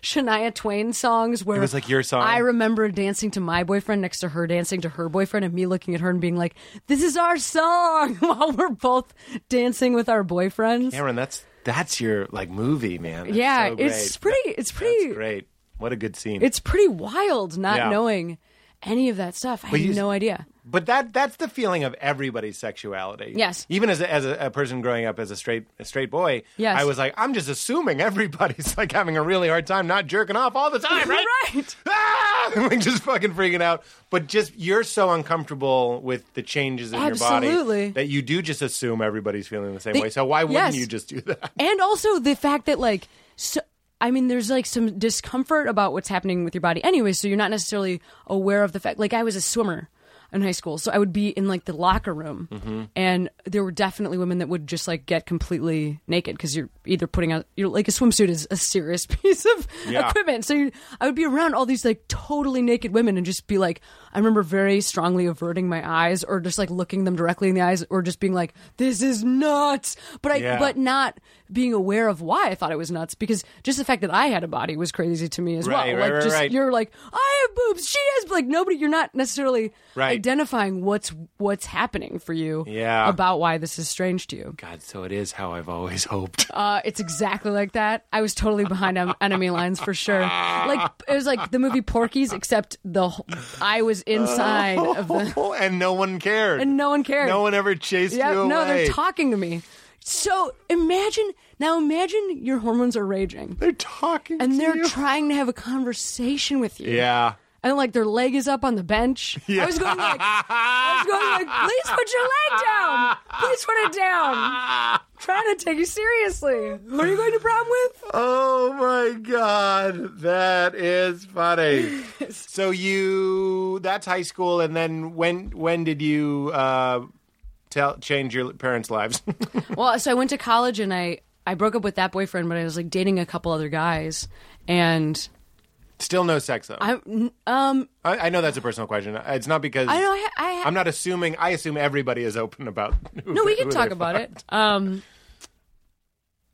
[SPEAKER 5] Shania Twain songs where
[SPEAKER 4] It was like your song.
[SPEAKER 5] I remember dancing to my boyfriend next to her dancing to her boyfriend and me looking at her and being like, "This is our song." while we're both dancing with our boyfriends.
[SPEAKER 4] Cameron, that's that's your like movie, man. That's
[SPEAKER 5] yeah,
[SPEAKER 4] so
[SPEAKER 5] it's
[SPEAKER 4] great.
[SPEAKER 5] pretty it's
[SPEAKER 4] That's
[SPEAKER 5] pretty
[SPEAKER 4] great. What a good scene.
[SPEAKER 5] it's pretty wild not
[SPEAKER 4] Yeah.
[SPEAKER 5] knowing any of that stuff. I
[SPEAKER 4] But
[SPEAKER 5] had
[SPEAKER 4] you-
[SPEAKER 5] no idea.
[SPEAKER 4] but that that's the feeling of everybody's sexuality.
[SPEAKER 5] Yes.
[SPEAKER 4] Even as a, as a, a person growing up as a straight a straight boy,
[SPEAKER 5] Yes.
[SPEAKER 4] I was like, I'm just assuming everybody's like having a really hard time not jerking off all the time, right?
[SPEAKER 5] Right.
[SPEAKER 4] Ah! like just fucking freaking out. But just you're so uncomfortable with the changes in your
[SPEAKER 5] Absolutely.
[SPEAKER 4] body that you do just assume everybody's feeling the same
[SPEAKER 5] The-
[SPEAKER 4] way. So why wouldn't
[SPEAKER 5] yes.
[SPEAKER 4] you just do that?
[SPEAKER 5] and also the fact that like so I mean, there's like some discomfort about what's happening with your body anyway, so you're not necessarily aware of the fact. Like, I was a swimmer in high school, so I would be in like the locker room, and there were definitely women that would just like get completely naked because you're either putting out, you're like a swimsuit is a serious piece of
[SPEAKER 4] Yeah.
[SPEAKER 5] equipment. So you, I would be around all these like totally naked women and just be like, I remember very strongly averting my eyes or just like looking them directly in the eyes or just being like, this is nuts. But I,
[SPEAKER 4] Yeah.
[SPEAKER 5] but not being aware of why I thought it was nuts because just the fact that I had a body was crazy to me as
[SPEAKER 4] Right,
[SPEAKER 5] well.
[SPEAKER 4] right,
[SPEAKER 5] like
[SPEAKER 4] right,
[SPEAKER 5] just
[SPEAKER 4] right.
[SPEAKER 5] you're like, I have boobs, she has like nobody you're not necessarily
[SPEAKER 4] Right.
[SPEAKER 5] identifying what's what's happening for you
[SPEAKER 4] Yeah.
[SPEAKER 5] about why this is strange to you.
[SPEAKER 4] God, so it is how I've always hoped.
[SPEAKER 5] Uh, it's exactly like that. I was totally behind on enemy lines for sure. Like it was like the movie Porky's except the wh- I was inside of the
[SPEAKER 4] and no one cared.
[SPEAKER 5] and no one cared.
[SPEAKER 4] No one ever chased
[SPEAKER 5] Yeah,
[SPEAKER 4] you away.
[SPEAKER 5] no, they're talking to me. So imagine now imagine your hormones are raging.
[SPEAKER 4] They're talking
[SPEAKER 5] and
[SPEAKER 4] to
[SPEAKER 5] they're
[SPEAKER 4] you.
[SPEAKER 5] trying to have a conversation with you.
[SPEAKER 4] yeah.
[SPEAKER 5] And like their leg is up on the bench. I was going like, I was going like, please put your leg down. Please put it down. trying to take you seriously. What are you going to prom with?
[SPEAKER 4] Oh my god, that is funny. so you that's high school and then when when did you uh tell change your parents' lives?
[SPEAKER 5] Well, so I went to college and I I broke up with that boyfriend, but I was like dating a couple other guys, and
[SPEAKER 4] Still no sex though. I,
[SPEAKER 5] I um
[SPEAKER 4] I know that's a personal question. It's not because
[SPEAKER 5] I know I ha- I ha-
[SPEAKER 4] I'm not assuming I assume everybody is open about who
[SPEAKER 5] no, we
[SPEAKER 4] they-
[SPEAKER 5] can
[SPEAKER 4] who
[SPEAKER 5] talk
[SPEAKER 4] they
[SPEAKER 5] about
[SPEAKER 4] fuck.
[SPEAKER 5] it. Um,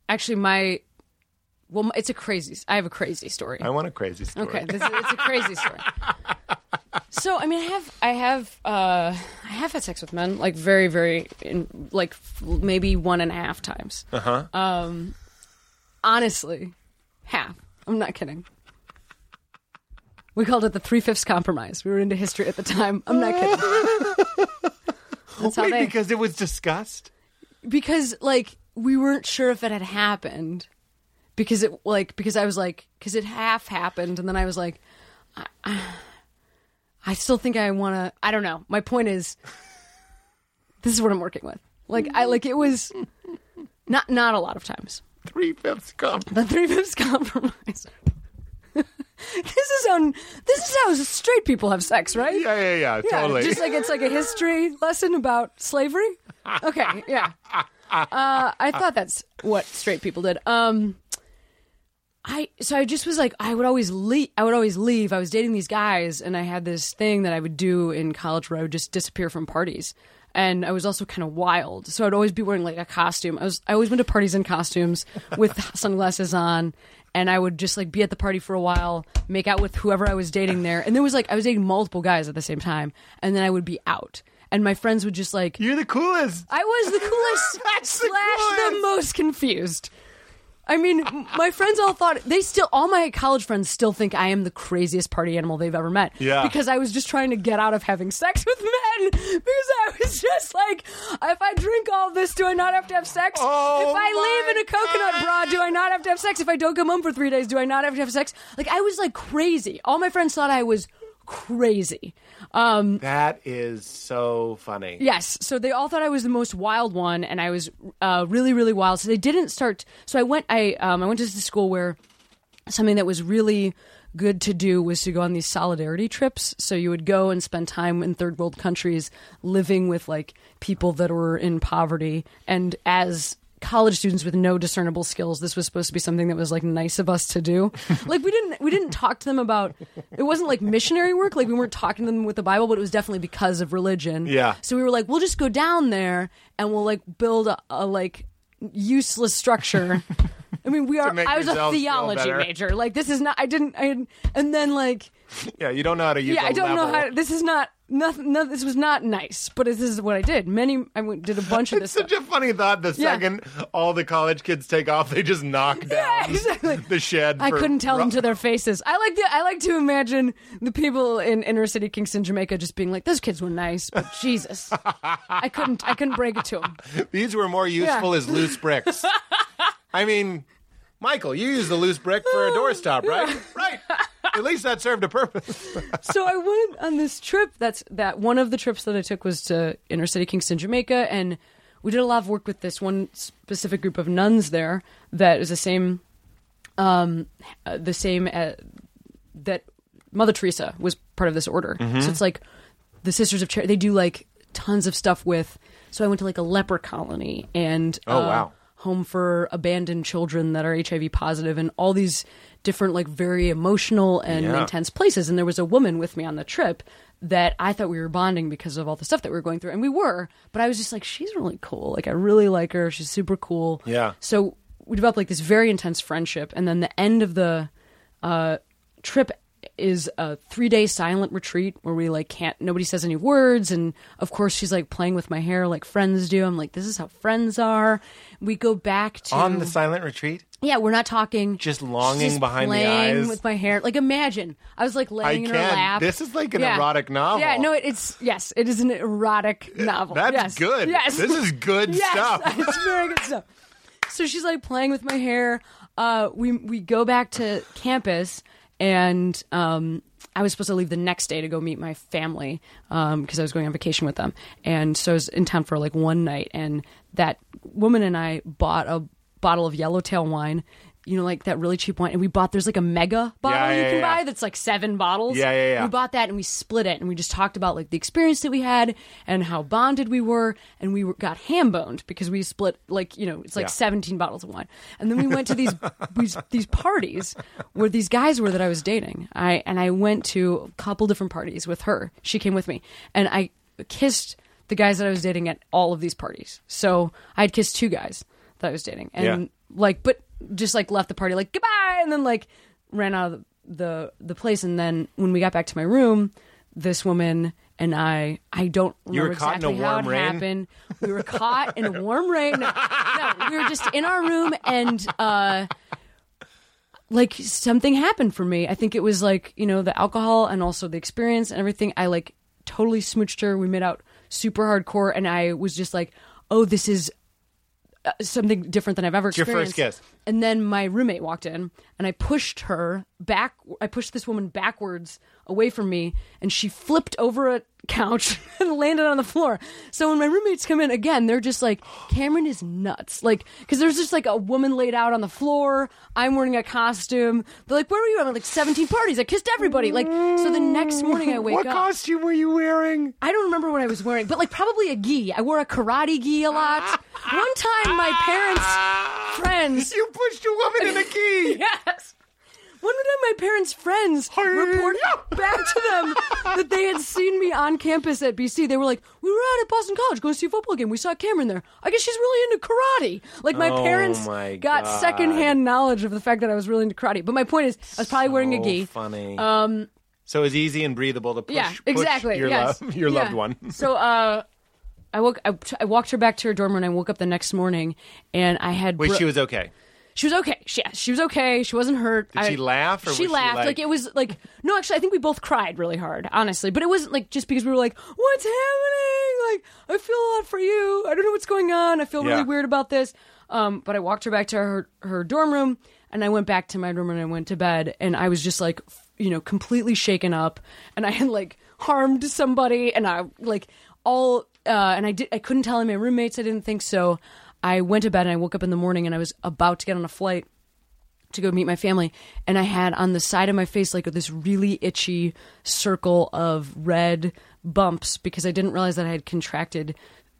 [SPEAKER 5] actually, my well, my- it's a crazy. I have a crazy story.
[SPEAKER 4] I want a crazy story.
[SPEAKER 5] Okay, this is, it's a crazy story. So I mean, I have, I have, uh, I have had sex with men like very, very, in, like f- maybe one and a half times. Uh huh. Um, honestly, half. I'm not kidding. We called it the three fifths compromise. We were into history at the time. I'm not kidding. That's how
[SPEAKER 4] Wait,
[SPEAKER 5] they
[SPEAKER 4] because it was discussed?
[SPEAKER 5] because like we weren't sure if it had happened because it like because I was like because it half happened and then I was like I, I still think I want to I don't know my point is this is what I'm working with like I like it was not not a lot of times
[SPEAKER 4] Three fifths come.
[SPEAKER 5] the three fifths compromise this is on this is how straight people have sex right
[SPEAKER 4] Yeah, yeah, yeah,
[SPEAKER 5] yeah,
[SPEAKER 4] totally.
[SPEAKER 5] Just like it's like a history lesson about slavery. Okay, yeah. Uh, I thought that's what straight people did. Um, I so I just was like I would always leave. I would always leave. I was dating these guys, and I had this thing that I would do in college where I would just disappear from parties. And I was also kind of wild, so I'd always be wearing like a costume. I was I always went to parties in costumes with sunglasses on, and I would just like be at the party for a while, make out with whoever I was dating there, and there was like I was dating multiple guys at the same time, and then I would be out, and my friends would just like
[SPEAKER 4] You're the coolest.
[SPEAKER 5] I was the coolest
[SPEAKER 4] That's the
[SPEAKER 5] slash the,
[SPEAKER 4] coolest.
[SPEAKER 5] most confused. I mean, m- my friends all thought they still all my college friends still think I am the craziest party animal they've ever met.
[SPEAKER 4] Yeah.
[SPEAKER 5] Because I was just trying to get out of having sex with men. Because I was just like, if I drink all this, do I not have to have sex?
[SPEAKER 4] Oh
[SPEAKER 5] if I
[SPEAKER 4] my
[SPEAKER 5] live in a coconut
[SPEAKER 4] God.
[SPEAKER 5] bra, do I not have to have sex? If I don't come home for three days, do I not have to have sex? Like I was like crazy. All my friends thought I was crazy. Um
[SPEAKER 4] That is so funny.
[SPEAKER 5] Yes. So they all thought I was the most wild one, and I was uh, really, really wild. So they didn't start. So I went. I um, I went to the school where something that was really good to do was to go on these solidarity trips. So you would go and spend time in third world countries, living with like people that were in poverty, and as college students with no discernible skills this was supposed to be something that was like nice of us to do like we didn't we didn't talk to them about it wasn't like missionary work like we weren't talking to them with the bible but it was definitely because of religion
[SPEAKER 4] Yeah.
[SPEAKER 5] so we were like, we'll just go down there and we'll like build a, a like useless structure. I mean, we are.
[SPEAKER 4] make
[SPEAKER 5] I was a
[SPEAKER 4] yourselves feel
[SPEAKER 5] theology
[SPEAKER 4] better.
[SPEAKER 5] major. Like this is not. I didn't. I didn't- and then like
[SPEAKER 4] Yeah, you don't know how to use.
[SPEAKER 5] yeah.
[SPEAKER 4] I
[SPEAKER 5] I don't know how. This is not. Nothing. No, this was not nice. But this is what I did. Many. I went- did a bunch of this.
[SPEAKER 4] It's such
[SPEAKER 5] stuff.
[SPEAKER 4] a funny thought. The
[SPEAKER 5] Yeah.
[SPEAKER 4] second all the college kids take off, they just knock down
[SPEAKER 5] Yeah, exactly.
[SPEAKER 4] the shed.
[SPEAKER 5] I
[SPEAKER 4] for
[SPEAKER 5] couldn't tell them
[SPEAKER 4] ro-
[SPEAKER 5] to their faces. I like the, I like to imagine the people in inner city Kingston, Jamaica, just being like, "Those kids were nice, but Jesus, I couldn't I couldn't break it to them."
[SPEAKER 4] These were more useful
[SPEAKER 5] Yeah.
[SPEAKER 4] as loose bricks. I mean, Michael, you used the loose brick for a doorstop, right? Right. At least that served a purpose.
[SPEAKER 5] so I went on this trip. That's that one of the trips that I took was to inner city Kingston, Jamaica, and we did a lot of work with this one specific group of nuns there that is the same, um, uh, the same uh that Mother Teresa was part of this order.
[SPEAKER 4] Mm-hmm.
[SPEAKER 5] So it's like the Sisters of Charity. They do like tons of stuff with. So I went to like a leper colony and
[SPEAKER 4] Oh,
[SPEAKER 5] uh,
[SPEAKER 4] wow.
[SPEAKER 5] home for abandoned children that are HIV positive and all these different like very emotional and
[SPEAKER 4] Yeah.
[SPEAKER 5] intense places and there was a woman with me on the trip that I thought we were bonding because of all the stuff that we were going through and we were but I was just like she's really cool like I really like her she's super cool
[SPEAKER 4] Yeah.
[SPEAKER 5] so we developed like this very intense friendship and then the end of the uh, trip is a three day silent retreat where we like can't nobody says any words and of course she's like playing with my hair like friends do i'm like this is how friends are we go back to
[SPEAKER 4] On the silent retreat,
[SPEAKER 5] yeah we're not talking
[SPEAKER 4] Just longing
[SPEAKER 5] She's just
[SPEAKER 4] behind the
[SPEAKER 5] playing
[SPEAKER 4] eyes.
[SPEAKER 5] with my hair like imagine i was like laying in her
[SPEAKER 4] can't.
[SPEAKER 5] lap
[SPEAKER 4] This is like an erotic novel.
[SPEAKER 5] yeah no it, it's yes it is an erotic novel
[SPEAKER 4] that's
[SPEAKER 5] Yes.
[SPEAKER 4] good.
[SPEAKER 5] yes
[SPEAKER 4] This is good
[SPEAKER 5] yes,
[SPEAKER 4] stuff.
[SPEAKER 5] It's very good stuff. So she's like playing with my hair. Uh, we we go back to campus, and um, I was supposed to leave the next day to go meet my family because I was going on vacation with them, and so I was in town for like one night. And that woman and I bought a bottle of Yellowtail wine. You know, like that really cheap wine, and we bought. There's like a mega bottle
[SPEAKER 4] Yeah,
[SPEAKER 5] you
[SPEAKER 4] yeah,
[SPEAKER 5] can
[SPEAKER 4] yeah.
[SPEAKER 5] buy that's like seven bottles.
[SPEAKER 4] Yeah, yeah, yeah.
[SPEAKER 5] We bought that and we split it, and we just talked about like the experience that we had and how bonded we were, and we were, got ham boned because we split like you know it's like
[SPEAKER 4] Yeah.
[SPEAKER 5] seventeen bottles of wine, and then we went to these these, these parties where these guys were that I was dating. I and I went to a couple different parties with her. She came with me, and I kissed the guys that I was dating at all of these parties. So I had kissed two guys that I was dating, and
[SPEAKER 4] Yeah.
[SPEAKER 5] like but just like left the party like goodbye and then like ran out of the, the the place and then when we got back to my room this woman and I I don't
[SPEAKER 4] You
[SPEAKER 5] remember
[SPEAKER 4] were caught in a
[SPEAKER 5] exactly how
[SPEAKER 4] warm
[SPEAKER 5] it
[SPEAKER 4] rain?
[SPEAKER 5] happened. We were caught in a warm rain. No, no, we were just in our room and uh like something happened for me. I think it was like, you know, the alcohol and also the experience and everything. I like totally smooched her. We made out super hardcore and I was just like, "Oh, this is uh, something different than I've ever
[SPEAKER 4] your first
[SPEAKER 5] experienced.
[SPEAKER 4] kiss.
[SPEAKER 5] And then my roommate walked in, and I pushed her back. I pushed this woman backwards away from me, and she flipped over a couch and landed on the floor. So when my roommates come in again, they're just like, "Cameron is nuts!" Like, because there's just like a woman laid out on the floor. I'm wearing a costume. They're like, "Where were you?" I'm like, "17 parties. I kissed everybody." Like, so the next morning I wake
[SPEAKER 4] what
[SPEAKER 5] up.
[SPEAKER 4] costume were you wearing?
[SPEAKER 5] I don't remember what I was wearing, but like probably a gi. I wore a karate gi a lot. One time, my parents' friends.
[SPEAKER 4] Ah! You pushed a woman in a key.
[SPEAKER 5] Yes. One time, my parents' friends reported back to them that they had seen me on campus at BC. They were like, "We were out at Boston College going to see a football game. We saw Cameron there. I guess she's really into karate." Like my
[SPEAKER 4] Oh
[SPEAKER 5] parents
[SPEAKER 4] my
[SPEAKER 5] got
[SPEAKER 4] God.
[SPEAKER 5] secondhand knowledge of the fact that I was really into karate. But my point is, I was probably wearing a
[SPEAKER 4] Oh,
[SPEAKER 5] gi. Uh,
[SPEAKER 4] Funny. Um. So it's easy and breathable to push,
[SPEAKER 5] yeah,
[SPEAKER 4] push
[SPEAKER 5] exactly.
[SPEAKER 4] your,
[SPEAKER 5] yes.
[SPEAKER 4] love, your
[SPEAKER 5] Yeah.
[SPEAKER 4] loved one.
[SPEAKER 5] So uh, I woke. I, I walked her back to her dorm, and I woke up the next morning, and I had.
[SPEAKER 4] Wait,
[SPEAKER 5] bro-
[SPEAKER 4] she was okay.
[SPEAKER 5] She was okay. She, yeah, she was okay. She wasn't hurt.
[SPEAKER 4] Did she laugh,
[SPEAKER 5] she
[SPEAKER 4] or was she
[SPEAKER 5] laughed.
[SPEAKER 4] like-
[SPEAKER 5] it was like no. Actually, I think we both cried really hard, honestly. But it wasn't like just because we were like, "What's happening?" Like, I feel a lot for you. I don't know what's going on. I feel
[SPEAKER 4] Yeah.
[SPEAKER 5] really weird about this. Um, but I walked her back to her her dorm room, and I went back to my room and I went to bed, and I was just like, f- you know, completely shaken up, and I had like harmed somebody, and I like all, uh, and I did. I couldn't tell my roommates. I didn't think so. I went to bed and I woke up in the morning and I was about to get on a flight to go meet my family and i had on the side of my face like this really itchy circle of red bumps because i didn't realize that i had contracted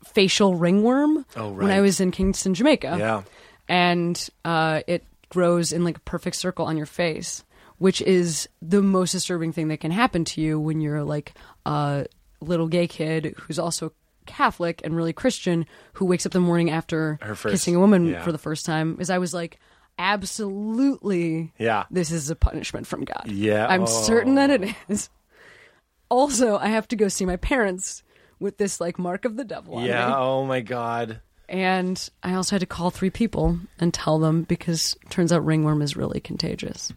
[SPEAKER 5] facial ringworm
[SPEAKER 4] Oh,
[SPEAKER 5] when i
[SPEAKER 4] right.
[SPEAKER 5] was in kingston jamaica
[SPEAKER 4] Yeah.
[SPEAKER 5] and uh, it grows in like a perfect circle on your face which is the most disturbing thing that can happen to you when you're like a little gay kid who's also catholic and really christian who wakes up the morning after
[SPEAKER 4] Her first-
[SPEAKER 5] kissing a woman
[SPEAKER 4] yeah.
[SPEAKER 5] for the first time is I was like, absolutely
[SPEAKER 4] Yeah.
[SPEAKER 5] this is a punishment from God.
[SPEAKER 4] Yeah.
[SPEAKER 5] I'm
[SPEAKER 4] Oh.
[SPEAKER 5] certain that it is. Also, I have to go see my parents with this like mark of the devil on me.
[SPEAKER 4] Yeah. Oh my God.
[SPEAKER 5] And I also had to call three people and tell them because turns out ringworm is really contagious.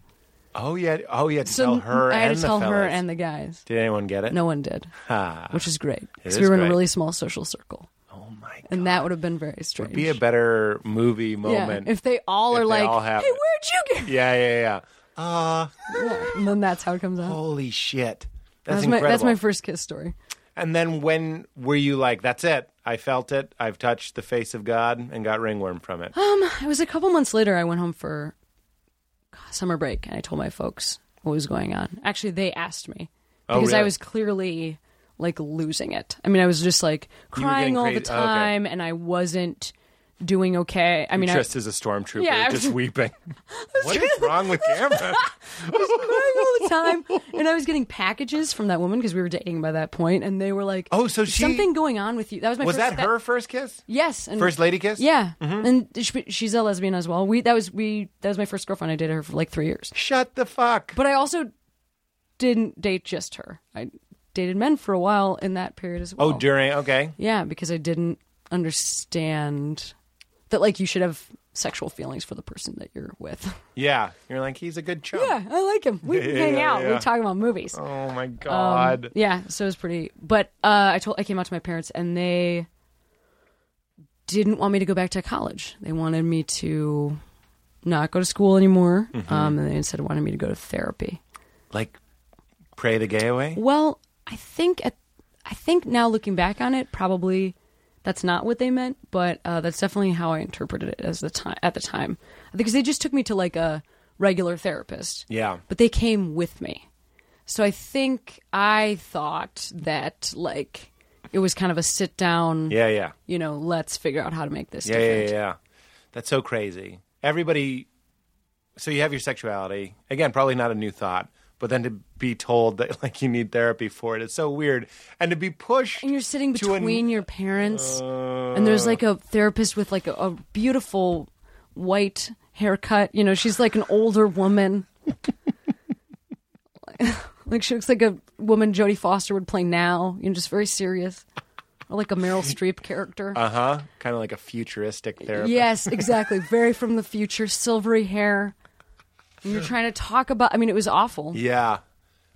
[SPEAKER 4] Oh yeah. Oh yeah. To tell her
[SPEAKER 5] I had
[SPEAKER 4] and
[SPEAKER 5] to
[SPEAKER 4] the
[SPEAKER 5] tell her
[SPEAKER 4] fellas.
[SPEAKER 5] and the guys.
[SPEAKER 4] Did anyone get it? Ah,
[SPEAKER 5] No one did,
[SPEAKER 4] Ha.
[SPEAKER 5] which is great because
[SPEAKER 4] is
[SPEAKER 5] we were in
[SPEAKER 4] great.
[SPEAKER 5] a really small social circle,
[SPEAKER 4] Oh my God.
[SPEAKER 5] and that would have been very strange.
[SPEAKER 4] Be a better movie
[SPEAKER 5] yeah,
[SPEAKER 4] moment.
[SPEAKER 5] if they all
[SPEAKER 4] if
[SPEAKER 5] are
[SPEAKER 4] they
[SPEAKER 5] like,
[SPEAKER 4] all
[SPEAKER 5] "Hey,
[SPEAKER 4] have
[SPEAKER 5] where'd
[SPEAKER 4] it."
[SPEAKER 5] you get?"
[SPEAKER 4] yeah. Yeah. Yeah. Uh,
[SPEAKER 5] Yeah, and then that's how it comes out.
[SPEAKER 4] holy shit. That's,
[SPEAKER 5] That's my
[SPEAKER 4] incredible.
[SPEAKER 5] that's my first kiss story.
[SPEAKER 4] and then when were you like, that's it? I felt it. I've touched the face of God and got ringworm from it.
[SPEAKER 5] It was a couple months later. I went home for summer break, and I told my folks what was going on. Actually, they asked me
[SPEAKER 4] Oh,
[SPEAKER 5] because I
[SPEAKER 4] really?
[SPEAKER 5] was clearly like losing it. I mean, I was just like
[SPEAKER 4] were getting
[SPEAKER 5] crying all the
[SPEAKER 4] crazy- oh, okay.
[SPEAKER 5] time, and I wasn't doing okay. I mean, I,
[SPEAKER 4] Just as a stormtrooper,
[SPEAKER 5] Yeah, I
[SPEAKER 4] just
[SPEAKER 5] was-
[SPEAKER 4] weeping. what is wrong with Cameron?
[SPEAKER 5] crying all the time. And I was getting packages from that woman because we were dating by that point, and they were like,
[SPEAKER 4] Oh, so
[SPEAKER 5] "There's
[SPEAKER 4] she-
[SPEAKER 5] something going on with you." That was my
[SPEAKER 4] Was
[SPEAKER 5] first
[SPEAKER 4] that her first kiss?
[SPEAKER 5] Yes, and
[SPEAKER 4] First lady kiss?
[SPEAKER 5] Yeah,
[SPEAKER 4] Mm-hmm.
[SPEAKER 5] and she, she's a lesbian as well. We that was we that was my first girlfriend. I dated her for like three years,
[SPEAKER 4] Shut the fuck.
[SPEAKER 5] but I also didn't date just her. I dated men for a while in that period as well.
[SPEAKER 4] Oh, during okay.
[SPEAKER 5] yeah, because I didn't understand that like you should have sexual feelings for the person that you're with.
[SPEAKER 4] Yeah, you're like he's a good chump.
[SPEAKER 5] Yeah, I like him. We hang
[SPEAKER 4] yeah,
[SPEAKER 5] out.
[SPEAKER 4] yeah.
[SPEAKER 5] We talk about movies.
[SPEAKER 4] Oh my god.
[SPEAKER 5] Yeah, so it was pretty. But uh, I told I came out to my parents, and they didn't want me to go back to college. They wanted me to not go to school anymore, um, and they instead wanted me to go to therapy.
[SPEAKER 4] like, pray the gay away.
[SPEAKER 5] Well, I think at, I think now looking back on it, probably that's not what they meant, but uh, that's definitely how I interpreted it as the time at the time because they just took me to like a regular therapist
[SPEAKER 4] Yeah.
[SPEAKER 5] but they came with me. So I think I thought that like it was kind of a sit down,
[SPEAKER 4] Yeah, yeah,
[SPEAKER 5] you know, let's figure out how to make this
[SPEAKER 4] yeah, yeah,
[SPEAKER 5] different.
[SPEAKER 4] yeah, yeah. That's so crazy. Everybody. So you have your sexuality again. Probably not a new thought, but then to be told that like you need therapy for it, it's so weird. And to be pushed.
[SPEAKER 5] And you're sitting
[SPEAKER 4] To an- Uh,
[SPEAKER 5] between your parents and there's like a therapist with like a, a beautiful white haircut, you know, she's like an older woman. like she looks like a woman Jodie Foster would play now, you know, just very serious. Or like a Meryl Streep character.
[SPEAKER 4] Uh huh. Kind of like a futuristic therapy.
[SPEAKER 5] Yes, exactly. Very from the future, silvery hair. And you're trying to talk about. I mean, it was awful.
[SPEAKER 4] Yeah.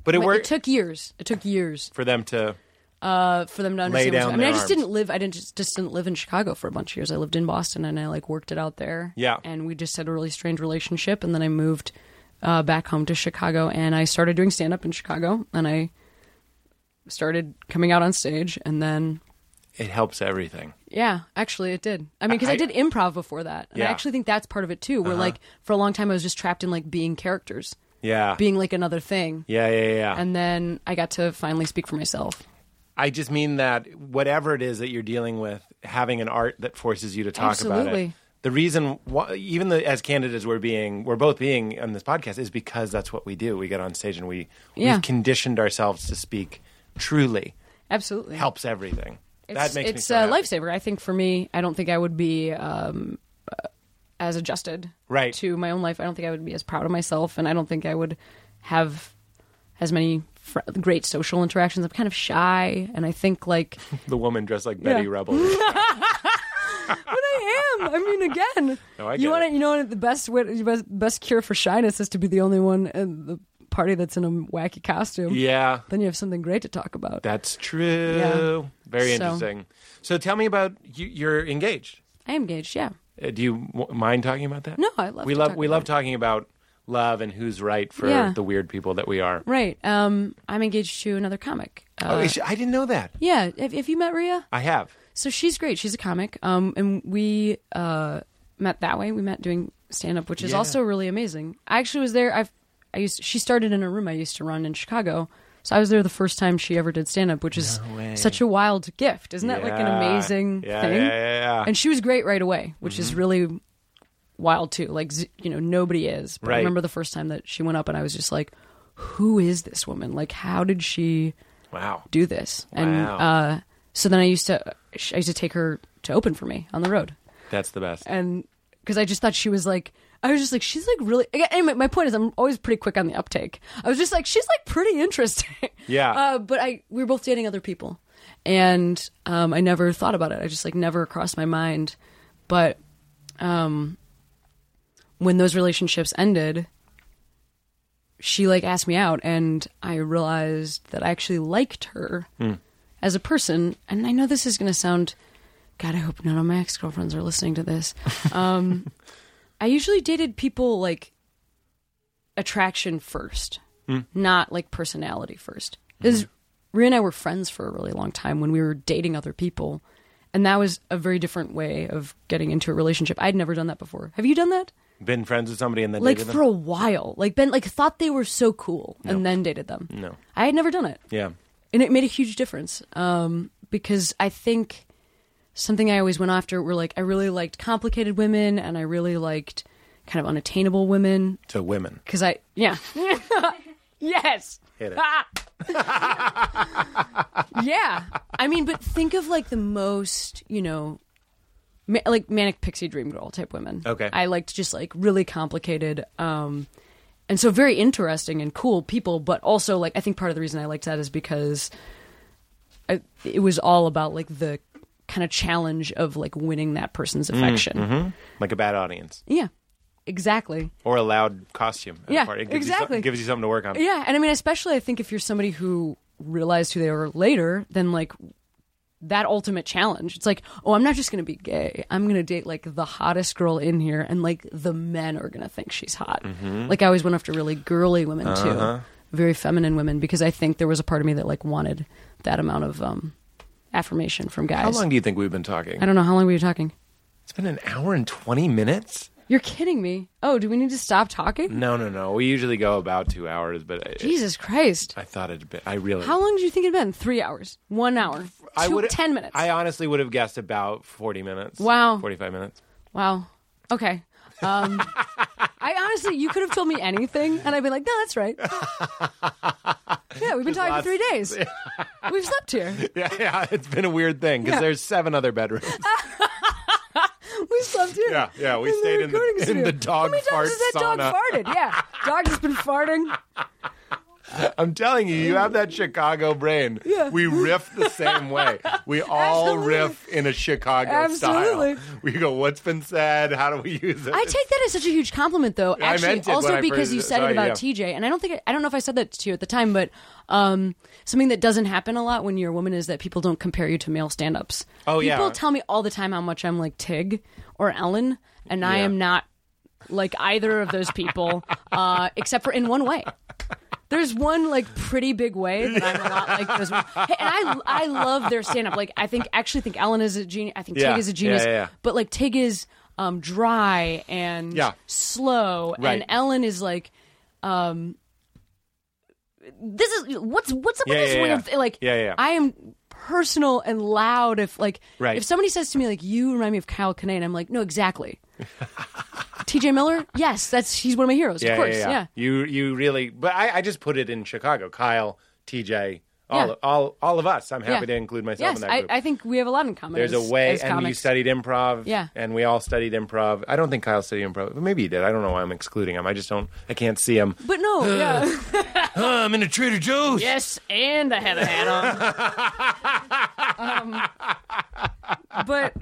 [SPEAKER 4] But it
[SPEAKER 5] But
[SPEAKER 4] worked
[SPEAKER 5] it took years. It took years
[SPEAKER 4] for them to.
[SPEAKER 5] uh, for them to understand.
[SPEAKER 4] down
[SPEAKER 5] what's- I mean,
[SPEAKER 4] their
[SPEAKER 5] I just
[SPEAKER 4] arms.
[SPEAKER 5] didn't live. I didn't just, just didn't live in Chicago for a bunch of years. I lived in Boston, and I like worked it out there.
[SPEAKER 4] Yeah.
[SPEAKER 5] and we just had a really strange relationship. And then I moved uh, back home to Chicago, and I started doing stand up in Chicago, and I started coming out on stage, and then
[SPEAKER 4] It helps everything.
[SPEAKER 5] Yeah, actually, it did. I mean, because I,
[SPEAKER 4] I-
[SPEAKER 5] did improv before that, and
[SPEAKER 4] Yeah. Uh-huh.
[SPEAKER 5] I actually think that's part of it too. Where like for a long time I was just trapped in like being characters,
[SPEAKER 4] Yeah.
[SPEAKER 5] being like another thing,
[SPEAKER 4] yeah, yeah, yeah.
[SPEAKER 5] and then I got to finally speak for myself.
[SPEAKER 4] I just mean that whatever it is that you're dealing with, having an art that forces you to talk about it.
[SPEAKER 5] Absolutely.
[SPEAKER 4] The reason, why, even the, as candid as we're being, we're both being on this podcast, is because that's what we do. We get on stage and we
[SPEAKER 5] Yeah.
[SPEAKER 4] we've conditioned ourselves to speak truly.
[SPEAKER 5] Absolutely,
[SPEAKER 4] Helps everything.
[SPEAKER 5] It's,
[SPEAKER 4] that makes me
[SPEAKER 5] it's
[SPEAKER 4] so
[SPEAKER 5] a
[SPEAKER 4] happy.
[SPEAKER 5] lifesaver. I think for me, I don't think I would be um, uh, as adjusted
[SPEAKER 4] Right.
[SPEAKER 5] to my own life. I don't think I would be as proud of myself, and I don't think I would have as many fr- great social interactions. I'm kind of shy, and I think like.
[SPEAKER 4] The woman dressed like Betty
[SPEAKER 5] Yeah.
[SPEAKER 4] Rubble.
[SPEAKER 5] but I am. I mean, again,
[SPEAKER 4] No, I get
[SPEAKER 5] you want
[SPEAKER 4] it.
[SPEAKER 5] to, you know, what the best way, the best, best cure for shyness is to be the only one in the party that's in a wacky costume.
[SPEAKER 4] yeah,
[SPEAKER 5] Then you have something great to talk about.
[SPEAKER 4] that's true. Very
[SPEAKER 5] So-
[SPEAKER 4] interesting. So tell me about you, you're engaged.
[SPEAKER 5] I am engaged. Yeah.
[SPEAKER 4] Uh, Do you w- mind talking about that?
[SPEAKER 5] No, I love
[SPEAKER 4] We
[SPEAKER 5] to
[SPEAKER 4] love
[SPEAKER 5] talk
[SPEAKER 4] we
[SPEAKER 5] about
[SPEAKER 4] love talking about love and who's right for
[SPEAKER 5] Yeah.
[SPEAKER 4] the weird people that we are.
[SPEAKER 5] Right. Um, I'm engaged to another comic.
[SPEAKER 4] Oh,
[SPEAKER 5] Uh,
[SPEAKER 4] is she- I didn't know that.
[SPEAKER 5] yeah. Have, have you met Ria?
[SPEAKER 4] I have.
[SPEAKER 5] So she's great. She's a comic. Um, and we uh met that way. We met doing stand up, which is
[SPEAKER 4] Yeah.
[SPEAKER 5] also really amazing. I actually was there. I've I used she started in a room I used to run in Chicago. So I was there the first time she ever did stand up, which is such a wild gift. Isn't that like an
[SPEAKER 4] Yeah.
[SPEAKER 5] amazing
[SPEAKER 4] Yeah,
[SPEAKER 5] thing?
[SPEAKER 4] yeah, Mm-hmm. yeah, yeah.
[SPEAKER 5] And she was great right away, which is really wild too. Like z- you know, nobody is. But
[SPEAKER 4] Right.
[SPEAKER 5] I remember the first time that she went up and I was just like, who is this woman? Like how did she
[SPEAKER 4] Wow.
[SPEAKER 5] do this. And
[SPEAKER 4] Wow.
[SPEAKER 5] uh, so then I used to I used to take her to open for me on the road,
[SPEAKER 4] That's the best.
[SPEAKER 5] and because I just thought she was like I was just like, she's like really. again, Anyway, my point is, I'm always pretty quick on the uptake. I was just like, she's like pretty interesting.
[SPEAKER 4] Yeah.
[SPEAKER 5] Uh, but I we were both dating other people, and um, I never thought about it. I just like never crossed my mind. But um, when those relationships ended, she like asked me out, and I realized that I actually liked her as a person. And I know this is going to sound. God, I hope none of my ex girlfriends are listening to this. Um, I usually dated people like attraction first, not like personality first. Because
[SPEAKER 4] Mm-hmm.
[SPEAKER 5] Rhea and I were friends for a really long time when we were dating other people. And that was a very different way of getting into a relationship. I'd never done that before. Have you done that?
[SPEAKER 4] Been friends with somebody and then
[SPEAKER 5] Like
[SPEAKER 4] dated
[SPEAKER 5] for
[SPEAKER 4] them?
[SPEAKER 5] a while. Like been like thought they were so cool
[SPEAKER 4] No.
[SPEAKER 5] and then dated them.
[SPEAKER 4] No.
[SPEAKER 5] I had never done it
[SPEAKER 4] Yeah.
[SPEAKER 5] and it made a huge difference um, because I think something I always went after were like I really liked complicated women and I really liked kind of unattainable women
[SPEAKER 4] To women.
[SPEAKER 5] because I yeah yes Ah.
[SPEAKER 4] Hit it.
[SPEAKER 5] yeah I mean but think of like the most you know ma- like manic pixie dream girl type women
[SPEAKER 4] Okay.
[SPEAKER 5] I liked just like really complicated um and so very interesting and cool people but also like I think part of the reason I liked that is because I, it was all about like the kind of challenge of like winning that person's affection
[SPEAKER 4] Like a bad audience.
[SPEAKER 5] yeah exactly
[SPEAKER 4] Or a loud costume. At
[SPEAKER 5] Yeah,
[SPEAKER 4] a party. It gives You
[SPEAKER 5] exactly.
[SPEAKER 4] some- gives you something to work on.
[SPEAKER 5] Yeah, and I mean, especially I think if you're somebody who realized who they were later, then like that ultimate challenge. It's like, oh, I'm not just gonna be gay. I'm gonna date like the hottest girl in here, and like the men are gonna think she's hot.
[SPEAKER 4] Mm-hmm.
[SPEAKER 5] Like I always went after really girly women
[SPEAKER 4] Uh-huh.
[SPEAKER 5] too, very feminine women, because I think there was a part of me that like wanted that amount of um, affirmation from guys.
[SPEAKER 4] How long do you think we've been talking?
[SPEAKER 5] I don't know how long were you talking.
[SPEAKER 4] It's been an hour and 20 minutes?
[SPEAKER 5] You're kidding me. Oh, do we need to stop talking?
[SPEAKER 4] No, no, no. We usually go about two hours, but I,
[SPEAKER 5] Jesus Christ.
[SPEAKER 4] I thought it'd been. I really.
[SPEAKER 5] How long did you think it'd been? Three hours, one hour, two,
[SPEAKER 4] I would
[SPEAKER 5] ten minutes.
[SPEAKER 4] I honestly would have guessed about 40 minutes.
[SPEAKER 5] Wow.
[SPEAKER 4] 45 minutes.
[SPEAKER 5] Wow. Okay. Um, I honestly, you could have told me anything, and I'd be like, "No, that's right." yeah, we've been talking for three days. We've slept here.
[SPEAKER 4] Yeah, yeah. It's been a weird thing because
[SPEAKER 5] Yeah.
[SPEAKER 4] there's seven other bedrooms.
[SPEAKER 5] We slept here.
[SPEAKER 4] Yeah, yeah, we stayed in the-
[SPEAKER 5] recording
[SPEAKER 4] in
[SPEAKER 5] studio.
[SPEAKER 4] the dog
[SPEAKER 5] How many
[SPEAKER 4] fart
[SPEAKER 5] times has that
[SPEAKER 4] sauna.
[SPEAKER 5] dog farted? Yeah, dog has been farting.
[SPEAKER 4] I'm telling you, you have that Chicago brain.
[SPEAKER 5] Yeah.
[SPEAKER 4] We riff the same way. We all
[SPEAKER 5] Absolutely.
[SPEAKER 4] riff in a Chicago
[SPEAKER 5] Absolutely.
[SPEAKER 4] style. We go, what's been said? How do we use it?
[SPEAKER 5] I take that as such a huge compliment, though.
[SPEAKER 4] I
[SPEAKER 5] Actually,
[SPEAKER 4] meant it when
[SPEAKER 5] also
[SPEAKER 4] I
[SPEAKER 5] because
[SPEAKER 4] phrased
[SPEAKER 5] you
[SPEAKER 4] it.
[SPEAKER 5] said
[SPEAKER 4] Sorry,
[SPEAKER 5] it about
[SPEAKER 4] yeah.
[SPEAKER 5] TJ, and I don't think I, I don't know if I said that to you at the time, but um, something that doesn't happen a lot when you're a woman is that people don't compare you to male stand-ups.
[SPEAKER 4] Oh,
[SPEAKER 5] people
[SPEAKER 4] yeah.
[SPEAKER 5] tell me all the time how much I'm like Tig or Ellen, and I
[SPEAKER 4] Yeah.
[SPEAKER 5] am not like either of those people, uh, except for in one way. There's one like pretty big way that I'm a lot like those. women. Hey, and I I love their stand up. Like I think actually think Ellen is a genius. I think
[SPEAKER 4] Yeah.
[SPEAKER 5] Tig is a genius.
[SPEAKER 4] Yeah, yeah, yeah.
[SPEAKER 5] But like Tig is um, dry and
[SPEAKER 4] Yeah.
[SPEAKER 5] slow,
[SPEAKER 4] Right.
[SPEAKER 5] and Ellen is like, um, this is what's what's up
[SPEAKER 4] Yeah,
[SPEAKER 5] with this
[SPEAKER 4] yeah,
[SPEAKER 5] weird
[SPEAKER 4] yeah.
[SPEAKER 5] thing? Like,
[SPEAKER 4] Yeah, yeah.
[SPEAKER 5] I am personal and loud. If like,
[SPEAKER 4] Right.
[SPEAKER 5] if somebody says to me like, you remind me of Kyle Kinane, I'm like, no, exactly. T.J. Miller, yes, that's he's one of my heroes.
[SPEAKER 4] yeah,
[SPEAKER 5] of course,
[SPEAKER 4] yeah, yeah. You, you really, but I, I just put it in Chicago. Kyle, TJ, all,
[SPEAKER 5] Yeah.
[SPEAKER 4] all, all of us. I'm happy
[SPEAKER 5] Yeah.
[SPEAKER 4] to include myself
[SPEAKER 5] Yes,
[SPEAKER 4] in that
[SPEAKER 5] I,
[SPEAKER 4] group.
[SPEAKER 5] I think we have a lot in common.
[SPEAKER 4] There's a
[SPEAKER 5] as-
[SPEAKER 4] way,
[SPEAKER 5] as
[SPEAKER 4] and you
[SPEAKER 5] comics.
[SPEAKER 4] studied improv.
[SPEAKER 5] Yeah.
[SPEAKER 4] And we all studied improv. I don't think Kyle studied improv. but Maybe he did. I don't know why I'm excluding him. I just don't, I can't see him.
[SPEAKER 5] But no, yeah.
[SPEAKER 4] "Huh, Ah, I'm in a Trader Joe's.
[SPEAKER 5] yes, and I had a hat on. um, but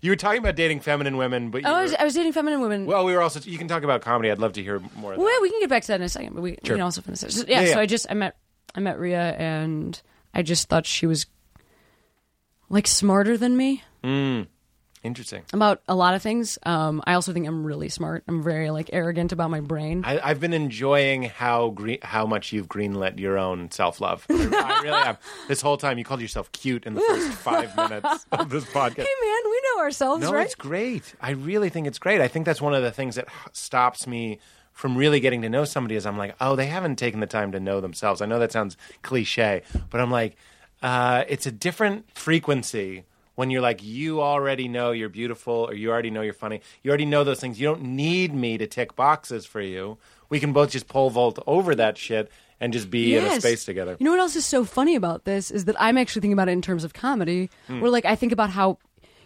[SPEAKER 4] You were talking about dating feminine women, but you
[SPEAKER 5] I
[SPEAKER 4] were-
[SPEAKER 5] was, I was dating feminine women.
[SPEAKER 4] well, we were also, you can talk about comedy. I'd love to hear more of that.
[SPEAKER 5] Well, we can get back to that in a second, but we, we
[SPEAKER 4] Sure.
[SPEAKER 5] can also finish this. So- yeah,
[SPEAKER 4] Yeah, yeah.
[SPEAKER 5] so I just I met I met Rhea and I just thought she was like smarter than me
[SPEAKER 4] Interesting.
[SPEAKER 5] about a lot of things. Um, I also think I'm really smart. I'm very like arrogant about my brain.
[SPEAKER 4] I, I've been enjoying how green, how much you've greenlit your own self love. I really have. This whole time, you called yourself cute in the first five minutes of this podcast.
[SPEAKER 5] hey man, we know ourselves,
[SPEAKER 4] No,
[SPEAKER 5] right?
[SPEAKER 4] it's great. I really think it's great. I think that's one of the things that h- stops me from really getting to know somebody is I'm like, oh, they haven't taken the time to know themselves. I know that sounds cliche, but I'm like, uh, it's a different frequency when you're like, you already know you're beautiful or you already know you're funny. You already know those things. You don't need me to tick boxes for you. We can both just pole vault over that shit and just be in a
[SPEAKER 5] Yes.
[SPEAKER 4] space together.
[SPEAKER 5] You know what
[SPEAKER 4] Hmm.
[SPEAKER 5] else is so funny about this is that I'm actually thinking about it in terms of comedy, where like I think about how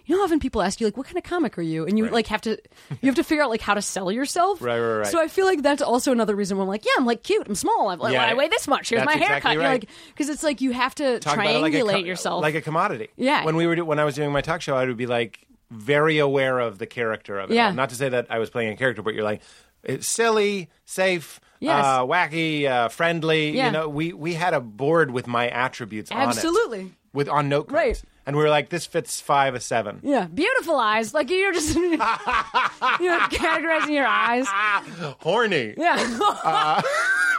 [SPEAKER 5] you know how often people ask you like what kind of comic are you and you like have to you have to figure out like how to sell yourself
[SPEAKER 4] Right, right, right.
[SPEAKER 5] so i feel like that's also another reason why i'm like yeah i'm like cute i'm small i'm like
[SPEAKER 4] Yeah,
[SPEAKER 5] well, i weigh this much here's
[SPEAKER 4] that's
[SPEAKER 5] my haircut
[SPEAKER 4] exactly
[SPEAKER 5] you're
[SPEAKER 4] right.
[SPEAKER 5] like because it's like you have to
[SPEAKER 4] talk about it
[SPEAKER 5] triangulate
[SPEAKER 4] like a co-
[SPEAKER 5] yourself
[SPEAKER 4] like a commodity.
[SPEAKER 5] Yeah.
[SPEAKER 4] When we were do- when I was doing my talk show, I would be like very aware of the character of it.
[SPEAKER 5] Yeah.
[SPEAKER 4] all. Not to say that I was playing a character, but you're like it's silly, safe,
[SPEAKER 5] Yes.
[SPEAKER 4] uh, wacky, uh, friendly.
[SPEAKER 5] Yeah.
[SPEAKER 4] You know, we we had a board with my attributes on
[SPEAKER 5] Absolutely.
[SPEAKER 4] it. With on note cards.
[SPEAKER 5] Right.
[SPEAKER 4] And we were like, this fits five a seven.
[SPEAKER 5] yeah beautiful eyes like you're just you're categorizing your eyes
[SPEAKER 4] Ah, Horny
[SPEAKER 5] yeah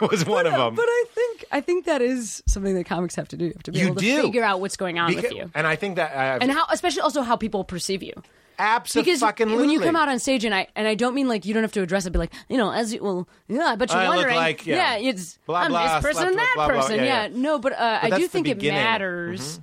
[SPEAKER 4] was one of them.
[SPEAKER 5] But uh, I think I think that is something that comics have to do. You have to be
[SPEAKER 4] You
[SPEAKER 5] able to
[SPEAKER 4] do.
[SPEAKER 5] figure out what's going on with
[SPEAKER 4] Beca-
[SPEAKER 5] you.
[SPEAKER 4] And I think that uh,
[SPEAKER 5] And how especially also how people perceive you.
[SPEAKER 4] absolutely
[SPEAKER 5] Because when you come out on stage and I and I don't mean like you don't have to address it be like, you know, as you well, yeah, I bet you're
[SPEAKER 4] I look
[SPEAKER 5] wondering.
[SPEAKER 4] like, yeah.
[SPEAKER 5] it's
[SPEAKER 4] Blah,
[SPEAKER 5] I'm
[SPEAKER 4] blah,
[SPEAKER 5] this person
[SPEAKER 4] slept
[SPEAKER 5] and
[SPEAKER 4] with
[SPEAKER 5] that
[SPEAKER 4] blah, blah.
[SPEAKER 5] person.
[SPEAKER 4] Yeah,
[SPEAKER 5] yeah,
[SPEAKER 4] yeah.
[SPEAKER 5] No, but, uh, I
[SPEAKER 4] that's
[SPEAKER 5] do
[SPEAKER 4] the
[SPEAKER 5] think it
[SPEAKER 4] beginning. Mm-hmm.
[SPEAKER 5] matters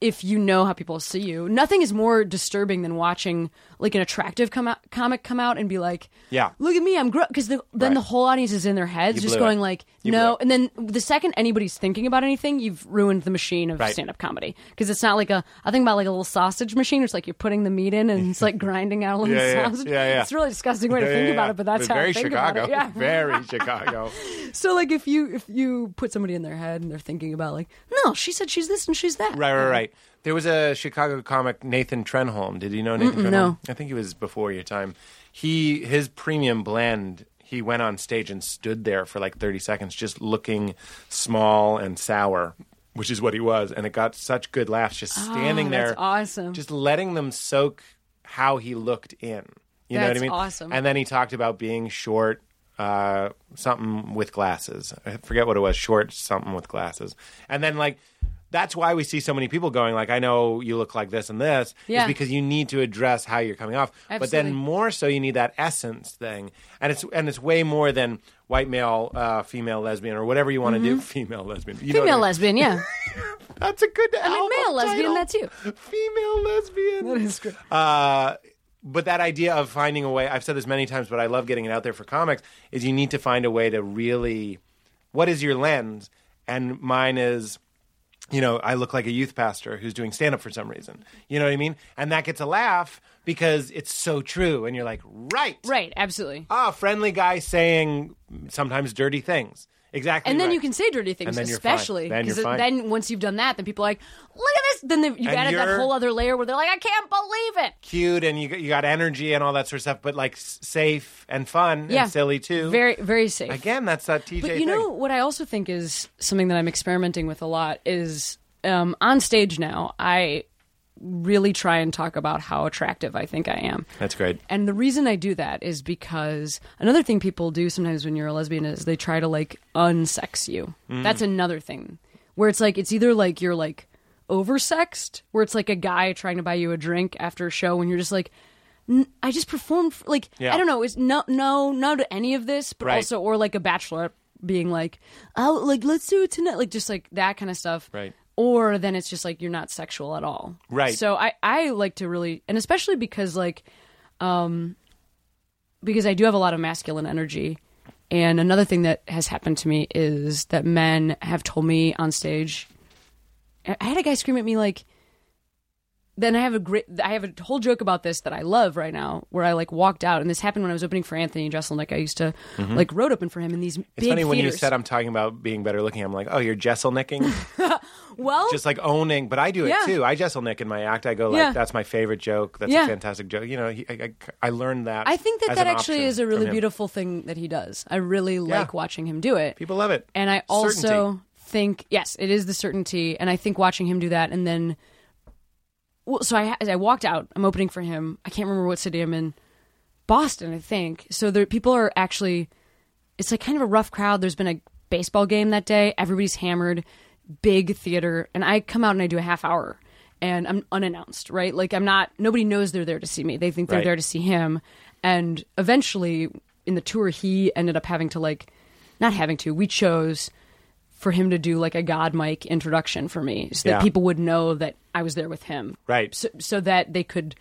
[SPEAKER 5] if you know how people see you. Nothing is more disturbing than watching like an attractive come out, comic come out and be like,
[SPEAKER 4] Yeah.
[SPEAKER 5] look at me, I'm gross." Because the, then
[SPEAKER 4] Right.
[SPEAKER 5] the whole audience is in their heads,
[SPEAKER 4] You
[SPEAKER 5] just
[SPEAKER 4] blew
[SPEAKER 5] going
[SPEAKER 4] it.
[SPEAKER 5] like,
[SPEAKER 4] You
[SPEAKER 5] "No."
[SPEAKER 4] blew it.
[SPEAKER 5] And then the second anybody's thinking about anything, you've ruined the machine of
[SPEAKER 4] Right.
[SPEAKER 5] stand-up comedy because it's not like a. I think about like a little sausage machine. It's like you're putting the meat in and it's like grinding out a little
[SPEAKER 4] Yeah, yeah,
[SPEAKER 5] sausage.
[SPEAKER 4] yeah, yeah.
[SPEAKER 5] It's a really disgusting way to think about it, but that's how
[SPEAKER 4] very
[SPEAKER 5] I think
[SPEAKER 4] Chicago.
[SPEAKER 5] about it. Yeah.
[SPEAKER 4] Very Chicago.
[SPEAKER 5] So like if you if you put somebody in their head and they're thinking about like, no, she said she's this and she's that.
[SPEAKER 4] Right, right, right. There was a Chicago comic, Nathan Trenholm. Did you know Nathan Trenholm?
[SPEAKER 5] no.
[SPEAKER 4] I think he was before your time. He his premium blend. He went on stage and stood there for like thirty seconds, just looking small and sour, which is what he was, and it got such good laughs just standing
[SPEAKER 5] Oh,
[SPEAKER 4] there.
[SPEAKER 5] that's awesome.
[SPEAKER 4] Just letting them soak how he looked in. You know what I
[SPEAKER 5] That's
[SPEAKER 4] mean?
[SPEAKER 5] awesome.
[SPEAKER 4] And then he talked about being short, uh, something with glasses. I forget what it was. Short, something with glasses. And then like. That's why we see so many people going like, "I know you look like this and this,"
[SPEAKER 5] Yeah.
[SPEAKER 4] is because you need to address how you're coming off. But then
[SPEAKER 5] Absolutely.
[SPEAKER 4] more so, you need that essence thing, and it's and it's way more than white male, uh, female lesbian, or whatever you want to do. Female lesbian, You know what
[SPEAKER 5] Mm-hmm. Female
[SPEAKER 4] I mean?
[SPEAKER 5] lesbian, yeah.
[SPEAKER 4] That's a good. I
[SPEAKER 5] mean, male lesbian, that's you.
[SPEAKER 4] Female lesbian. That is good. Uh, but that idea of finding a way, I've said this many times, but I love getting it out there for comics, is you need to find a way to really. What is your lens? And mine is, you know, I look like a youth pastor who's doing stand up for some reason. You know what I mean? And that gets a laugh because it's so true. And you're like, right.
[SPEAKER 5] right, absolutely.
[SPEAKER 4] Ah, friendly guy saying sometimes dirty things. Exactly.
[SPEAKER 5] And then
[SPEAKER 4] right.
[SPEAKER 5] you can say dirty things,
[SPEAKER 4] And then you're fine.
[SPEAKER 5] especially
[SPEAKER 4] Then you're
[SPEAKER 5] it-
[SPEAKER 4] fine.
[SPEAKER 5] then once you've done that, then people are like, look at this. Then they've- you've
[SPEAKER 4] And
[SPEAKER 5] added that
[SPEAKER 4] you're-
[SPEAKER 5] whole other layer where they're like, I can't believe it.
[SPEAKER 4] cute and you, got- you got energy and all that sort of stuff, but like s- safe and fun
[SPEAKER 5] Yeah.
[SPEAKER 4] and silly too.
[SPEAKER 5] Very, very safe.
[SPEAKER 4] Again, that's that TJ
[SPEAKER 5] But you
[SPEAKER 4] thing.
[SPEAKER 5] know what I also think is something that I'm experimenting with a lot is um, on stage now. I really try and talk about how attractive I think I am.
[SPEAKER 4] that's great.
[SPEAKER 5] And the reason I do that is because another thing people do sometimes when you're a lesbian is they try to like unsex you.
[SPEAKER 4] Mm.
[SPEAKER 5] That's another thing where it's like it's either like you're like oversexed, where it's like a guy trying to buy you a drink after a show, and you're just like, "N- I just performed. For, like
[SPEAKER 4] Yeah.
[SPEAKER 5] I don't know. It's no, no, no to any of this, but
[SPEAKER 4] Right.
[SPEAKER 5] also or like a bachelorette being like, oh, like let's do it tonight, like just like that kind of stuff.
[SPEAKER 4] Right.
[SPEAKER 5] Or then it's just like you're not sexual at all.
[SPEAKER 4] Right.
[SPEAKER 5] So I I like to really and especially because like um, because I do have a lot of masculine energy. And another thing that has happened to me is that men have told me on stage. I I had a guy scream at me like. Then I have a great. I have a whole joke about this that I love right now, where I like walked out, and this happened when I was opening for Anthony Jeselnik. I used to like road open for him in these
[SPEAKER 4] Mm-hmm. It's
[SPEAKER 5] big
[SPEAKER 4] funny when you
[SPEAKER 5] theaters.
[SPEAKER 4] said I'm talking about being better looking. I'm like, oh, you're jesselnicking,
[SPEAKER 5] well,
[SPEAKER 4] just like owning. But I do it
[SPEAKER 5] Yeah.
[SPEAKER 4] too. I jesselnick in my act. I go like,
[SPEAKER 5] Yeah.
[SPEAKER 4] that's my favorite joke. That's
[SPEAKER 5] Yeah.
[SPEAKER 4] a fantastic joke. You know, he, I, I, I learned that.
[SPEAKER 5] I think that
[SPEAKER 4] as
[SPEAKER 5] that
[SPEAKER 4] an
[SPEAKER 5] actually
[SPEAKER 4] option
[SPEAKER 5] is a
[SPEAKER 4] from
[SPEAKER 5] really
[SPEAKER 4] him.
[SPEAKER 5] beautiful thing that he does. I really like watching him do it.
[SPEAKER 4] People love it,
[SPEAKER 5] And I also
[SPEAKER 4] Certainty.
[SPEAKER 5] think yes, it is the certainty. And I think watching him do that, and then, well, so I as I walked out, I'm opening for him. I can't remember what city I'm in, Boston, I think. So there, people are actually, it's like kind of a rough crowd. There's been a baseball game that day. Everybody's hammered, big theater, and I come out and I do a half hour. And I'm unannounced, right? Like I'm not. Nobody knows they're there to see me. They think they're
[SPEAKER 4] Right.
[SPEAKER 5] there to see him. And eventually, in the tour, he ended up having to like, not having to. We chose for him to do like a God Mike introduction for me so that
[SPEAKER 4] Yeah.
[SPEAKER 5] people would know that I was there with him.
[SPEAKER 4] Right.
[SPEAKER 5] So, so that they could,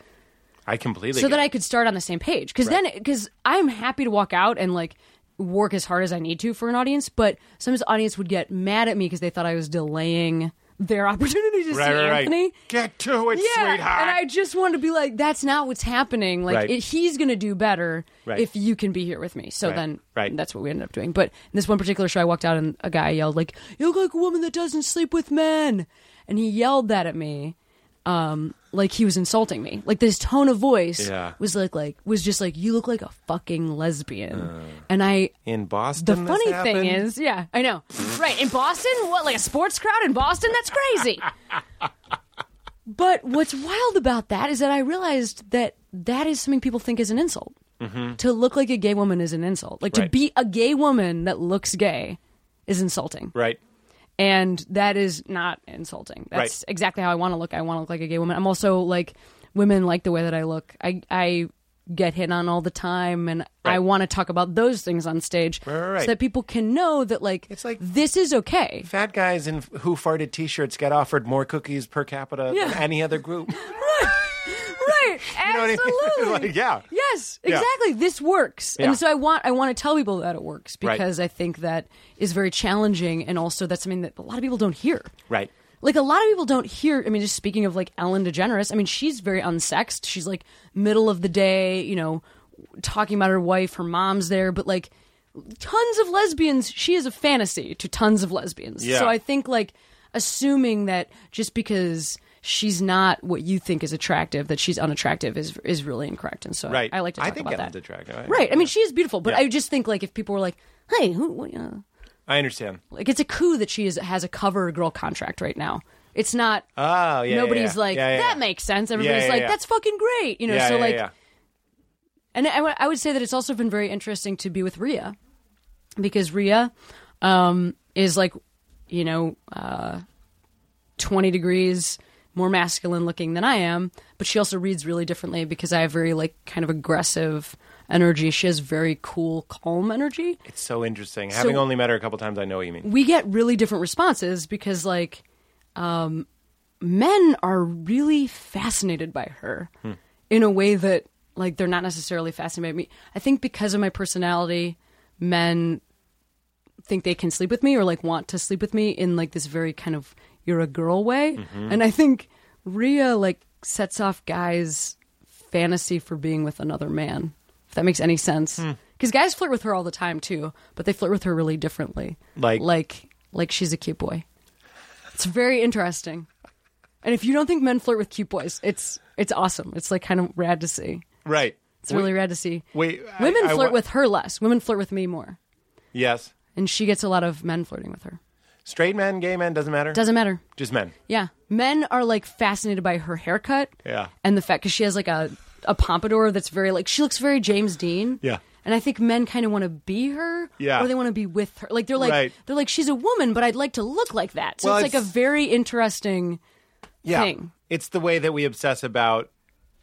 [SPEAKER 4] I completely.
[SPEAKER 5] so
[SPEAKER 4] get
[SPEAKER 5] that
[SPEAKER 4] it.
[SPEAKER 5] I could start on the same page. Cause then, cause I'm happy to walk out and like work as hard as I need to for an audience, but sometimes the audience would get mad at me because they thought I was delaying their opportunity to
[SPEAKER 4] Right,
[SPEAKER 5] see
[SPEAKER 4] right, right.
[SPEAKER 5] Anthony.
[SPEAKER 4] Get to it,
[SPEAKER 5] Yeah,
[SPEAKER 4] sweetheart.
[SPEAKER 5] and I just wanted to be like, that's not what's happening. Like,
[SPEAKER 4] Right.
[SPEAKER 5] it, he's going to do better
[SPEAKER 4] Right.
[SPEAKER 5] if you can be here with me. So
[SPEAKER 4] Right,
[SPEAKER 5] then,
[SPEAKER 4] right.
[SPEAKER 5] that's what we ended up doing. But in this one particular show, I walked out and a guy yelled like, "You look like a woman that doesn't sleep with men," and he yelled that at me, um, like he was insulting me. Like this tone of voice
[SPEAKER 4] Yeah.
[SPEAKER 5] was like, like was just like, "You look like a fucking lesbian,"
[SPEAKER 4] Uh.
[SPEAKER 5] and I
[SPEAKER 4] in
[SPEAKER 5] the
[SPEAKER 4] Boston. this
[SPEAKER 5] funny thing
[SPEAKER 4] happened?
[SPEAKER 5] is, yeah, I know. right. In Boston? What, like a sports crowd in Boston? That's crazy. but what's wild about that is that I realized that that is something people think is an insult. To look like a gay woman is an insult. Like to
[SPEAKER 4] Right.
[SPEAKER 5] be a gay woman that looks gay is insulting.
[SPEAKER 4] right.
[SPEAKER 5] And that is not insulting. That's
[SPEAKER 4] Right.
[SPEAKER 5] exactly how I want to look. I want to look like a gay woman. I'm also like women like the way that I look. I I get hit on all the time and I
[SPEAKER 4] Right.
[SPEAKER 5] want to talk about those things on stage
[SPEAKER 4] Right, right, right.
[SPEAKER 5] so that people can know that like,
[SPEAKER 4] It's like-
[SPEAKER 5] this is okay.
[SPEAKER 4] Fat guys in who farted T-shirts get offered more cookies per capita
[SPEAKER 5] Yeah.
[SPEAKER 4] than any other group.
[SPEAKER 5] right.
[SPEAKER 4] You know what I mean?
[SPEAKER 5] Absolutely.
[SPEAKER 4] Like, yeah.
[SPEAKER 5] Yes,
[SPEAKER 4] Yeah.
[SPEAKER 5] exactly. This works.
[SPEAKER 4] Yeah.
[SPEAKER 5] And so I want I want to tell people that it works
[SPEAKER 4] Right.
[SPEAKER 5] because I think that is very challenging and also that's something that a lot of people don't hear.
[SPEAKER 4] Right.
[SPEAKER 5] like a lot of people don't hear i mean just speaking of like ellen degeneres i mean she's very unsexed she's like middle of the day you know talking about her wife her mom's there but like tons of lesbians she is a fantasy to tons of lesbians
[SPEAKER 4] Yeah.
[SPEAKER 5] so i think like assuming that just because she's not what you think is attractive that she's unattractive is is really incorrect and so
[SPEAKER 4] Right.
[SPEAKER 5] i, I like to talk
[SPEAKER 4] I think
[SPEAKER 5] about
[SPEAKER 4] Ellen's
[SPEAKER 5] that
[SPEAKER 4] attractive. I-
[SPEAKER 5] right i mean she is beautiful but
[SPEAKER 4] Yeah.
[SPEAKER 5] i just think like if people were like hey who uh,
[SPEAKER 4] I understand.
[SPEAKER 5] like it's a coup that she is, has a cover girl contract right now. It's not.
[SPEAKER 4] Oh, yeah. yeah,
[SPEAKER 5] nobody's
[SPEAKER 4] yeah.
[SPEAKER 5] like
[SPEAKER 4] Yeah, yeah,
[SPEAKER 5] that
[SPEAKER 4] yeah.
[SPEAKER 5] makes sense. Everybody's
[SPEAKER 4] yeah,
[SPEAKER 5] like
[SPEAKER 4] yeah.
[SPEAKER 5] that's fucking great. You know.
[SPEAKER 4] Yeah,
[SPEAKER 5] so
[SPEAKER 4] yeah,
[SPEAKER 5] like,
[SPEAKER 4] yeah.
[SPEAKER 5] and I would- I would say that it's also been very interesting to be with Rhea because Rhea um, is like, you know, uh, twenty degrees more masculine looking than I am, but she also reads really differently because I have very like kind of aggressive energy. She has very cool, calm energy.
[SPEAKER 4] It's so interesting. Having only met her a couple times, I know what you mean.
[SPEAKER 5] we get really different responses because like um, men are really fascinated by her in a way that like they're not necessarily fascinated by me i think because of my personality men think they can sleep with me or like want to sleep with me in like this very kind of you're a girl way and i think Rhea like sets off guys fantasy for being with another man if that makes any sense because guys flirt with her all the time too but they flirt with her really differently
[SPEAKER 4] Like-
[SPEAKER 5] like like she's a cute boy it's very interesting and if you don't think men flirt with cute boys it's it's awesome it's like kind of rad to see
[SPEAKER 4] Right.
[SPEAKER 5] it's really rad to see
[SPEAKER 4] wait, I-
[SPEAKER 5] women
[SPEAKER 4] I
[SPEAKER 5] flirt
[SPEAKER 4] wa-
[SPEAKER 5] with her less women flirt with me more
[SPEAKER 4] Yes.
[SPEAKER 5] and she gets a lot of men flirting with her
[SPEAKER 4] Straight men, gay men, doesn't matter.
[SPEAKER 5] doesn't matter
[SPEAKER 4] Just men.
[SPEAKER 5] Yeah, men are like fascinated by her haircut.
[SPEAKER 4] Yeah.
[SPEAKER 5] and the fact because she has like a a pompadour that's very like she looks very James Dean.
[SPEAKER 4] Yeah.
[SPEAKER 5] and I think men kind of want to be her.
[SPEAKER 4] Yeah.
[SPEAKER 5] or they want to be with her. Like they're like
[SPEAKER 4] Right.
[SPEAKER 5] they're like she's a woman, but I'd like to look like that. So
[SPEAKER 4] Well,
[SPEAKER 5] it's like a
[SPEAKER 4] it's-
[SPEAKER 5] very interesting.
[SPEAKER 4] Yeah.
[SPEAKER 5] thing.
[SPEAKER 4] It's the way that we obsess about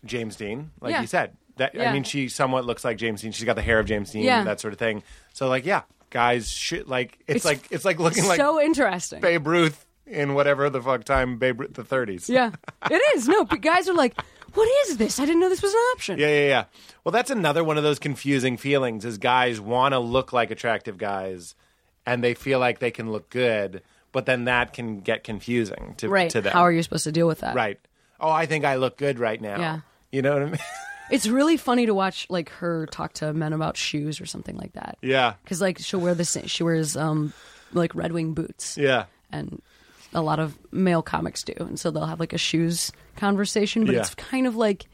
[SPEAKER 4] James Dean, like
[SPEAKER 5] Yeah.
[SPEAKER 4] you said. That
[SPEAKER 5] Yeah.
[SPEAKER 4] I mean, she somewhat looks like James Dean. She's got the hair of James Dean,
[SPEAKER 5] Yeah.
[SPEAKER 4] that sort of thing. So like, yeah, guys, should like
[SPEAKER 5] It's
[SPEAKER 4] it's, like it's like looking like
[SPEAKER 5] so interesting.
[SPEAKER 4] Babe Ruth in whatever the fuck time Babe Ruth, the 30s.
[SPEAKER 5] Yeah, it is. No, but guys are like, what is this? I didn't know this was an option.
[SPEAKER 4] Yeah, yeah, yeah. Well, that's another one of those confusing feelings is guys want to look like attractive guys and they feel like they can look good, but then that can get confusing to,
[SPEAKER 5] Right.
[SPEAKER 4] to them.
[SPEAKER 5] How are you supposed to deal with that?
[SPEAKER 4] Right. Oh, I think I look good right now.
[SPEAKER 5] Yeah.
[SPEAKER 4] You know what I mean?
[SPEAKER 5] It's really funny to watch like her talk to men about shoes or something like that.
[SPEAKER 4] yeah.
[SPEAKER 5] because like she'll wear the same, she wears um like Red Wing boots,
[SPEAKER 4] Yeah.
[SPEAKER 5] and a lot of male comics do, and so they'll have like a shoes conversation, but
[SPEAKER 4] Yeah.
[SPEAKER 5] it's kind of like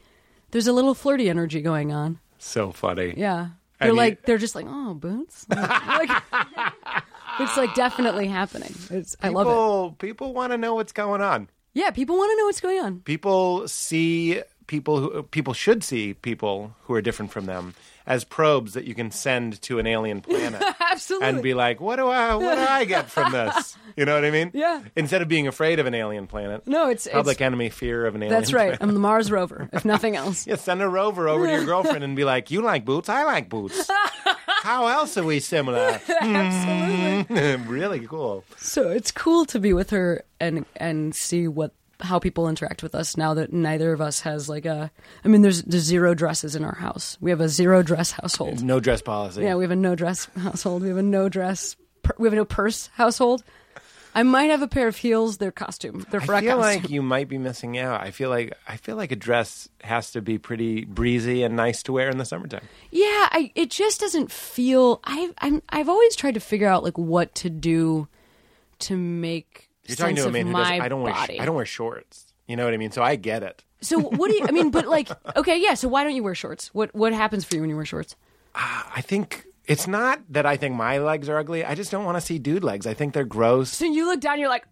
[SPEAKER 5] there's a little flirty energy going on.
[SPEAKER 4] So funny.
[SPEAKER 5] Yeah,
[SPEAKER 4] And
[SPEAKER 5] they're
[SPEAKER 4] you-
[SPEAKER 5] like they're just like oh boots, like, it's like definitely happening. It's I
[SPEAKER 4] People,
[SPEAKER 5] love it.
[SPEAKER 4] people want to know what's going on.
[SPEAKER 5] Yeah, people want to know what's going on.
[SPEAKER 4] people see people who people should see people who are different from them as probes that you can send to an alien planet
[SPEAKER 5] Absolutely.
[SPEAKER 4] and be like what do i what do i get from this you know what i mean
[SPEAKER 5] Yeah.
[SPEAKER 4] instead of being afraid of an alien planet
[SPEAKER 5] no, it's, it's
[SPEAKER 4] public enemy fear of an alien
[SPEAKER 5] that's right.
[SPEAKER 4] planet.
[SPEAKER 5] I'm the Mars rover, if nothing else.
[SPEAKER 4] yeah send a rover over to your girlfriend and be like you like boots i like boots how else are we similar Hmm.
[SPEAKER 5] Absolutely.
[SPEAKER 4] really cool
[SPEAKER 5] So it's cool to be with her and and see what how people interact with us now that neither of us has like a I mean there's there's zero dresses in our house. We have a zero dress household.
[SPEAKER 4] no dress policy
[SPEAKER 5] Yeah, we have a no dress household. We have a no dress pur- we have a no purse household. I might have a pair of heels. They're costume. They're
[SPEAKER 4] I
[SPEAKER 5] frat
[SPEAKER 4] feel
[SPEAKER 5] costume.
[SPEAKER 4] like you might be missing out. I feel like I feel like a dress has to be pretty breezy and nice to wear in the summertime.
[SPEAKER 5] Yeah, I, it just doesn't feel. I, I'm, I've always tried to figure out like what to do to make
[SPEAKER 4] You're
[SPEAKER 5] sense
[SPEAKER 4] talking to a
[SPEAKER 5] of
[SPEAKER 4] man who
[SPEAKER 5] my
[SPEAKER 4] doesn't. I don't wear. sh-
[SPEAKER 5] body.
[SPEAKER 4] I don't wear shorts. You know what I mean? So I get it.
[SPEAKER 5] So what do you? I mean, but like, okay, yeah. So why don't you wear shorts? What what happens for you when you wear shorts?
[SPEAKER 4] I think it's not that I think my legs are ugly. I just don't want to see dude legs. I think they're gross.
[SPEAKER 5] So you look down, you're like,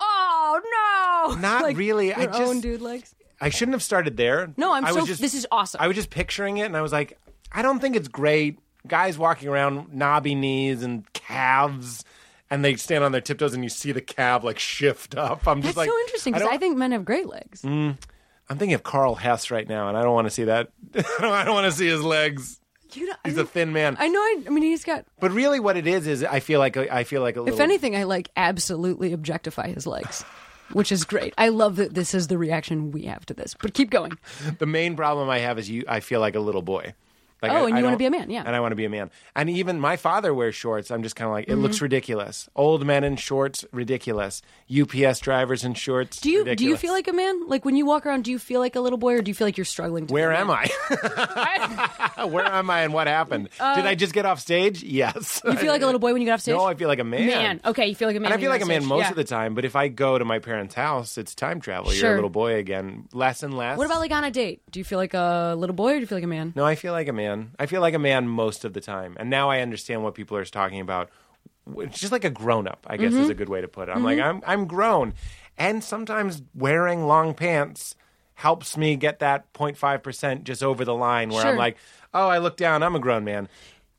[SPEAKER 5] oh no,
[SPEAKER 4] Not
[SPEAKER 5] Like,
[SPEAKER 4] really.
[SPEAKER 5] Your
[SPEAKER 4] I just-
[SPEAKER 5] own dude legs.
[SPEAKER 4] I shouldn't have started there.
[SPEAKER 5] No, I'm
[SPEAKER 4] I
[SPEAKER 5] so- this is awesome.
[SPEAKER 4] I was just picturing it, and I was like, I don't think it's great. Guys walking around knobby knees and calves. And they stand on their tiptoes, and you see the calf like shift up. I'm
[SPEAKER 5] That's
[SPEAKER 4] just like
[SPEAKER 5] so interesting because
[SPEAKER 4] don't- Mm.
[SPEAKER 5] I, think men have great legs.
[SPEAKER 4] I'm thinking of Carl Hess right now, and I don't want to see that. I don't, I don't want to see his legs.
[SPEAKER 5] You know, I,
[SPEAKER 4] He's a
[SPEAKER 5] mean-
[SPEAKER 4] thin man.
[SPEAKER 5] I know. I, I mean, he's got.
[SPEAKER 4] but really, what it is is I feel like a, I feel like a little.
[SPEAKER 5] If anything, I like absolutely objectify his legs, which is great. I love that this is the reaction we have to this. But keep going.
[SPEAKER 4] the main problem I have is you. I feel like a little boy. Like,
[SPEAKER 5] Oh,
[SPEAKER 4] I-
[SPEAKER 5] and you
[SPEAKER 4] I
[SPEAKER 5] wanna
[SPEAKER 4] don't-
[SPEAKER 5] be a man, yeah.
[SPEAKER 4] And I want to be a man. And even my father wears shorts. I'm just kind of like,
[SPEAKER 5] Mm-hmm.
[SPEAKER 4] it looks ridiculous. Old men in shorts, ridiculous. UPS drivers in shorts.
[SPEAKER 5] Do you do you
[SPEAKER 4] ridiculous.
[SPEAKER 5] feel like a man? Like when you walk around, do you feel like a little boy, or do you feel like you're struggling? To
[SPEAKER 4] Where
[SPEAKER 5] be a
[SPEAKER 4] am
[SPEAKER 5] man?
[SPEAKER 4] I? Where am I? And what happened? Did I just get off stage? Yes.
[SPEAKER 5] Uh, You feel like a little boy when you get off stage.
[SPEAKER 4] No, I feel like a man.
[SPEAKER 5] Man, okay, you feel like a man.
[SPEAKER 4] And I
[SPEAKER 5] when
[SPEAKER 4] feel
[SPEAKER 5] you
[SPEAKER 4] like
[SPEAKER 5] get off
[SPEAKER 4] a man
[SPEAKER 5] stage.
[SPEAKER 4] most
[SPEAKER 5] Yeah.
[SPEAKER 4] of the time, but if I go to my parents' house, it's time travel. You're
[SPEAKER 5] Sure.
[SPEAKER 4] a little boy again, less and less.
[SPEAKER 5] What about like on a date? Do you feel like a little boy or do you feel like a man?
[SPEAKER 4] No, I feel like a man. I feel like a man most of the time, and now I understand what people are talking about. It's just like a grown up, I guess,
[SPEAKER 5] Mm-hmm.
[SPEAKER 4] is a good way to put it. I'm like, I'm I'm grown, and sometimes wearing long pants helps me get that 0.5 percent just over the line where
[SPEAKER 5] Sure.
[SPEAKER 4] I'm like, oh, I look down, I'm a grown man.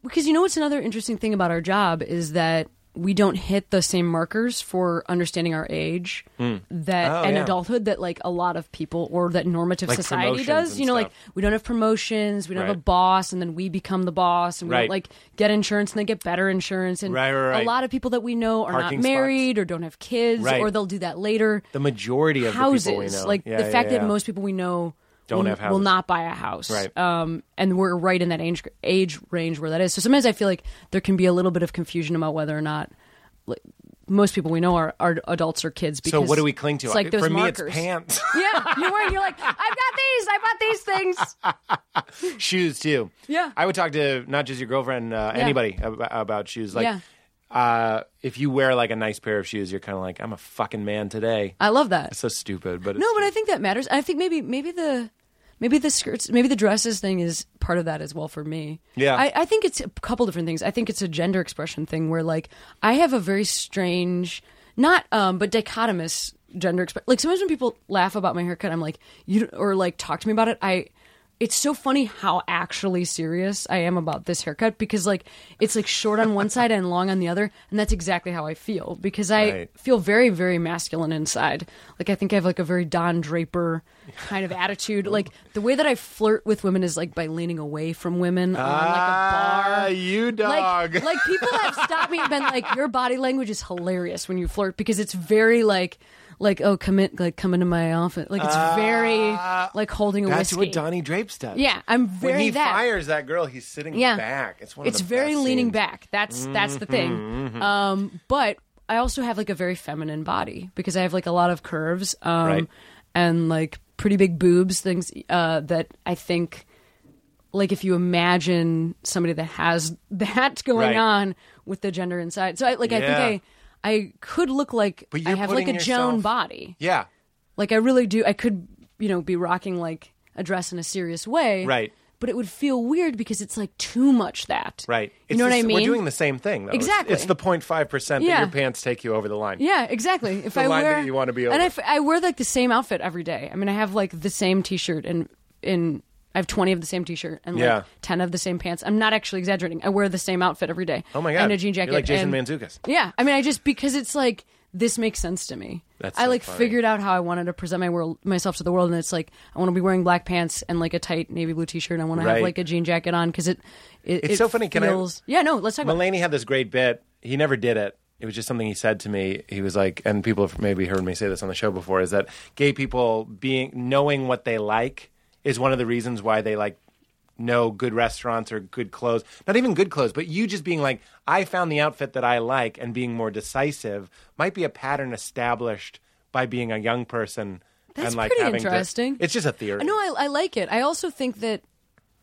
[SPEAKER 5] Because you know what's another interesting thing about our job is that we don't hit the same markers for understanding our age that
[SPEAKER 4] Oh,
[SPEAKER 5] and
[SPEAKER 4] yeah.
[SPEAKER 5] adulthood that like a lot of people or that normative
[SPEAKER 4] Like
[SPEAKER 5] society
[SPEAKER 4] promotions
[SPEAKER 5] does.
[SPEAKER 4] and
[SPEAKER 5] You know,
[SPEAKER 4] stuff.
[SPEAKER 5] like we don't have promotions, we don't have a
[SPEAKER 4] Right.
[SPEAKER 5] boss, and then we become the boss, and we
[SPEAKER 4] Right.
[SPEAKER 5] don't like get insurance and then get better insurance. And
[SPEAKER 4] Right, right,
[SPEAKER 5] a
[SPEAKER 4] right.
[SPEAKER 5] lot of people that we know are
[SPEAKER 4] Parking
[SPEAKER 5] not
[SPEAKER 4] spots.
[SPEAKER 5] married or don't have kids
[SPEAKER 4] Right.
[SPEAKER 5] or they'll do that later.
[SPEAKER 4] The majority of the people we
[SPEAKER 5] houses.
[SPEAKER 4] know,
[SPEAKER 5] Like
[SPEAKER 4] Yeah,
[SPEAKER 5] the
[SPEAKER 4] yeah,
[SPEAKER 5] fact that
[SPEAKER 4] yeah.
[SPEAKER 5] most people we know
[SPEAKER 4] Don't
[SPEAKER 5] will,
[SPEAKER 4] have houses.
[SPEAKER 5] will not buy a house.
[SPEAKER 4] Right.
[SPEAKER 5] Um, and we're right in that age, age range where that is. So sometimes I feel like there can be a little bit of confusion about whether or not like, most people we know are, are adults or kids. Because
[SPEAKER 4] So what do we cling to?
[SPEAKER 5] It's like those
[SPEAKER 4] For
[SPEAKER 5] markers.
[SPEAKER 4] me, it's pants,
[SPEAKER 5] yeah, you're wearing. You're like, I've got these. I bought these things.
[SPEAKER 4] shoes too.
[SPEAKER 5] Yeah.
[SPEAKER 4] I would talk to not just your girlfriend, uh, anybody ab- about shoes. Like,
[SPEAKER 5] Yeah.
[SPEAKER 4] uh, if you wear like a nice pair of shoes, you're kind of like, I'm a fucking man today.
[SPEAKER 5] I love that.
[SPEAKER 4] It's so stupid, but it's
[SPEAKER 5] Uh, No, but I think that matters. I think maybe maybe the maybe the skirts, maybe the dresses thing is part of that as well for me.
[SPEAKER 4] Yeah.
[SPEAKER 5] I, I think it's a couple different things. I think it's a gender expression thing where like I have a very strange, not um, but dichotomous gender expression. Like sometimes when people laugh about my haircut, I'm like you or like talk to me about it. I. It's so funny how actually serious I am about this haircut because like it's like short on one side and long on the other and that's exactly how I feel because I
[SPEAKER 4] Right.
[SPEAKER 5] feel very very masculine inside like i think i have like a very don draper kind of attitude like the way that i flirt with women is like by leaning away from women on
[SPEAKER 4] Ah,
[SPEAKER 5] like a bar
[SPEAKER 4] you dog.
[SPEAKER 5] like, like people have stopped me and been like your body language is hilarious when you flirt because it's very like like oh come in like come into my office like it's very like holding a
[SPEAKER 4] Ah. That's
[SPEAKER 5] whiskey
[SPEAKER 4] what Donnie Drapes does.
[SPEAKER 5] yeah i'm very
[SPEAKER 4] when he
[SPEAKER 5] that
[SPEAKER 4] fires that girl, he's sitting back. It's one. Of the
[SPEAKER 5] very
[SPEAKER 4] best
[SPEAKER 5] leaning
[SPEAKER 4] scenes. Mm-hmm,
[SPEAKER 5] back. That's that's the thing. Um, but I also have like a very feminine body because I have like a lot of curves um,
[SPEAKER 4] Right.
[SPEAKER 5] and like pretty big boobs. Things uh, that I think, like if you imagine somebody that has that going
[SPEAKER 4] Right.
[SPEAKER 5] on with the gender inside, so I like I
[SPEAKER 4] Yeah.
[SPEAKER 5] think I I could look like
[SPEAKER 4] But
[SPEAKER 5] I
[SPEAKER 4] you're
[SPEAKER 5] have like a
[SPEAKER 4] putting
[SPEAKER 5] Joan
[SPEAKER 4] yourself-
[SPEAKER 5] body.
[SPEAKER 4] Yeah,
[SPEAKER 5] Like I really do. I could, you know, be rocking like a dress in a serious way,
[SPEAKER 4] Right.
[SPEAKER 5] But it would feel weird because it's like too much that,
[SPEAKER 4] right.
[SPEAKER 5] You
[SPEAKER 4] It's
[SPEAKER 5] know
[SPEAKER 4] the
[SPEAKER 5] what I
[SPEAKER 4] s-
[SPEAKER 5] mean?
[SPEAKER 4] We're doing the same thing. Though. It's-
[SPEAKER 5] Exactly.
[SPEAKER 4] It's, the 0.5 percent that
[SPEAKER 5] Yeah.
[SPEAKER 4] your pants take you over the line.
[SPEAKER 5] yeah, exactly. If
[SPEAKER 4] The
[SPEAKER 5] I
[SPEAKER 4] line
[SPEAKER 5] wear
[SPEAKER 4] that you wanna be
[SPEAKER 5] and
[SPEAKER 4] over.
[SPEAKER 5] if I wear like the same outfit every day. I mean, I have like the same T-shirt and in I have twenty of the same T-shirt and like
[SPEAKER 4] Yeah.
[SPEAKER 5] ten of the same pants. I'm not actually exaggerating. I wear the same outfit every day.
[SPEAKER 4] Oh my god.
[SPEAKER 5] and a jean jacket.
[SPEAKER 4] You're like Jason
[SPEAKER 5] and-
[SPEAKER 4] Mantzoukas.
[SPEAKER 5] Yeah, I mean, I just because it's like this makes sense to me.
[SPEAKER 4] That's
[SPEAKER 5] I
[SPEAKER 4] so
[SPEAKER 5] like
[SPEAKER 4] funny.
[SPEAKER 5] figured out how I wanted to present my world myself to the world, and it's like I want to be wearing black pants and like a tight navy blue T-shirt. and I want to
[SPEAKER 4] Right.
[SPEAKER 5] have like a jean jacket on because it, it.
[SPEAKER 4] It's
[SPEAKER 5] it
[SPEAKER 4] so funny. Can I-
[SPEAKER 5] feels- Yeah, no. Let's talk about.
[SPEAKER 4] Mulaney had this great bit. He never did it. It was just something he said to me. He was like, and people have maybe heard me say this on the show before, is that gay people being knowing what they like is one of the reasons why they like no good restaurants or good clothes. Not even good clothes, but you just being like, I found the outfit that I like and being more decisive might be a pattern established by being a young person
[SPEAKER 5] That's
[SPEAKER 4] and like
[SPEAKER 5] pretty
[SPEAKER 4] having to-
[SPEAKER 5] interesting.
[SPEAKER 4] it's just a theory.
[SPEAKER 5] No, I, I like it. I also think that,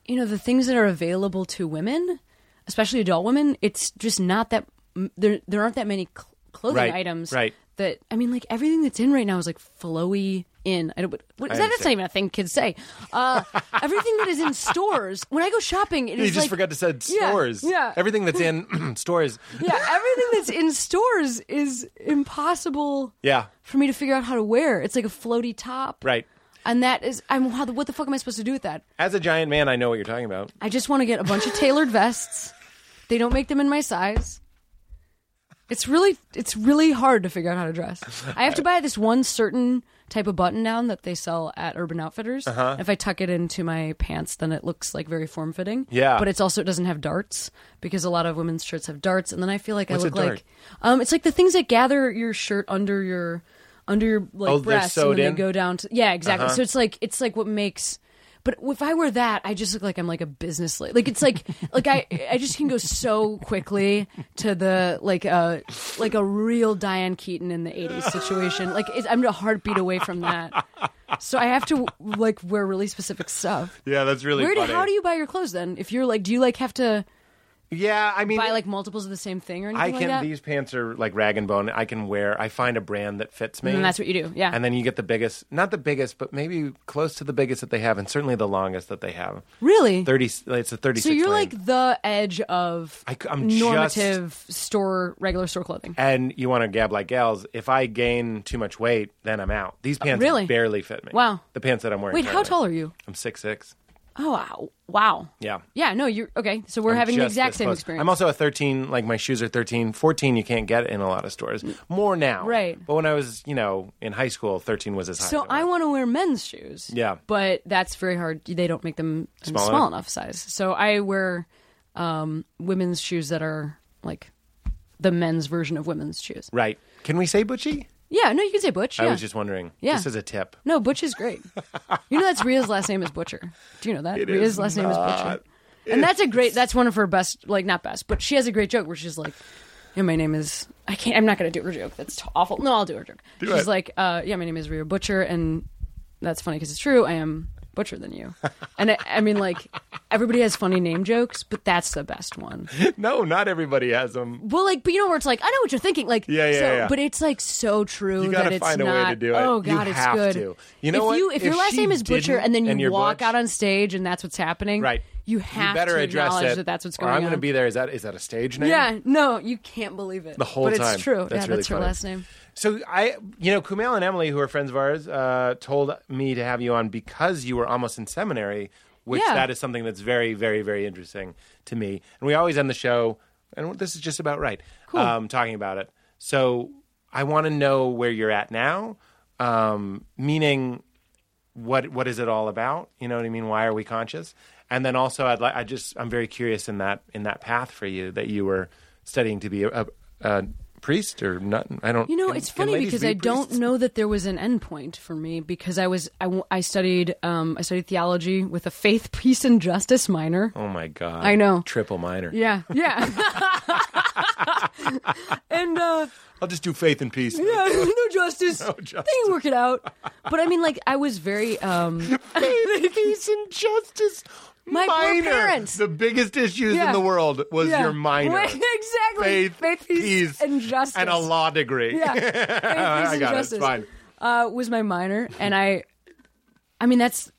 [SPEAKER 5] you know, the things that are available to women, especially adult women, it's just not that m- there. There aren't that many cl- clothing
[SPEAKER 4] Right,
[SPEAKER 5] items.
[SPEAKER 4] right.
[SPEAKER 5] That I mean, like everything that's in right now is like flowy in. I don't. What, what, is that, that's not even a thing kids say. Uh, everything that is in stores. When I go shopping, it is
[SPEAKER 4] you just
[SPEAKER 5] like-
[SPEAKER 4] forgot to say
[SPEAKER 5] Yeah,
[SPEAKER 4] stores.
[SPEAKER 5] yeah.
[SPEAKER 4] Everything that's in stores.
[SPEAKER 5] Yeah, everything that's in stores is impossible.
[SPEAKER 4] Yeah.
[SPEAKER 5] For me to figure out how to wear, it's like a floaty top.
[SPEAKER 4] Right.
[SPEAKER 5] And that is, I'm how, the- what the fuck am I supposed to do with that?
[SPEAKER 4] As a giant man, I know what you're talking about.
[SPEAKER 5] I just want to get a bunch of tailored vests. They don't make them in my size. It's really it's really hard to figure out how to dress. I have to buy this one certain type of button down that they sell at Urban Outfitters.
[SPEAKER 4] Uh-huh.
[SPEAKER 5] If I tuck it into my pants, then it looks like very form fitting.
[SPEAKER 4] Yeah.
[SPEAKER 5] but it's also it doesn't have darts because a lot of women's shirts have darts, and then I feel like
[SPEAKER 4] What's
[SPEAKER 5] I
[SPEAKER 4] a
[SPEAKER 5] look
[SPEAKER 4] dart?
[SPEAKER 5] like um, it's like the things that gather your shirt under your under your like
[SPEAKER 4] Oh, they're
[SPEAKER 5] breasts,
[SPEAKER 4] sewed
[SPEAKER 5] and then
[SPEAKER 4] in? Uh-huh.
[SPEAKER 5] they go down to yeah exactly. So it's like it's like what makes but if I wear that, I just look like I'm like a business lady. Like it's like like I I just can go so quickly to the like a like a real Diane Keaton in the '80s situation. Like it's, I'm a heartbeat away from that. So I have to like wear really specific stuff.
[SPEAKER 4] Yeah, that's really
[SPEAKER 5] Where do how do you buy your clothes then? If you're like, do you like have to
[SPEAKER 4] Yeah, I mean,
[SPEAKER 5] buy like multiples of the same thing or anything
[SPEAKER 4] I
[SPEAKER 5] like
[SPEAKER 4] can.
[SPEAKER 5] that?
[SPEAKER 4] these pants are like rag and bone. I can wear. I find a brand that fits me,
[SPEAKER 5] And Mm, that's what you do, yeah.
[SPEAKER 4] And then you get the biggest, not the biggest, but maybe close to the biggest that they have, and certainly the longest that they have.
[SPEAKER 5] really?
[SPEAKER 4] Thirty. It's a
[SPEAKER 5] so
[SPEAKER 4] thirty-six.
[SPEAKER 5] you're
[SPEAKER 4] lane.
[SPEAKER 5] like the edge of
[SPEAKER 4] I c- I'm just-
[SPEAKER 5] normative store regular store clothing.
[SPEAKER 4] and you want to gab like gals. If I gain too much weight, then I'm out. These pants
[SPEAKER 5] Uh, Really?
[SPEAKER 4] barely fit me.
[SPEAKER 5] Wow.
[SPEAKER 4] The pants that I'm wearing.
[SPEAKER 5] Wait, how
[SPEAKER 4] currently.
[SPEAKER 5] tall are you?
[SPEAKER 4] I'm six six.
[SPEAKER 5] Oh wow! Wow.
[SPEAKER 4] Yeah.
[SPEAKER 5] Yeah. No, you're okay. So we're having the exact same experience.
[SPEAKER 4] I'm also a 13, like my shoes are 13. 14, you can't get in a lot of stores. More now.
[SPEAKER 5] Right.
[SPEAKER 4] But when I was, you know, in high school, 13 was as high
[SPEAKER 5] so
[SPEAKER 4] as it
[SPEAKER 5] I
[SPEAKER 4] was.
[SPEAKER 5] want to wear men's shoes.
[SPEAKER 4] Yeah.
[SPEAKER 5] But that's very hard. They don't make them in
[SPEAKER 4] Small
[SPEAKER 5] small,
[SPEAKER 4] enough?
[SPEAKER 5] enough. size. So I wear um, women's shoes that are like the men's version of women's shoes.
[SPEAKER 4] Right. Can we say Butchie?
[SPEAKER 5] Yeah. No, you can say Butch.
[SPEAKER 4] I
[SPEAKER 5] yeah.
[SPEAKER 4] was just wondering.
[SPEAKER 5] Yeah.
[SPEAKER 4] This is a tip.
[SPEAKER 5] No, Butch is great. you know that's Ria's last name is Butcher. Do you know that?
[SPEAKER 4] It
[SPEAKER 5] Ria's
[SPEAKER 4] is
[SPEAKER 5] last name is
[SPEAKER 4] not.
[SPEAKER 5] Butcher. And that's a great that's one of her best like not best, but she has a great joke where she's like, Yeah, my name is I can't I'm not gonna do her joke. That's t- awful. No, I'll do her joke. she's
[SPEAKER 4] it.
[SPEAKER 5] like, uh, yeah, my name is Ria Butcher and that's funny because it's true, I am butcher than you. And I, I mean like everybody has funny name jokes, but that's the best one.
[SPEAKER 4] No, not everybody has them.
[SPEAKER 5] Well, like, but you know where it's like, I know what you're thinking, like,
[SPEAKER 4] Yeah, yeah,
[SPEAKER 5] so,
[SPEAKER 4] yeah.
[SPEAKER 5] But it's like so true
[SPEAKER 4] You gotta
[SPEAKER 5] that it's
[SPEAKER 4] find a way
[SPEAKER 5] not.
[SPEAKER 4] to do it.
[SPEAKER 5] Oh
[SPEAKER 4] You
[SPEAKER 5] God, it's
[SPEAKER 4] have
[SPEAKER 5] good.
[SPEAKER 4] to. You know
[SPEAKER 5] if
[SPEAKER 4] what?
[SPEAKER 5] You, if, your
[SPEAKER 4] If
[SPEAKER 5] last
[SPEAKER 4] she
[SPEAKER 5] name is Butcher
[SPEAKER 4] didn't
[SPEAKER 5] and then you
[SPEAKER 4] and you're
[SPEAKER 5] walk
[SPEAKER 4] Butch-
[SPEAKER 5] out on stage and that's what's happening,
[SPEAKER 4] Right.
[SPEAKER 5] You have
[SPEAKER 4] you better
[SPEAKER 5] to
[SPEAKER 4] address
[SPEAKER 5] acknowledge
[SPEAKER 4] it,
[SPEAKER 5] that that's what's
[SPEAKER 4] or
[SPEAKER 5] going on.
[SPEAKER 4] I'm gonna be there. Is that is that a stage name?
[SPEAKER 5] Yeah, no, you can't believe it.
[SPEAKER 4] The whole
[SPEAKER 5] but
[SPEAKER 4] time.
[SPEAKER 5] it's true.
[SPEAKER 4] That's
[SPEAKER 5] yeah,
[SPEAKER 4] really
[SPEAKER 5] that's her
[SPEAKER 4] funny.
[SPEAKER 5] last name.
[SPEAKER 4] So I, you know, Kumail and Emily, who are friends of ours, uh, told me to have you on because you were almost in seminary, which
[SPEAKER 5] Yeah.
[SPEAKER 4] that is something that's very, very, very interesting to me. And we always end the show, and this is just about right.
[SPEAKER 5] Cool.
[SPEAKER 4] Um, talking about it. So I want to know where you're at now. Um, meaning, what what is it all about? You know what I mean? Why are we conscious? And then also, I'd like I just I'm very curious in that in that path for you that you were studying to be a, a, a priest or not. I don't.
[SPEAKER 5] You know,
[SPEAKER 4] can-
[SPEAKER 5] it's
[SPEAKER 4] can
[SPEAKER 5] funny
[SPEAKER 4] ladies
[SPEAKER 5] because
[SPEAKER 4] be
[SPEAKER 5] I don't
[SPEAKER 4] priests?
[SPEAKER 5] know that there was an end point for me because I was I, w- I studied um, I studied theology with a faith, peace, and justice minor.
[SPEAKER 4] Oh my god!
[SPEAKER 5] I know.
[SPEAKER 4] Triple minor.
[SPEAKER 5] Yeah, yeah. and uh,
[SPEAKER 4] I'll just do faith and peace.
[SPEAKER 5] yeah, no justice.
[SPEAKER 4] justice.
[SPEAKER 5] They work it out. But I mean, like, I was very. um
[SPEAKER 4] Faith, peace, and justice.
[SPEAKER 5] My poor
[SPEAKER 4] minor.
[SPEAKER 5] parents.
[SPEAKER 4] The biggest issues
[SPEAKER 5] Yeah.
[SPEAKER 4] in the world was
[SPEAKER 5] yeah.
[SPEAKER 4] your minor.
[SPEAKER 5] Right, exactly.
[SPEAKER 4] Faith,
[SPEAKER 5] peace, and justice.
[SPEAKER 4] and a law degree.
[SPEAKER 5] Yeah. Faith, peace,
[SPEAKER 4] I
[SPEAKER 5] and
[SPEAKER 4] got it. It's
[SPEAKER 5] justice.
[SPEAKER 4] fine.
[SPEAKER 5] Uh, was my minor, and I. I mean, that's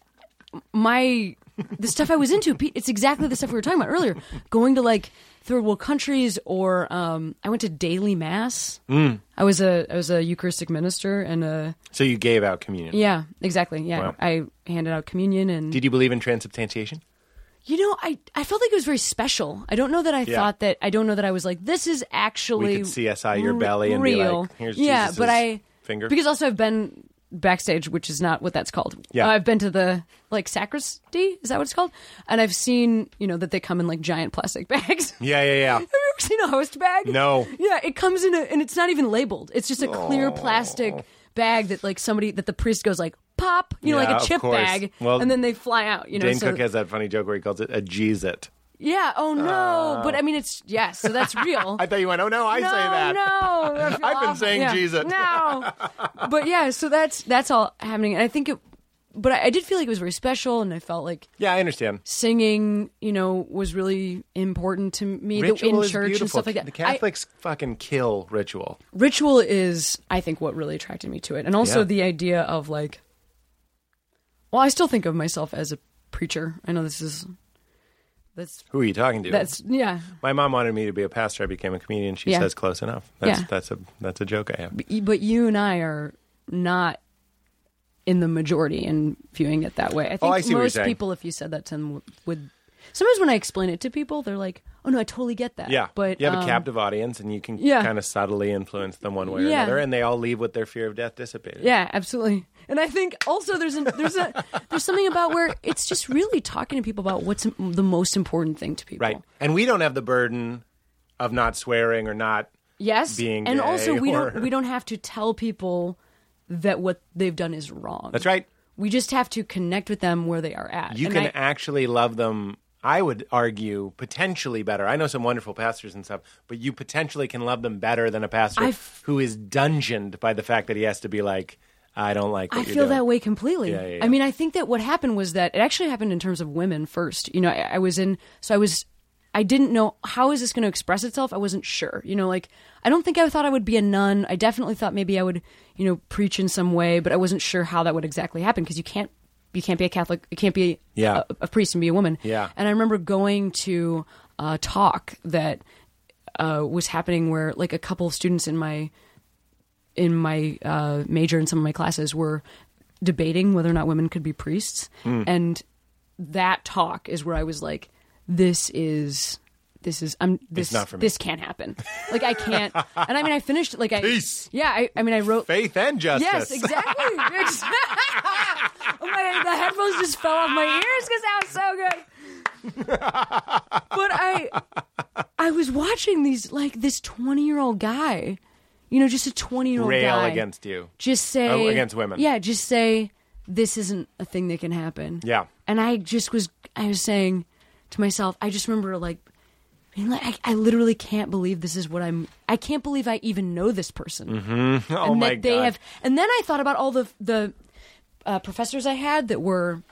[SPEAKER 5] my the stuff I was into. Pete, it's exactly the stuff we were talking about earlier. Going to like third world countries, or um, I went to daily mass.
[SPEAKER 4] Mm.
[SPEAKER 5] I was a I was a Eucharistic minister and a
[SPEAKER 4] So you gave out communion.
[SPEAKER 5] yeah exactly yeah
[SPEAKER 4] Wow.
[SPEAKER 5] I handed out communion and
[SPEAKER 4] Did you believe in transubstantiation?
[SPEAKER 5] you know I I felt like it was very special. I don't know that I
[SPEAKER 4] Yeah.
[SPEAKER 5] thought that I don't know that I was like this is actually
[SPEAKER 4] We could CSI your
[SPEAKER 5] re-
[SPEAKER 4] belly and be
[SPEAKER 5] real.
[SPEAKER 4] like, "Here's
[SPEAKER 5] yeah,
[SPEAKER 4] Jesus's
[SPEAKER 5] but I
[SPEAKER 4] finger."
[SPEAKER 5] because also I've been backstage, which is not what that's called. Uh,
[SPEAKER 4] Yeah.
[SPEAKER 5] I've been to the like sacristy, is that what it's called? And I've seen you know that they come in like giant plastic bags.
[SPEAKER 4] Yeah, yeah, yeah.
[SPEAKER 5] Have you ever seen a host bag?
[SPEAKER 4] No. Oh.
[SPEAKER 5] Yeah, it comes in a, and it's not even labeled. It's just a clear plastic bag that like somebody that the priest goes like pop, you know,
[SPEAKER 4] Yeah,
[SPEAKER 5] like
[SPEAKER 4] of
[SPEAKER 5] a chip
[SPEAKER 4] course.
[SPEAKER 5] bag,
[SPEAKER 4] Well,
[SPEAKER 5] and then they fly out. You know,
[SPEAKER 4] Dane
[SPEAKER 5] so
[SPEAKER 4] Cook has that funny joke where he calls it a Jeez it.
[SPEAKER 5] yeah. Oh no, but I mean it's yes, so that's real.
[SPEAKER 4] I thought you went, oh no, I
[SPEAKER 5] no,
[SPEAKER 4] say that.
[SPEAKER 5] No, I feel
[SPEAKER 4] I've been
[SPEAKER 5] awful.
[SPEAKER 4] saying
[SPEAKER 5] yeah.
[SPEAKER 4] Jesus.
[SPEAKER 5] No, but yeah, so that's that's all happening, and I think it. But I, I did feel like it was very special, and I felt like
[SPEAKER 4] Yeah, I understand.
[SPEAKER 5] singing, you know, was really important to me the-
[SPEAKER 4] Ritual
[SPEAKER 5] in
[SPEAKER 4] is
[SPEAKER 5] church
[SPEAKER 4] beautiful.
[SPEAKER 5] and stuff like that.
[SPEAKER 4] The
[SPEAKER 5] I-
[SPEAKER 4] Catholics fucking kill ritual.
[SPEAKER 5] ritual is, I think, what really attracted me to it, and also
[SPEAKER 4] Yeah.
[SPEAKER 5] the idea of like. Well, I still think of myself as a preacher. I know this is. That's
[SPEAKER 4] Who are you talking to?
[SPEAKER 5] that's yeah.
[SPEAKER 4] My mom wanted me to be a pastor. I became a comedian. She
[SPEAKER 5] Yeah.
[SPEAKER 4] says close enough. That's
[SPEAKER 5] Yeah.
[SPEAKER 4] that's a that's a joke I have.
[SPEAKER 5] But y- but you and I are not in the majority in viewing it that way. I think
[SPEAKER 4] Oh, I see what you're
[SPEAKER 5] most
[SPEAKER 4] saying.
[SPEAKER 5] people, if you said that to them, would, would. Sometimes when I explain it to people, they're like, "Oh no, I totally get that."
[SPEAKER 4] Yeah,
[SPEAKER 5] but
[SPEAKER 4] you have a
[SPEAKER 5] um,
[SPEAKER 4] captive audience, and you can
[SPEAKER 5] yeah.
[SPEAKER 4] kind of subtly influence them one way or
[SPEAKER 5] Yeah.
[SPEAKER 4] another, and they all leave with their fear of death dissipated.
[SPEAKER 5] Yeah, absolutely. And I think also there's an, there's a there's something about where it's just really talking to people about what's im- the most important thing to people.
[SPEAKER 4] right. And we don't have the burden of not swearing or not.
[SPEAKER 5] Yes.
[SPEAKER 4] Being
[SPEAKER 5] and
[SPEAKER 4] gay
[SPEAKER 5] also we
[SPEAKER 4] or-
[SPEAKER 5] don't we don't have to tell people that what they've done is wrong.
[SPEAKER 4] That's right.
[SPEAKER 5] We just have to connect with them where they are at.
[SPEAKER 4] You
[SPEAKER 5] And
[SPEAKER 4] can
[SPEAKER 5] I-
[SPEAKER 4] actually love them. I would argue potentially better. I know some wonderful pastors and stuff, but you potentially can love them better than a pastor
[SPEAKER 5] I've-
[SPEAKER 4] who is dungeoned by the fact that he has to be like, I don't like. What
[SPEAKER 5] I
[SPEAKER 4] you're
[SPEAKER 5] feel
[SPEAKER 4] doing.
[SPEAKER 5] that way completely.
[SPEAKER 4] Yeah, yeah, yeah.
[SPEAKER 5] I mean, I think that what happened was that it actually happened in terms of women first. You know, I, I was in, so I was, I didn't know how is this going to express itself. I wasn't sure. You know, like I don't think I thought I would be a nun. I definitely thought maybe I would, you know, preach in some way, but I wasn't sure how that would exactly happen because you can't, you can't be a Catholic, you can't be
[SPEAKER 4] Yeah.
[SPEAKER 5] a, a priest and be a woman.
[SPEAKER 4] Yeah.
[SPEAKER 5] And I remember going to a talk that uh, was happening where like a couple of students in my in my uh, major and some of my classes were debating whether or not women could be priests,
[SPEAKER 4] Mm.
[SPEAKER 5] and that talk is where I was like, "This is." This is I'm this
[SPEAKER 4] not for me.
[SPEAKER 5] this can't happen. Like I can't. And I mean I finished like I
[SPEAKER 4] Peace.
[SPEAKER 5] Yeah, I, I mean I wrote
[SPEAKER 4] Faith and justice.
[SPEAKER 5] Yes, exactly. Ex- oh my, the headphones just fell off my ears because that was so good. but I, I was watching these like this twenty-year-old guy, you know, just a twenty-year-old
[SPEAKER 4] Rail
[SPEAKER 5] guy
[SPEAKER 4] against you.
[SPEAKER 5] just say
[SPEAKER 4] Oh, against women.
[SPEAKER 5] Yeah, just say this isn't a thing that can happen.
[SPEAKER 4] Yeah.
[SPEAKER 5] And I just was I was saying to myself, I just remember like being like I, I literally can't believe this is what I'm I can't believe I even know this person. Mm-hmm.
[SPEAKER 4] Oh
[SPEAKER 5] and
[SPEAKER 4] my
[SPEAKER 5] that they
[SPEAKER 4] God.
[SPEAKER 5] have and then I thought about all the the uh, professors I had that were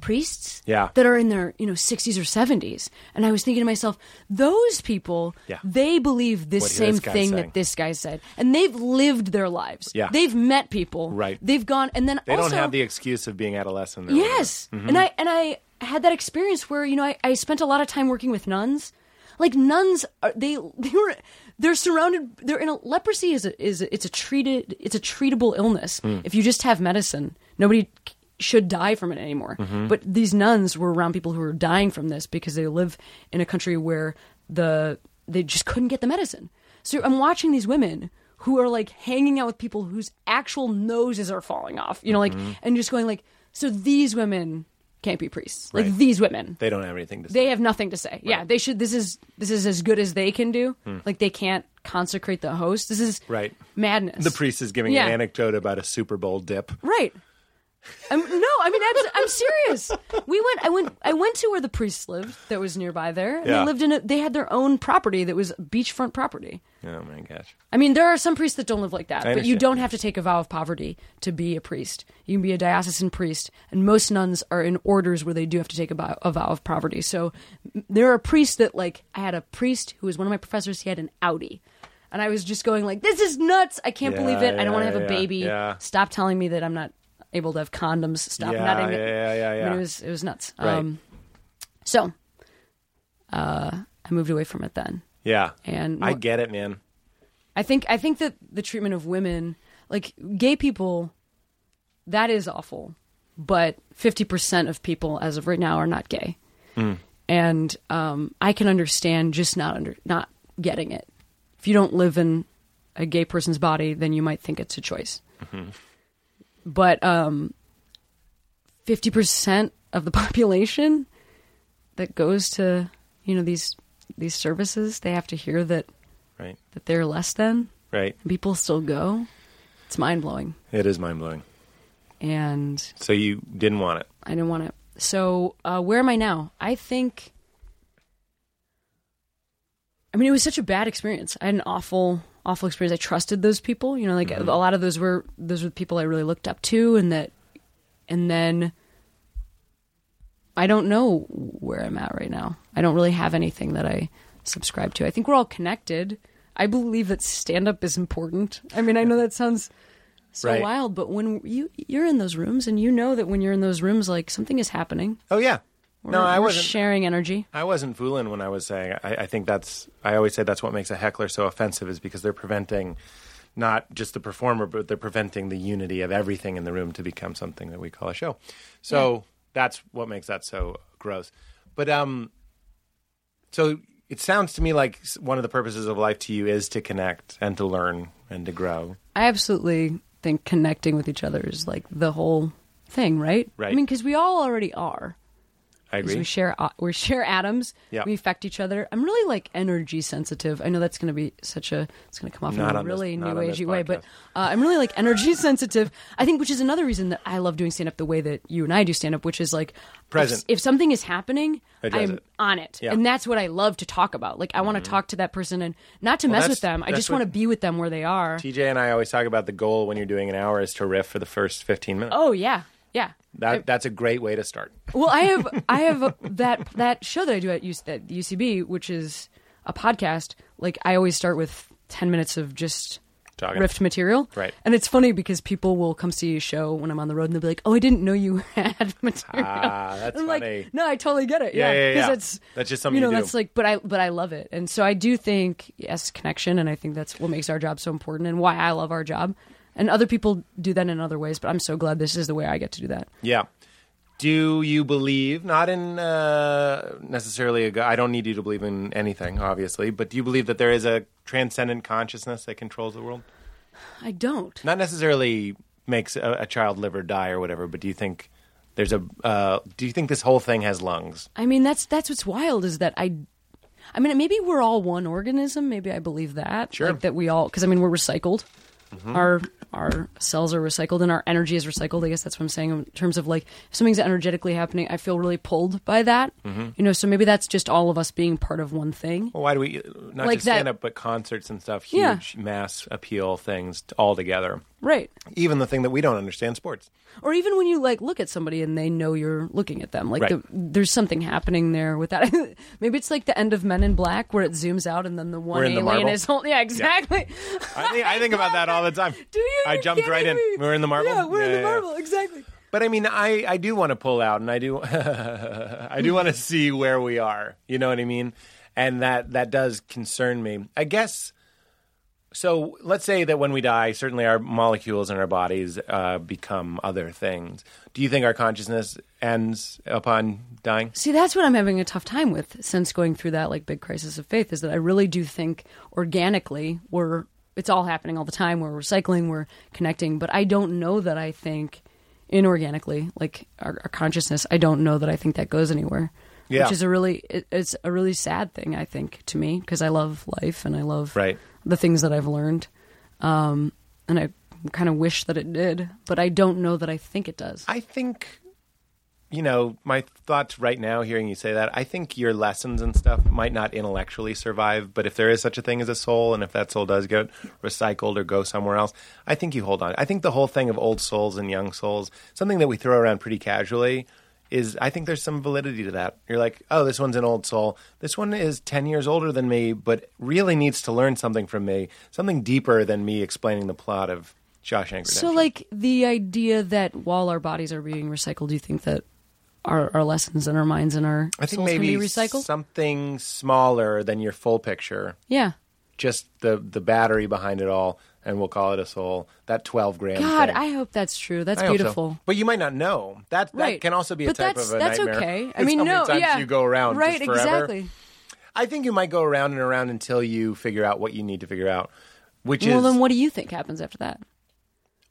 [SPEAKER 5] priests
[SPEAKER 4] Yeah.
[SPEAKER 5] that are in their you know 60s or 70s and i was thinking to myself those people
[SPEAKER 4] Yeah.
[SPEAKER 5] they believe this
[SPEAKER 4] What this
[SPEAKER 5] same
[SPEAKER 4] guy's
[SPEAKER 5] thing
[SPEAKER 4] saying.
[SPEAKER 5] that this guy said and they've lived their lives
[SPEAKER 4] Yeah.
[SPEAKER 5] they've met people
[SPEAKER 4] Right.
[SPEAKER 5] they've gone and then
[SPEAKER 4] They
[SPEAKER 5] also
[SPEAKER 4] don't have the excuse of being adolescent. or whatever.
[SPEAKER 5] yes and i and i had that experience where you know i, I spent a lot of time working with nuns like nuns are they they were they're surrounded they're in a leprosy is a, is a, it's a treated it's a treatable illness if you just have medicine nobody c- should die from it anymore but these nuns were around people who were dying from this because they live in a country where the they just couldn't get the medicine so i'm watching these women who are like hanging out with people whose actual noses are falling off you know like
[SPEAKER 4] Mm-hmm.
[SPEAKER 5] and just going like so these women can't be priests like
[SPEAKER 4] Right.
[SPEAKER 5] these women
[SPEAKER 4] They don't have anything to say.
[SPEAKER 5] they have nothing to say. Yeah, they should. This is this is as good as they can do. Like they can't consecrate the host. This is
[SPEAKER 4] Hmm. Right.
[SPEAKER 5] madness.
[SPEAKER 4] The priest is giving
[SPEAKER 5] Yeah.
[SPEAKER 4] an anecdote about a Super Bowl dip.
[SPEAKER 5] right? I'm, no, I mean I'm, I'm serious. We went. I went. I went to where the priests lived. That was nearby there. And
[SPEAKER 4] Yeah.
[SPEAKER 5] They lived in. A, they had their own property that was beachfront property.
[SPEAKER 4] Oh my gosh.
[SPEAKER 5] I mean, there are some priests that don't live like that,
[SPEAKER 4] I
[SPEAKER 5] but you
[SPEAKER 4] understand.
[SPEAKER 5] don't have to take a vow of poverty to be a priest. You can be a diocesan priest, and most nuns are in orders where they do have to take a vow, a vow of poverty. So m- there are priests that, like, I had a priest who was one of my professors. He had an Audi, and I was just going like, "This is nuts! I can't
[SPEAKER 4] Yeah,
[SPEAKER 5] believe it! I
[SPEAKER 4] yeah,
[SPEAKER 5] don't want to have
[SPEAKER 4] yeah,
[SPEAKER 5] a baby.
[SPEAKER 4] yeah.
[SPEAKER 5] Stop telling me that I'm not able to have condoms. Stop
[SPEAKER 4] Yeah,
[SPEAKER 5] not even."
[SPEAKER 4] yeah, yeah, yeah,
[SPEAKER 5] I mean,
[SPEAKER 4] yeah.
[SPEAKER 5] it was it was nuts.
[SPEAKER 4] Right.
[SPEAKER 5] Um, so, uh, I moved away from it then.
[SPEAKER 4] Yeah.
[SPEAKER 5] And
[SPEAKER 4] I
[SPEAKER 5] mo-
[SPEAKER 4] get it, man.
[SPEAKER 5] I think I think that the treatment of women, like gay people, that is awful. But fifty percent of people, as of right now, are not gay, and um, I can understand just not under not getting it. If you don't live in a gay person's body, then you might think it's a choice. But um, fifty percent of the population that goes to you know these these services, they have to hear that
[SPEAKER 4] Right.
[SPEAKER 5] that they're less than
[SPEAKER 4] Right.
[SPEAKER 5] people still go. It's mind blowing.
[SPEAKER 4] It is mind blowing.
[SPEAKER 5] And
[SPEAKER 4] So you didn't want it.
[SPEAKER 5] I didn't want to. So uh, where am I now? I think. I mean, it was such a bad experience. I had an awful, awful experience. I trusted those people. You know, like
[SPEAKER 4] Mm-hmm.
[SPEAKER 5] a lot of those were those were people I really looked up to, and that, and then. I don't know where I'm at right now. I don't really have anything that I subscribe to. I think we're all connected. I believe that stand up is important. I mean, I know that sounds so
[SPEAKER 4] Right.
[SPEAKER 5] wild, but when you you're in those rooms and you know that when you're in those rooms, like something is happening.
[SPEAKER 4] Oh yeah.
[SPEAKER 5] We're,
[SPEAKER 4] no, I
[SPEAKER 5] we're
[SPEAKER 4] wasn't.
[SPEAKER 5] sharing energy.
[SPEAKER 4] I wasn't fooling when I was saying. I, I think that's. I always say that's what makes a heckler so offensive is because they're preventing, not just the performer, but they're preventing the unity of everything in the room to become something that we call a show. So that's what makes that so gross. But um, so it sounds to me like s- one of the purposes of life to you is to connect and to learn and to grow.
[SPEAKER 5] I absolutely think connecting with each other is like the whole thing, right?
[SPEAKER 4] Right.
[SPEAKER 5] I mean, because we all already are.
[SPEAKER 4] I
[SPEAKER 5] 'Cause We
[SPEAKER 4] agree.
[SPEAKER 5] share uh, we share atoms.
[SPEAKER 4] Yeah.
[SPEAKER 5] We affect each other. I'm really like energy sensitive. I know that's going to be such a it's going to come off
[SPEAKER 4] Not
[SPEAKER 5] in a
[SPEAKER 4] on this-
[SPEAKER 5] really
[SPEAKER 4] not
[SPEAKER 5] new
[SPEAKER 4] on this
[SPEAKER 5] agey way, but
[SPEAKER 4] podcast.
[SPEAKER 5] uh, I'm really like energy sensitive. I think which is another reason that I love doing stand up the way that you and I do stand up, which is like
[SPEAKER 4] Present.
[SPEAKER 5] If, if something is happening,
[SPEAKER 4] Address
[SPEAKER 5] I'm
[SPEAKER 4] it.
[SPEAKER 5] on it,
[SPEAKER 4] Yeah. Mm-hmm.
[SPEAKER 5] and that's what I love to talk about. Like I want to talk to that person and not to mess
[SPEAKER 4] that's-
[SPEAKER 5] with them. I
[SPEAKER 4] that's
[SPEAKER 5] just want to
[SPEAKER 4] what-
[SPEAKER 5] be with them where they are.
[SPEAKER 4] TJ and I always talk about the goal when you're doing an hour is to riff for the first 15 minutes.
[SPEAKER 5] oh yeah, yeah. Uh,
[SPEAKER 4] that, that's a great way to start.
[SPEAKER 5] Well, I have I have a, that that show that I do at, UC, at UCB, which is a podcast. Like I always start with ten minutes of just
[SPEAKER 4] Talking.
[SPEAKER 5] rift material,
[SPEAKER 4] Right.
[SPEAKER 5] And it's funny because people will come see a show when I'm on the road, and they'll be like, "Oh, I didn't know you had material."
[SPEAKER 4] Ah, that's
[SPEAKER 5] I'm
[SPEAKER 4] funny.
[SPEAKER 5] like, "No, I totally get it."
[SPEAKER 4] Yeah,
[SPEAKER 5] Yeah,
[SPEAKER 4] yeah, yeah.
[SPEAKER 5] That's
[SPEAKER 4] That's just something
[SPEAKER 5] you know.
[SPEAKER 4] you do.
[SPEAKER 5] That's like, but I but I love it, and so I do think yes, connection, and I think that's what makes our job so important, and why I love our job. And other people do that in other ways, but I'm so glad this is the way I get to do that.
[SPEAKER 4] Yeah. Do you believe, not in uh, necessarily, a go- I don't need you to believe in anything, obviously, but do you believe that there is a transcendent consciousness that controls the world?
[SPEAKER 5] I don't.
[SPEAKER 4] Not necessarily makes a, a child live or die or whatever, but do you think there's a, uh, do you think this whole thing has lungs?
[SPEAKER 5] I mean, that's that's what's wild is that I, I mean, maybe we're all one organism. Maybe I believe that.
[SPEAKER 4] Sure. Mm-hmm.
[SPEAKER 5] Like that we all because I mean we're recycled. Our our cells are recycled and our energy is recycled. I guess that's what I'm saying in terms of like if something's energetically happening, I feel really pulled by that. You know, so maybe that's just all of us being part of one thing.
[SPEAKER 4] Mm-hmm. Well, why do we, not
[SPEAKER 5] Like
[SPEAKER 4] just
[SPEAKER 5] that-
[SPEAKER 4] stand up, but concerts and stuff,
[SPEAKER 5] Yeah.
[SPEAKER 4] huge mass appeal things t- all together.
[SPEAKER 5] Right.
[SPEAKER 4] Even the thing that we don't understand, sports.
[SPEAKER 5] Or even when you like look at somebody and they know you're looking at them, like
[SPEAKER 4] Right.
[SPEAKER 5] the, there's something happening there with that. Maybe it's like the end of Men in Black where it zooms out and then the one
[SPEAKER 4] We're in the
[SPEAKER 5] alien
[SPEAKER 4] marble.
[SPEAKER 5] is holding. Yeah, exactly.
[SPEAKER 4] I think, I think about that all the time.
[SPEAKER 5] Do you?
[SPEAKER 4] I
[SPEAKER 5] You're
[SPEAKER 4] jumped right in.
[SPEAKER 5] kidding me.
[SPEAKER 4] We're in the marble.
[SPEAKER 5] Yeah, we're in
[SPEAKER 4] Yeah,
[SPEAKER 5] the
[SPEAKER 4] yeah, yeah.
[SPEAKER 5] marble. Exactly.
[SPEAKER 4] But I mean, I, I do want to pull out, and I do I do want to see where we are. You know what I mean? And that that does concern me. I guess. So let's say that when we die, certainly our molecules in our bodies uh, become other things. Do you think our consciousness ends upon dying?
[SPEAKER 5] See, that's what I'm having a tough time with since going through that like big crisis of faith is that I really do think organically we're it's all happening all the time. We're recycling, we're connecting, but I don't know that I think inorganically, like our, our consciousness, I don't know that I think that goes anywhere.
[SPEAKER 4] Yeah.
[SPEAKER 5] Which is a really it, it's a really sad thing I think to me because I love life and I love
[SPEAKER 4] Right.
[SPEAKER 5] the things that I've learned. Um, and I kind of wish that it did, but I don't know that I think it does.
[SPEAKER 4] I think, you know, my thoughts right now, hearing you say that, I think your lessons and stuff might not intellectually survive, but if there is such a thing as a soul, and if that soul does get recycled or go somewhere else, I think you hold on. I think the whole thing of old souls and young souls, something that we throw around pretty casually. Is I think there's some validity to that. You're like, oh, this one's an old soul. This one is 10 years older than me, but really needs to learn something from me, something deeper than me explaining the plot of Shawshank Redemption.
[SPEAKER 5] So, like the idea that while our bodies are being recycled, do you think that our, our lessons and our minds and our
[SPEAKER 4] I think
[SPEAKER 5] souls
[SPEAKER 4] maybe
[SPEAKER 5] can be recycled?
[SPEAKER 4] something smaller than your full picture,
[SPEAKER 5] yeah.
[SPEAKER 4] just the the battery behind it all, and we'll call it a soul. That twelve gram.
[SPEAKER 5] God,
[SPEAKER 4] thing.
[SPEAKER 5] I hope that's true. That's
[SPEAKER 4] I hope so.
[SPEAKER 5] beautiful.
[SPEAKER 4] But you might not know that. That
[SPEAKER 5] Right.
[SPEAKER 4] can also be a
[SPEAKER 5] but
[SPEAKER 4] type
[SPEAKER 5] that's,
[SPEAKER 4] of a
[SPEAKER 5] that's
[SPEAKER 4] nightmare.
[SPEAKER 5] okay. I
[SPEAKER 4] It's
[SPEAKER 5] mean,
[SPEAKER 4] how
[SPEAKER 5] no,
[SPEAKER 4] many times
[SPEAKER 5] yeah,
[SPEAKER 4] you go around
[SPEAKER 5] right?
[SPEAKER 4] just forever.
[SPEAKER 5] exactly.
[SPEAKER 4] I think you might go around and around until you figure out what you need to figure out, which
[SPEAKER 5] Well,
[SPEAKER 4] is
[SPEAKER 5] then, what do you think happens after that?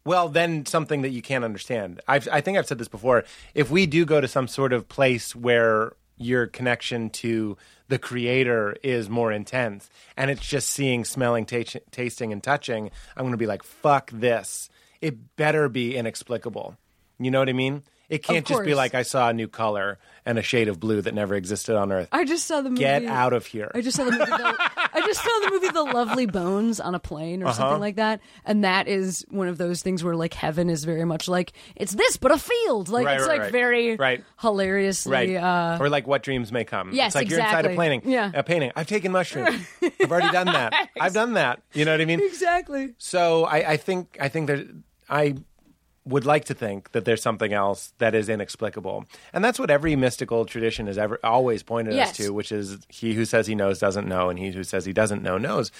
[SPEAKER 4] Well, then something that you can't understand. I've, I think I've said this before. If we do go to some sort of place where your connection to the creator is more intense and it's just seeing, smelling, ta- tasting, and touching, I'm going to be like, fuck this. It better be inexplicable. You know what I mean? It can't just be
[SPEAKER 5] course.
[SPEAKER 4] like, I saw a new color and a shade of blue that never existed on Earth.
[SPEAKER 5] I just saw the movie.
[SPEAKER 4] Get out of here.
[SPEAKER 5] I just saw the movie. The, I just saw the movie The Lovely Bones on a plane or
[SPEAKER 4] Uh-huh.
[SPEAKER 5] something like that, and that is one of those things where like heaven is very much like it's this but a field. Like
[SPEAKER 4] Right,
[SPEAKER 5] it's
[SPEAKER 4] right,
[SPEAKER 5] like
[SPEAKER 4] right.
[SPEAKER 5] very
[SPEAKER 4] Right.
[SPEAKER 5] hilariously.
[SPEAKER 4] Right.
[SPEAKER 5] Uh,
[SPEAKER 4] or like what dreams may come.
[SPEAKER 5] Yes,
[SPEAKER 4] It's like you're inside a
[SPEAKER 5] exactly.
[SPEAKER 4] painting.
[SPEAKER 5] Yeah.
[SPEAKER 4] A painting. I've taken mushrooms. I've already done that. I've done that. You know what I mean?
[SPEAKER 5] exactly.
[SPEAKER 4] So I, I think I think there I would like to think that there's something else that is inexplicable. And that's what every mystical tradition has ever always pointed
[SPEAKER 5] Yes.
[SPEAKER 4] us to, which is he who says he knows doesn't know, and he who says he doesn't know knows.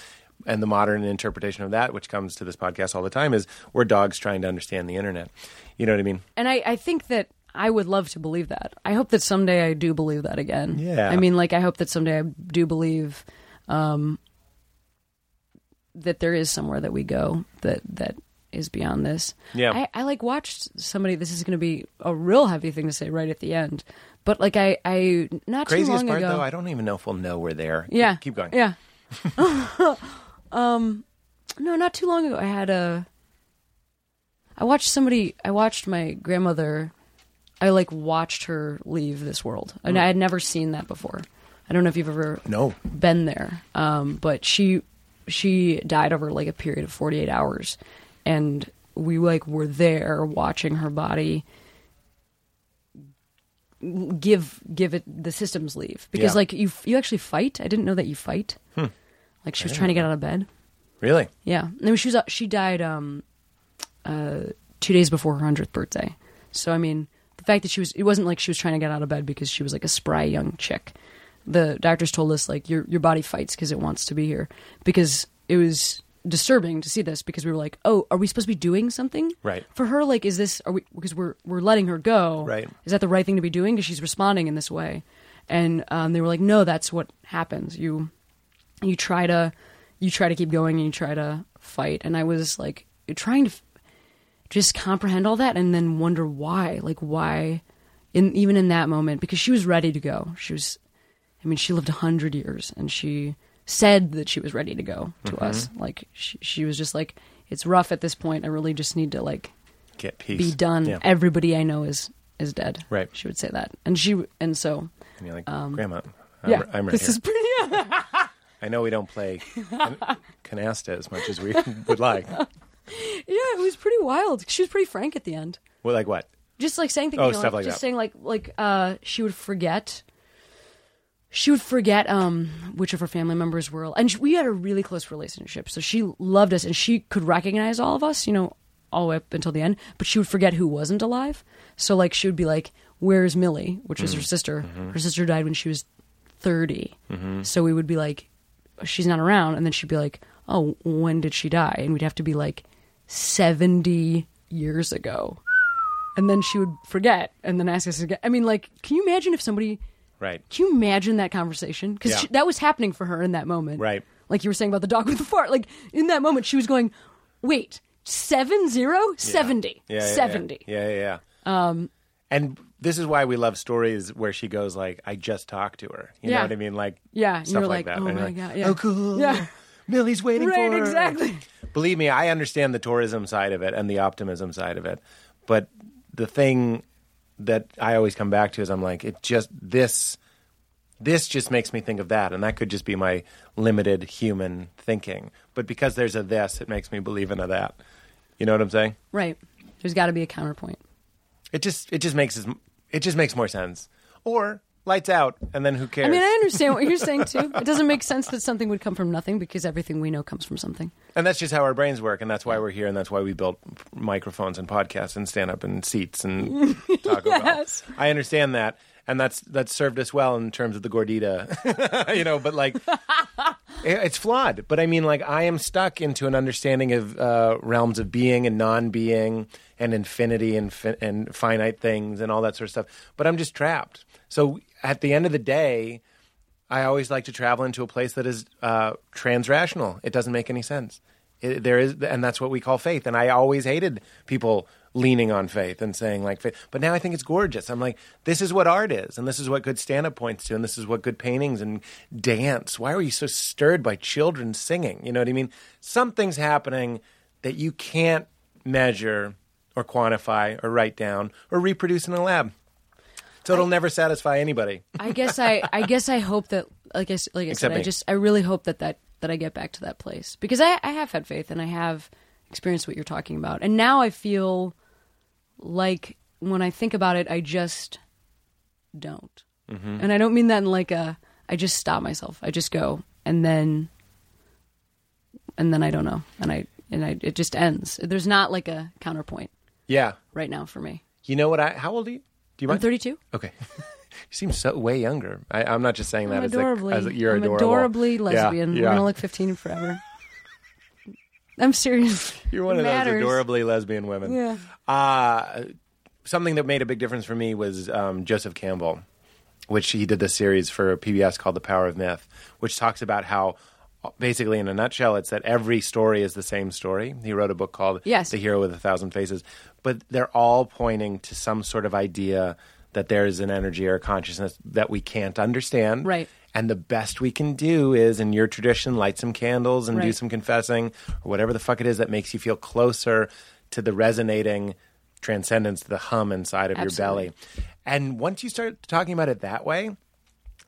[SPEAKER 4] And the modern interpretation of that, which comes to this podcast all the time, is we're dogs trying to understand the internet. You know what I mean?
[SPEAKER 5] And I, I think that I would love to believe that. I hope that someday I do believe that again.
[SPEAKER 4] Yeah.
[SPEAKER 5] I mean, like, I hope that someday I do believe um, that there is somewhere that we go that that is beyond this.
[SPEAKER 4] Yeah.
[SPEAKER 5] I, I like watched somebody. This is going to be a real heavy thing to say right at the end, but like I, I not too
[SPEAKER 4] Craziest
[SPEAKER 5] long
[SPEAKER 4] part
[SPEAKER 5] ago.
[SPEAKER 4] though, I don't even know if we'll know we're there. Keep-
[SPEAKER 5] yeah.
[SPEAKER 4] Keep, going.
[SPEAKER 5] Yeah. um, no, not too long ago, I had a. I watched somebody. I watched my grandmother. I like watched her leave this world,
[SPEAKER 4] Mm.
[SPEAKER 5] and I had never seen that before. I don't know if you've ever
[SPEAKER 4] No.
[SPEAKER 5] been there, um, but she she died over like a period of forty eight hours, and we like were there watching her body give give it the systems leave because
[SPEAKER 4] Yeah.
[SPEAKER 5] like you you actually fight. I didn't know that you fight. Like she was trying to get out of bed.
[SPEAKER 4] Really?
[SPEAKER 5] Yeah, no, she was uh, she died um, uh, two days before her hundredth birthday. So I mean, the fact that she was it wasn't like she was trying to get out of bed because she was like a spry young chick. The doctors told us like your your body fights because it wants to be here because it was disturbing to see this because we were like, oh, are we supposed to be doing something
[SPEAKER 4] Right.
[SPEAKER 5] for her? Like, is this are we because we're we're letting her go?
[SPEAKER 4] Right.
[SPEAKER 5] Is that the right thing to be doing? Because she's responding in this way. And um, they were like, no, that's what happens. You you try to you try to keep going and you try to fight and i was like trying to f- just comprehend all that and then wonder why like why in even in that moment because she was ready to go she was i mean she lived 100 years and she said that she was ready to go to us like she, she was just like it's rough at this point i really just need to like
[SPEAKER 4] Get peace.
[SPEAKER 5] be done
[SPEAKER 4] Yeah.
[SPEAKER 5] everybody i know is is dead
[SPEAKER 4] Right.
[SPEAKER 5] she would say that and she and so
[SPEAKER 4] And you're like, Grandma, I'm,
[SPEAKER 5] um, yeah
[SPEAKER 4] I'm right
[SPEAKER 5] this
[SPEAKER 4] here.
[SPEAKER 5] is pretty
[SPEAKER 4] I know we don't play can- canasta as much as we would like.
[SPEAKER 5] yeah it was pretty wild she was pretty frank at the end
[SPEAKER 4] Well, like what?
[SPEAKER 5] just like saying things.
[SPEAKER 4] Oh,
[SPEAKER 5] you know,
[SPEAKER 4] stuff
[SPEAKER 5] like,
[SPEAKER 4] like
[SPEAKER 5] just
[SPEAKER 4] that.
[SPEAKER 5] saying like like uh, she would forget. She would forget um, which of her family members were, and she, we had a really close relationship. So she loved us, and she could recognize all of us, you know, all the way up until the end. But she would forget who wasn't alive. So like she would be like, "Where's Millie?" Which is
[SPEAKER 4] Mm-hmm.
[SPEAKER 5] her sister. Her sister died when she was 30
[SPEAKER 4] Mm-hmm.
[SPEAKER 5] So we would be like, "She's not around," and then she'd be like, "Oh, when did she die?" And we'd have to be like, 70 years ago and then she would forget and then ask us again. I mean, like, can you imagine if somebody?
[SPEAKER 4] Right.
[SPEAKER 5] Can you imagine that conversation? Because
[SPEAKER 4] Yeah.
[SPEAKER 5] that was happening for her in that moment.
[SPEAKER 4] Right.
[SPEAKER 5] Like you were saying about the dog with the fart. Like in that moment, she was going, "Wait, seven zero seventy
[SPEAKER 4] Yeah, yeah, yeah.
[SPEAKER 5] seventy."
[SPEAKER 4] Yeah, yeah, yeah. Um, and this is why we love stories where she goes like, "I just talked to her." You know
[SPEAKER 5] Yeah.
[SPEAKER 4] what I mean? Like,
[SPEAKER 5] Yeah, and
[SPEAKER 4] stuff
[SPEAKER 5] you're
[SPEAKER 4] like,
[SPEAKER 5] like,
[SPEAKER 4] that.
[SPEAKER 5] "Oh
[SPEAKER 4] And you're
[SPEAKER 5] my
[SPEAKER 4] like,
[SPEAKER 5] God, yeah.
[SPEAKER 4] Oh, cool.
[SPEAKER 5] Yeah.
[SPEAKER 4] Millie's waiting
[SPEAKER 5] Right,
[SPEAKER 4] for her.
[SPEAKER 5] exactly.
[SPEAKER 4] Believe me, I understand the tourism side of it and the optimism side of it, but the thing that I always come back to is I'm like, it just this. This just makes me think of that, and that could just be my limited human thinking. But because there's a this, it makes me believe in a that. You know what I'm saying?
[SPEAKER 5] Right. There's got to be a counterpoint.
[SPEAKER 4] It just it just makes us- it just makes more sense. Or lights out, and then who cares?
[SPEAKER 5] I mean, I understand what you're saying too. It doesn't make sense that something would come from nothing because everything we know comes from something.
[SPEAKER 4] and that's just how our brains work, and that's why we're here, and that's why we built microphones and podcasts and stand up and seats and Taco
[SPEAKER 5] Yes.
[SPEAKER 4] Bell. I understand that, and that's that's served us well in terms of the gordita, you know. But like, it- it's flawed. But I mean, like, I am stuck into an understanding of uh, realms of being and non-being and infinity and fi- and finite things and all that sort of stuff. But I'm just trapped. So at the end of the day. I always like to travel into a place that is uh, transrational. It doesn't make any sense. It, there is, and that's what we call faith. And I always hated people leaning on faith and saying like faith. But now I think it's gorgeous. I'm like, this is what art is, and this is what good stand up points to, and this is what good paintings and dance. Why were you so stirred by children singing? You know what I mean? Something's happening that you can't measure or quantify or write down or reproduce in a lab. So it'll never satisfy anybody.
[SPEAKER 5] I guess I, I guess I hope that, like I, s- like I said,
[SPEAKER 4] Except
[SPEAKER 5] I
[SPEAKER 4] me.
[SPEAKER 5] just, I really hope that, that that I get back to that place because I, I have had faith and I have experienced what you're talking about, and now I feel like when I think about it, I just don't,
[SPEAKER 4] Mm-hmm.
[SPEAKER 5] and I don't mean that in like a, I just stop myself, I just go, and then, and then I don't know, and I, and I, it just ends. There's not like a counterpoint
[SPEAKER 4] Yeah.
[SPEAKER 5] right now for me.
[SPEAKER 4] You know what? I how old are you? Do you
[SPEAKER 5] I'm
[SPEAKER 4] mind?
[SPEAKER 5] 32.
[SPEAKER 4] Okay. you seem so way younger. I, I'm not just saying that
[SPEAKER 5] I'm
[SPEAKER 4] as,
[SPEAKER 5] adorably,
[SPEAKER 4] a, as a, you're
[SPEAKER 5] I'm
[SPEAKER 4] adorable.
[SPEAKER 5] adorably
[SPEAKER 4] Yeah,
[SPEAKER 5] lesbian.
[SPEAKER 4] yeah.
[SPEAKER 5] I'm gonna look 15 forever. I'm serious.
[SPEAKER 4] You're one
[SPEAKER 5] It
[SPEAKER 4] of those
[SPEAKER 5] matters.
[SPEAKER 4] adorably lesbian women.
[SPEAKER 5] Yeah.
[SPEAKER 4] Uh, something that made a big difference for me was um, Joseph Campbell, which he did this series for PBS called The Power of Myth, which talks about how. Basically, in a nutshell, it's that every story is the same story. He wrote a book called
[SPEAKER 5] Yes.
[SPEAKER 4] The Hero with a Thousand Faces, but they're all pointing to some sort of idea that there is an energy or a consciousness that we can't understand.
[SPEAKER 5] Right.
[SPEAKER 4] And the best we can do is, in your tradition, light some candles and do
[SPEAKER 5] Right.
[SPEAKER 4] some confessing or whatever the fuck it is that makes you feel closer to the resonating transcendence, the hum inside of
[SPEAKER 5] Absolutely.
[SPEAKER 4] your belly. And once you start talking about it that way,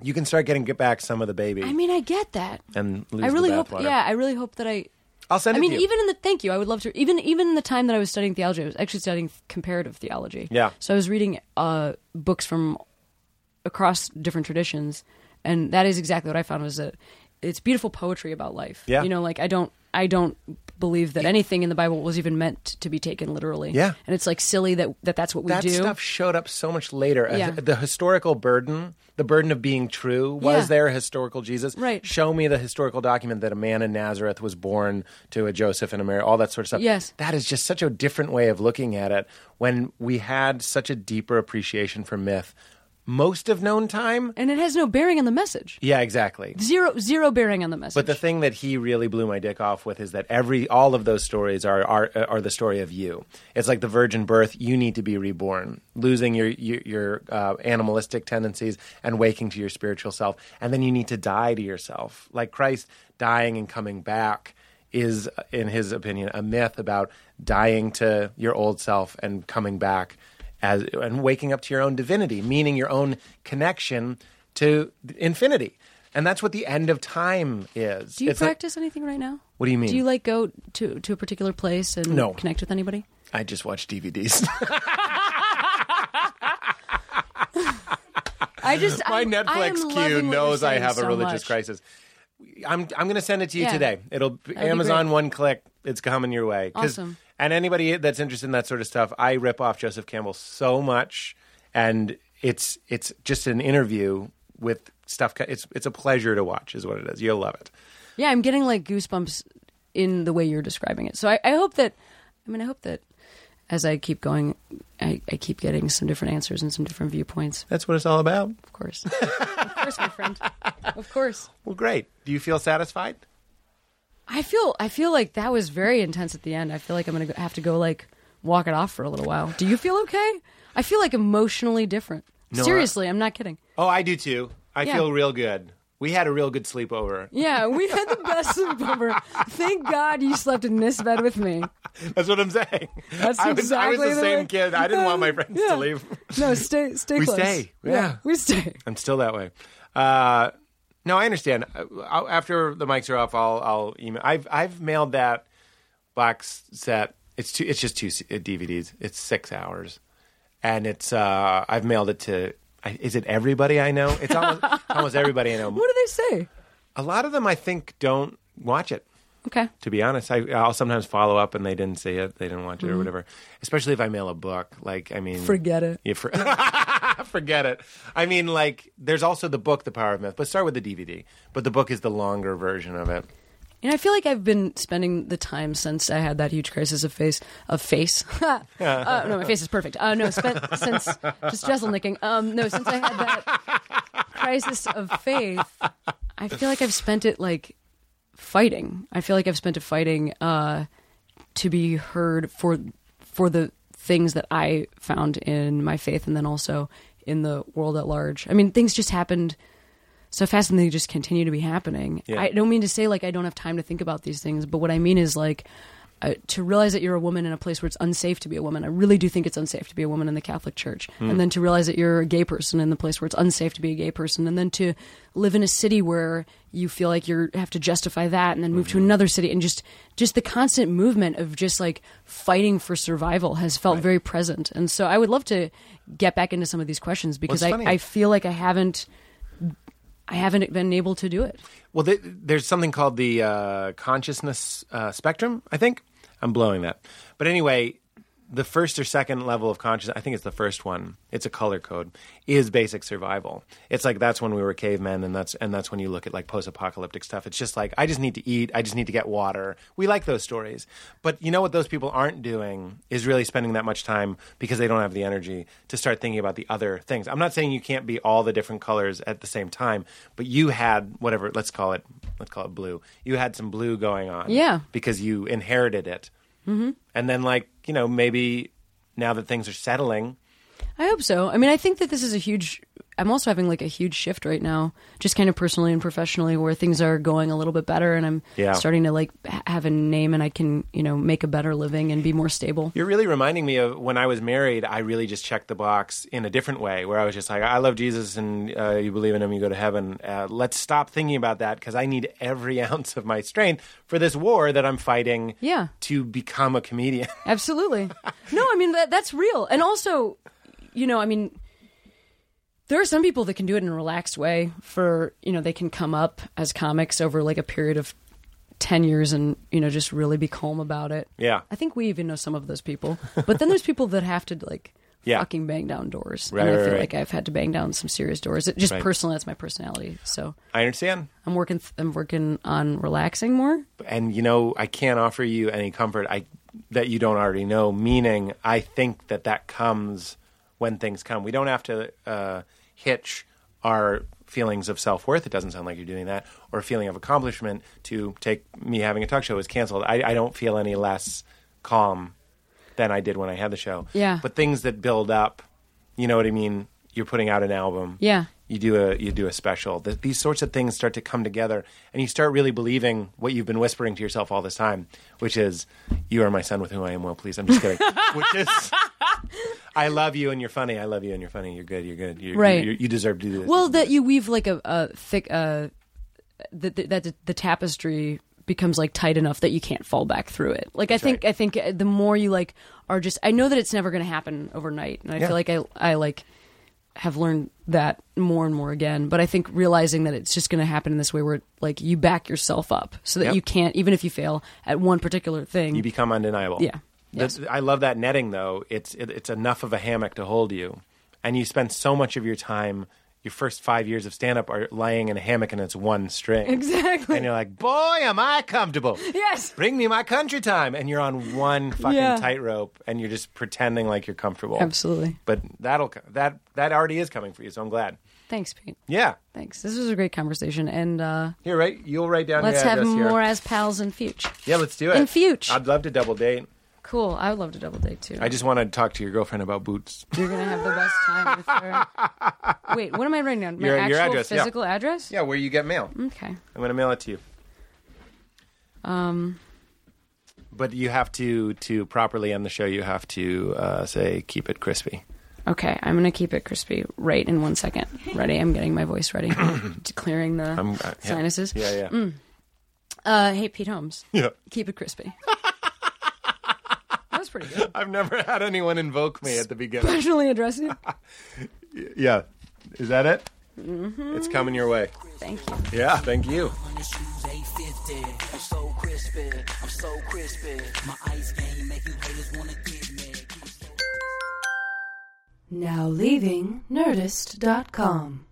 [SPEAKER 4] you can start getting get back some of the baby.
[SPEAKER 5] I mean, I get that.
[SPEAKER 4] and lose
[SPEAKER 5] I really
[SPEAKER 4] the
[SPEAKER 5] hope.
[SPEAKER 4] bathwater.
[SPEAKER 5] Yeah, I really hope that I.
[SPEAKER 4] I'll send
[SPEAKER 5] I
[SPEAKER 4] it
[SPEAKER 5] mean,
[SPEAKER 4] to you.
[SPEAKER 5] even in the thank you, I would love to. Even even in the time that I was studying theology, I was actually studying comparative theology.
[SPEAKER 4] Yeah.
[SPEAKER 5] So I was reading uh, books from across different traditions, and that is exactly what I found was that it's beautiful poetry about life.
[SPEAKER 4] Yeah.
[SPEAKER 5] You know, like I don't I don't believe that anything in the Bible was even meant to be taken literally.
[SPEAKER 4] Yeah.
[SPEAKER 5] And it's like silly that, that that's what we
[SPEAKER 4] that
[SPEAKER 5] do.
[SPEAKER 4] stuff showed up so much later. Uh,
[SPEAKER 5] Yeah.
[SPEAKER 4] The historical burden, the burden of being true, was
[SPEAKER 5] Yeah.
[SPEAKER 4] there a historical Jesus?
[SPEAKER 5] Right.
[SPEAKER 4] Show me the historical document that a man in Nazareth was born to a Joseph and a Mary, all that sort of stuff.
[SPEAKER 5] Yes.
[SPEAKER 4] That is just such a different way of looking at it when we had such a deeper appreciation for myth most of known time.
[SPEAKER 5] and it has no bearing on the message.
[SPEAKER 4] Yeah, exactly.
[SPEAKER 5] Zero zero bearing on the message.
[SPEAKER 4] But the thing that he really blew my dick off with is that every all of those stories are are are the story of you. It's like the virgin birth. You need to be reborn, losing your your, your uh, animalistic tendencies and waking to your spiritual self, and then you need to die to yourself. Like Christ dying and coming back is, in his opinion, a myth about dying to your old self and coming back as and waking up to your own divinity, meaning your own connection to infinity. And that's what the end of time is.
[SPEAKER 5] do you
[SPEAKER 4] It's not-
[SPEAKER 5] practice anything right now?
[SPEAKER 4] What do you mean?
[SPEAKER 5] Do you like go to to a particular place and
[SPEAKER 4] No.
[SPEAKER 5] connect with anybody?
[SPEAKER 4] I just watch DVDs.
[SPEAKER 5] I just
[SPEAKER 4] My
[SPEAKER 5] I'm- I am
[SPEAKER 4] Netflix
[SPEAKER 5] loving
[SPEAKER 4] queue
[SPEAKER 5] what
[SPEAKER 4] knows
[SPEAKER 5] you're
[SPEAKER 4] I
[SPEAKER 5] saying
[SPEAKER 4] have a
[SPEAKER 5] so
[SPEAKER 4] religious
[SPEAKER 5] much.
[SPEAKER 4] crisis. I'm I'm going to send it to you
[SPEAKER 5] Yeah.
[SPEAKER 4] today. It'll be
[SPEAKER 5] be
[SPEAKER 4] Amazon
[SPEAKER 5] great.
[SPEAKER 4] one click. It's coming your way. 'Cause-
[SPEAKER 5] Awesome.
[SPEAKER 4] And anybody that's interested in that sort of stuff, I rip off Joseph Campbell so much, and it's it's just an interview with stuff. co- It's it's a pleasure to watch, is what it is. You'll love it.
[SPEAKER 5] Yeah, I'm getting like goosebumps in the way you're describing it. So I, I hope that I mean I hope that as I keep going, I, I keep getting some different answers and some different viewpoints.
[SPEAKER 4] That's what it's all about.
[SPEAKER 5] Of course, of course, my friend, of course.
[SPEAKER 4] Well, great. Do you feel satisfied?
[SPEAKER 5] I feel I feel like that was very intense at the end. I feel like I'm gonna go- have to go like walk it off for a little while. Do you feel okay? I feel like emotionally different.
[SPEAKER 4] No,
[SPEAKER 5] Seriously, I, am not kidding.
[SPEAKER 4] Oh, I do too. I
[SPEAKER 5] Yeah.
[SPEAKER 4] feel real good. We had a real good sleepover.
[SPEAKER 5] Yeah, we had the best sleepover. Thank God you slept in this bed with me.
[SPEAKER 4] That's what I'm saying.
[SPEAKER 5] That's
[SPEAKER 4] I was, I
[SPEAKER 5] exactly
[SPEAKER 4] was the
[SPEAKER 5] the
[SPEAKER 4] same
[SPEAKER 5] way-
[SPEAKER 4] kid. I didn't want my friends
[SPEAKER 5] Yeah.
[SPEAKER 4] to leave.
[SPEAKER 5] No, stay stay
[SPEAKER 4] We
[SPEAKER 5] close.
[SPEAKER 4] stay, yeah.
[SPEAKER 5] We stay.
[SPEAKER 4] I'm still that way. Uh, no, I understand. I- I- After the mics are off, I'll I'll email. I've I've mailed that box set. It's two. It's just two C- uh, DVDs. It's six hours, and it's uh, I've mailed it to. I- Is it everybody I know? It's almost almost everybody I know.
[SPEAKER 5] What do they say?
[SPEAKER 4] A lot of them I think don't watch it.
[SPEAKER 5] Okay.
[SPEAKER 4] to be honest. I, I'll sometimes follow up and they didn't see it, they didn't watch it or whatever. Especially if I mail a book, like I mean,
[SPEAKER 5] Mm-hmm. Forget it.
[SPEAKER 4] Yeah, for- forget it. I mean, like there's also the book, The Power of Myth, but start with the DVD. But the book is the longer version of it.
[SPEAKER 5] And I feel like I've been spending the time since I had that huge crisis of face of face. uh, no, my face is perfect. Uh, no, spent, since just Jessel nicking. Um, no, since I had that crisis of faith, I feel like I've spent it like fighting. I feel like I've spent it fighting uh, to be heard for for the things that I found in my faith, and then also in the world at large. I mean, things just happened so fast, and they just continue to be happening.
[SPEAKER 4] Yeah.
[SPEAKER 5] I don't mean to say like I don't have time to think about these things, but what I mean is like. Uh, to realize that you're a woman in a place where it's unsafe to be a woman, I really do think it's unsafe to be a woman in the Catholic Church. And then to realize that you're a gay person in the place where it's unsafe to be a gay person, and then to live in a city where you feel like you have to justify that, and then move to another city, and just just the constant movement of just like fighting for survival has felt very present. And so I would love to get back into some of these questions because I,
[SPEAKER 4] funny-
[SPEAKER 5] I feel like I haven't. I haven't been able to do it.
[SPEAKER 4] Well, th- there's something called the uh, consciousness uh, spectrum. I think I'm blowing that, but anyway, the first or second level of consciousness, I think it's the first one. It's a color code. Is basic survival. It's like that's when we were cavemen, and that's and that's when you look at like post-apocalyptic stuff. It's just like I just need to eat. I just need to get water. We like those stories, but you know what those people aren't doing is really spending that much time because they don't have the energy to start thinking about the other things. I'm not saying you can't be all the different colors at the same time, but you had whatever. Let's call it. Let's call it blue. You had some blue going on.
[SPEAKER 5] Yeah.
[SPEAKER 4] Because you inherited it. And then, like, you know, maybe now that things are settling,
[SPEAKER 5] I hope so. I mean, I think that this is a huge. I'm also having like a huge shift right now, just kind of personally and professionally, where things are going a little bit better, and I'm
[SPEAKER 4] Yeah.
[SPEAKER 5] starting to like ha- have a name, and I can you know make a better living and be more stable.
[SPEAKER 4] you're really reminding me of when I was married, I really just checked the box in a different way where I was just like, I love Jesus and uh, you believe in him, you go to heaven. Uh, let's stop thinking about that because I need every ounce of my strength for this war that I'm fighting
[SPEAKER 5] Yeah.
[SPEAKER 4] to become a comedian.
[SPEAKER 5] Absolutely. No, I mean that that's real. And also, you know, I mean there are some people that can do it in a relaxed way for, you know, they can come up as comics over like a period of 10 years and, you know, just really be calm about it.
[SPEAKER 4] Yeah.
[SPEAKER 5] I think we even know some of those people. But then there's people that have to like
[SPEAKER 4] Yeah.
[SPEAKER 5] fucking bang down doors.
[SPEAKER 4] Right,
[SPEAKER 5] and I
[SPEAKER 4] right,
[SPEAKER 5] feel
[SPEAKER 4] right.
[SPEAKER 5] like I've had to bang down some serious doors. It, just
[SPEAKER 4] Right.
[SPEAKER 5] personally that's my personality. So,
[SPEAKER 4] I understand.
[SPEAKER 5] I'm working th- I'm working on relaxing more.
[SPEAKER 4] and you know i can't offer you any comfort i that you don't already know meaning i think that that comes when things come we don't have to uh, hitch our feelings of self-worth it doesn't sound like you're doing that or feeling of accomplishment to take me having a talk show is canceled i, I don't feel any less calm than i did when i had the show
[SPEAKER 5] Yeah.
[SPEAKER 4] but things that build up you know what i mean you're putting out an album
[SPEAKER 5] Yeah.
[SPEAKER 4] you do a you do a special. Th- these sorts of things start to come together, and you start really believing what you've been whispering to yourself all this time, which is, "You are my son, with whom I am well pleased." I'm just kidding. which is, I love you and you're funny. I love you and you're funny. You're good. You're good. You're,
[SPEAKER 5] Right.
[SPEAKER 4] You, you deserve to do this.
[SPEAKER 5] Well, that you weave like a, a thick, uh, that the, that the tapestry becomes like tight enough that you can't fall back through it. Like I think
[SPEAKER 4] right.
[SPEAKER 5] I think uh, the more you like are just I know that it's never going to happen overnight, and I
[SPEAKER 4] Yeah.
[SPEAKER 5] feel like I I like have learned that more and more again. But I think realizing that it's just going to happen in this way where like you back yourself up so that
[SPEAKER 4] Yep.
[SPEAKER 5] you can't even if you fail at one particular thing.
[SPEAKER 4] you become undeniable.
[SPEAKER 5] Yeah.
[SPEAKER 4] That's- I love that netting though. It's it, it's enough of a hammock to hold you, and you spend so much of your time. Your first five years of stand up are lying in a hammock and it's one string.
[SPEAKER 5] Exactly.
[SPEAKER 4] And you're like, boy, am I comfortable.
[SPEAKER 5] yes.
[SPEAKER 4] bring me my country time and you're on one fucking
[SPEAKER 5] Yeah.
[SPEAKER 4] tightrope and you're just pretending like you're comfortable
[SPEAKER 5] Absolutely.
[SPEAKER 4] but that'll co- that that already is coming for you so i'm glad
[SPEAKER 5] Thanks, Pete.
[SPEAKER 4] yeah
[SPEAKER 5] Thanks. This was a great conversation, and uh,
[SPEAKER 4] here right you'll write down
[SPEAKER 5] let's
[SPEAKER 4] your
[SPEAKER 5] have
[SPEAKER 4] address here
[SPEAKER 5] more as pals in future.
[SPEAKER 4] yeah let's do it
[SPEAKER 5] in future.
[SPEAKER 4] i'd love to double date
[SPEAKER 5] Cool. I would love to double date too.
[SPEAKER 4] i just want to talk to your girlfriend about boots
[SPEAKER 5] You're gonna have the best time with her. Wait, what am I writing down? My
[SPEAKER 4] Your- your
[SPEAKER 5] actual
[SPEAKER 4] address, yeah.
[SPEAKER 5] physical address?
[SPEAKER 4] yeah where you get mail
[SPEAKER 5] Okay.
[SPEAKER 4] i'm gonna mail it to you
[SPEAKER 5] Um,
[SPEAKER 4] but you have to to properly end the show you have to uh, say keep it crispy
[SPEAKER 5] okay, I'm gonna keep it crispy right in one second. Ready? I'm getting my voice ready. Clearing the
[SPEAKER 4] I'm- uh, yeah.
[SPEAKER 5] sinuses.
[SPEAKER 4] yeah yeah
[SPEAKER 5] Mm. Uh, hey, Pete Holmes.
[SPEAKER 4] yeah
[SPEAKER 5] Keep it crispy. that was pretty good.
[SPEAKER 4] i've never had anyone invoke me at the beginning
[SPEAKER 5] Personally addressing you.
[SPEAKER 4] yeah is that it it's coming your way
[SPEAKER 5] Thank you.
[SPEAKER 4] yeah Mm-hmm. thank you
[SPEAKER 7] on the shoes 850. I'm so crispy, I'm so crispy. My ice game make you haters wanna get mad. Keep it so
[SPEAKER 8] Now leaving Nerdist.com.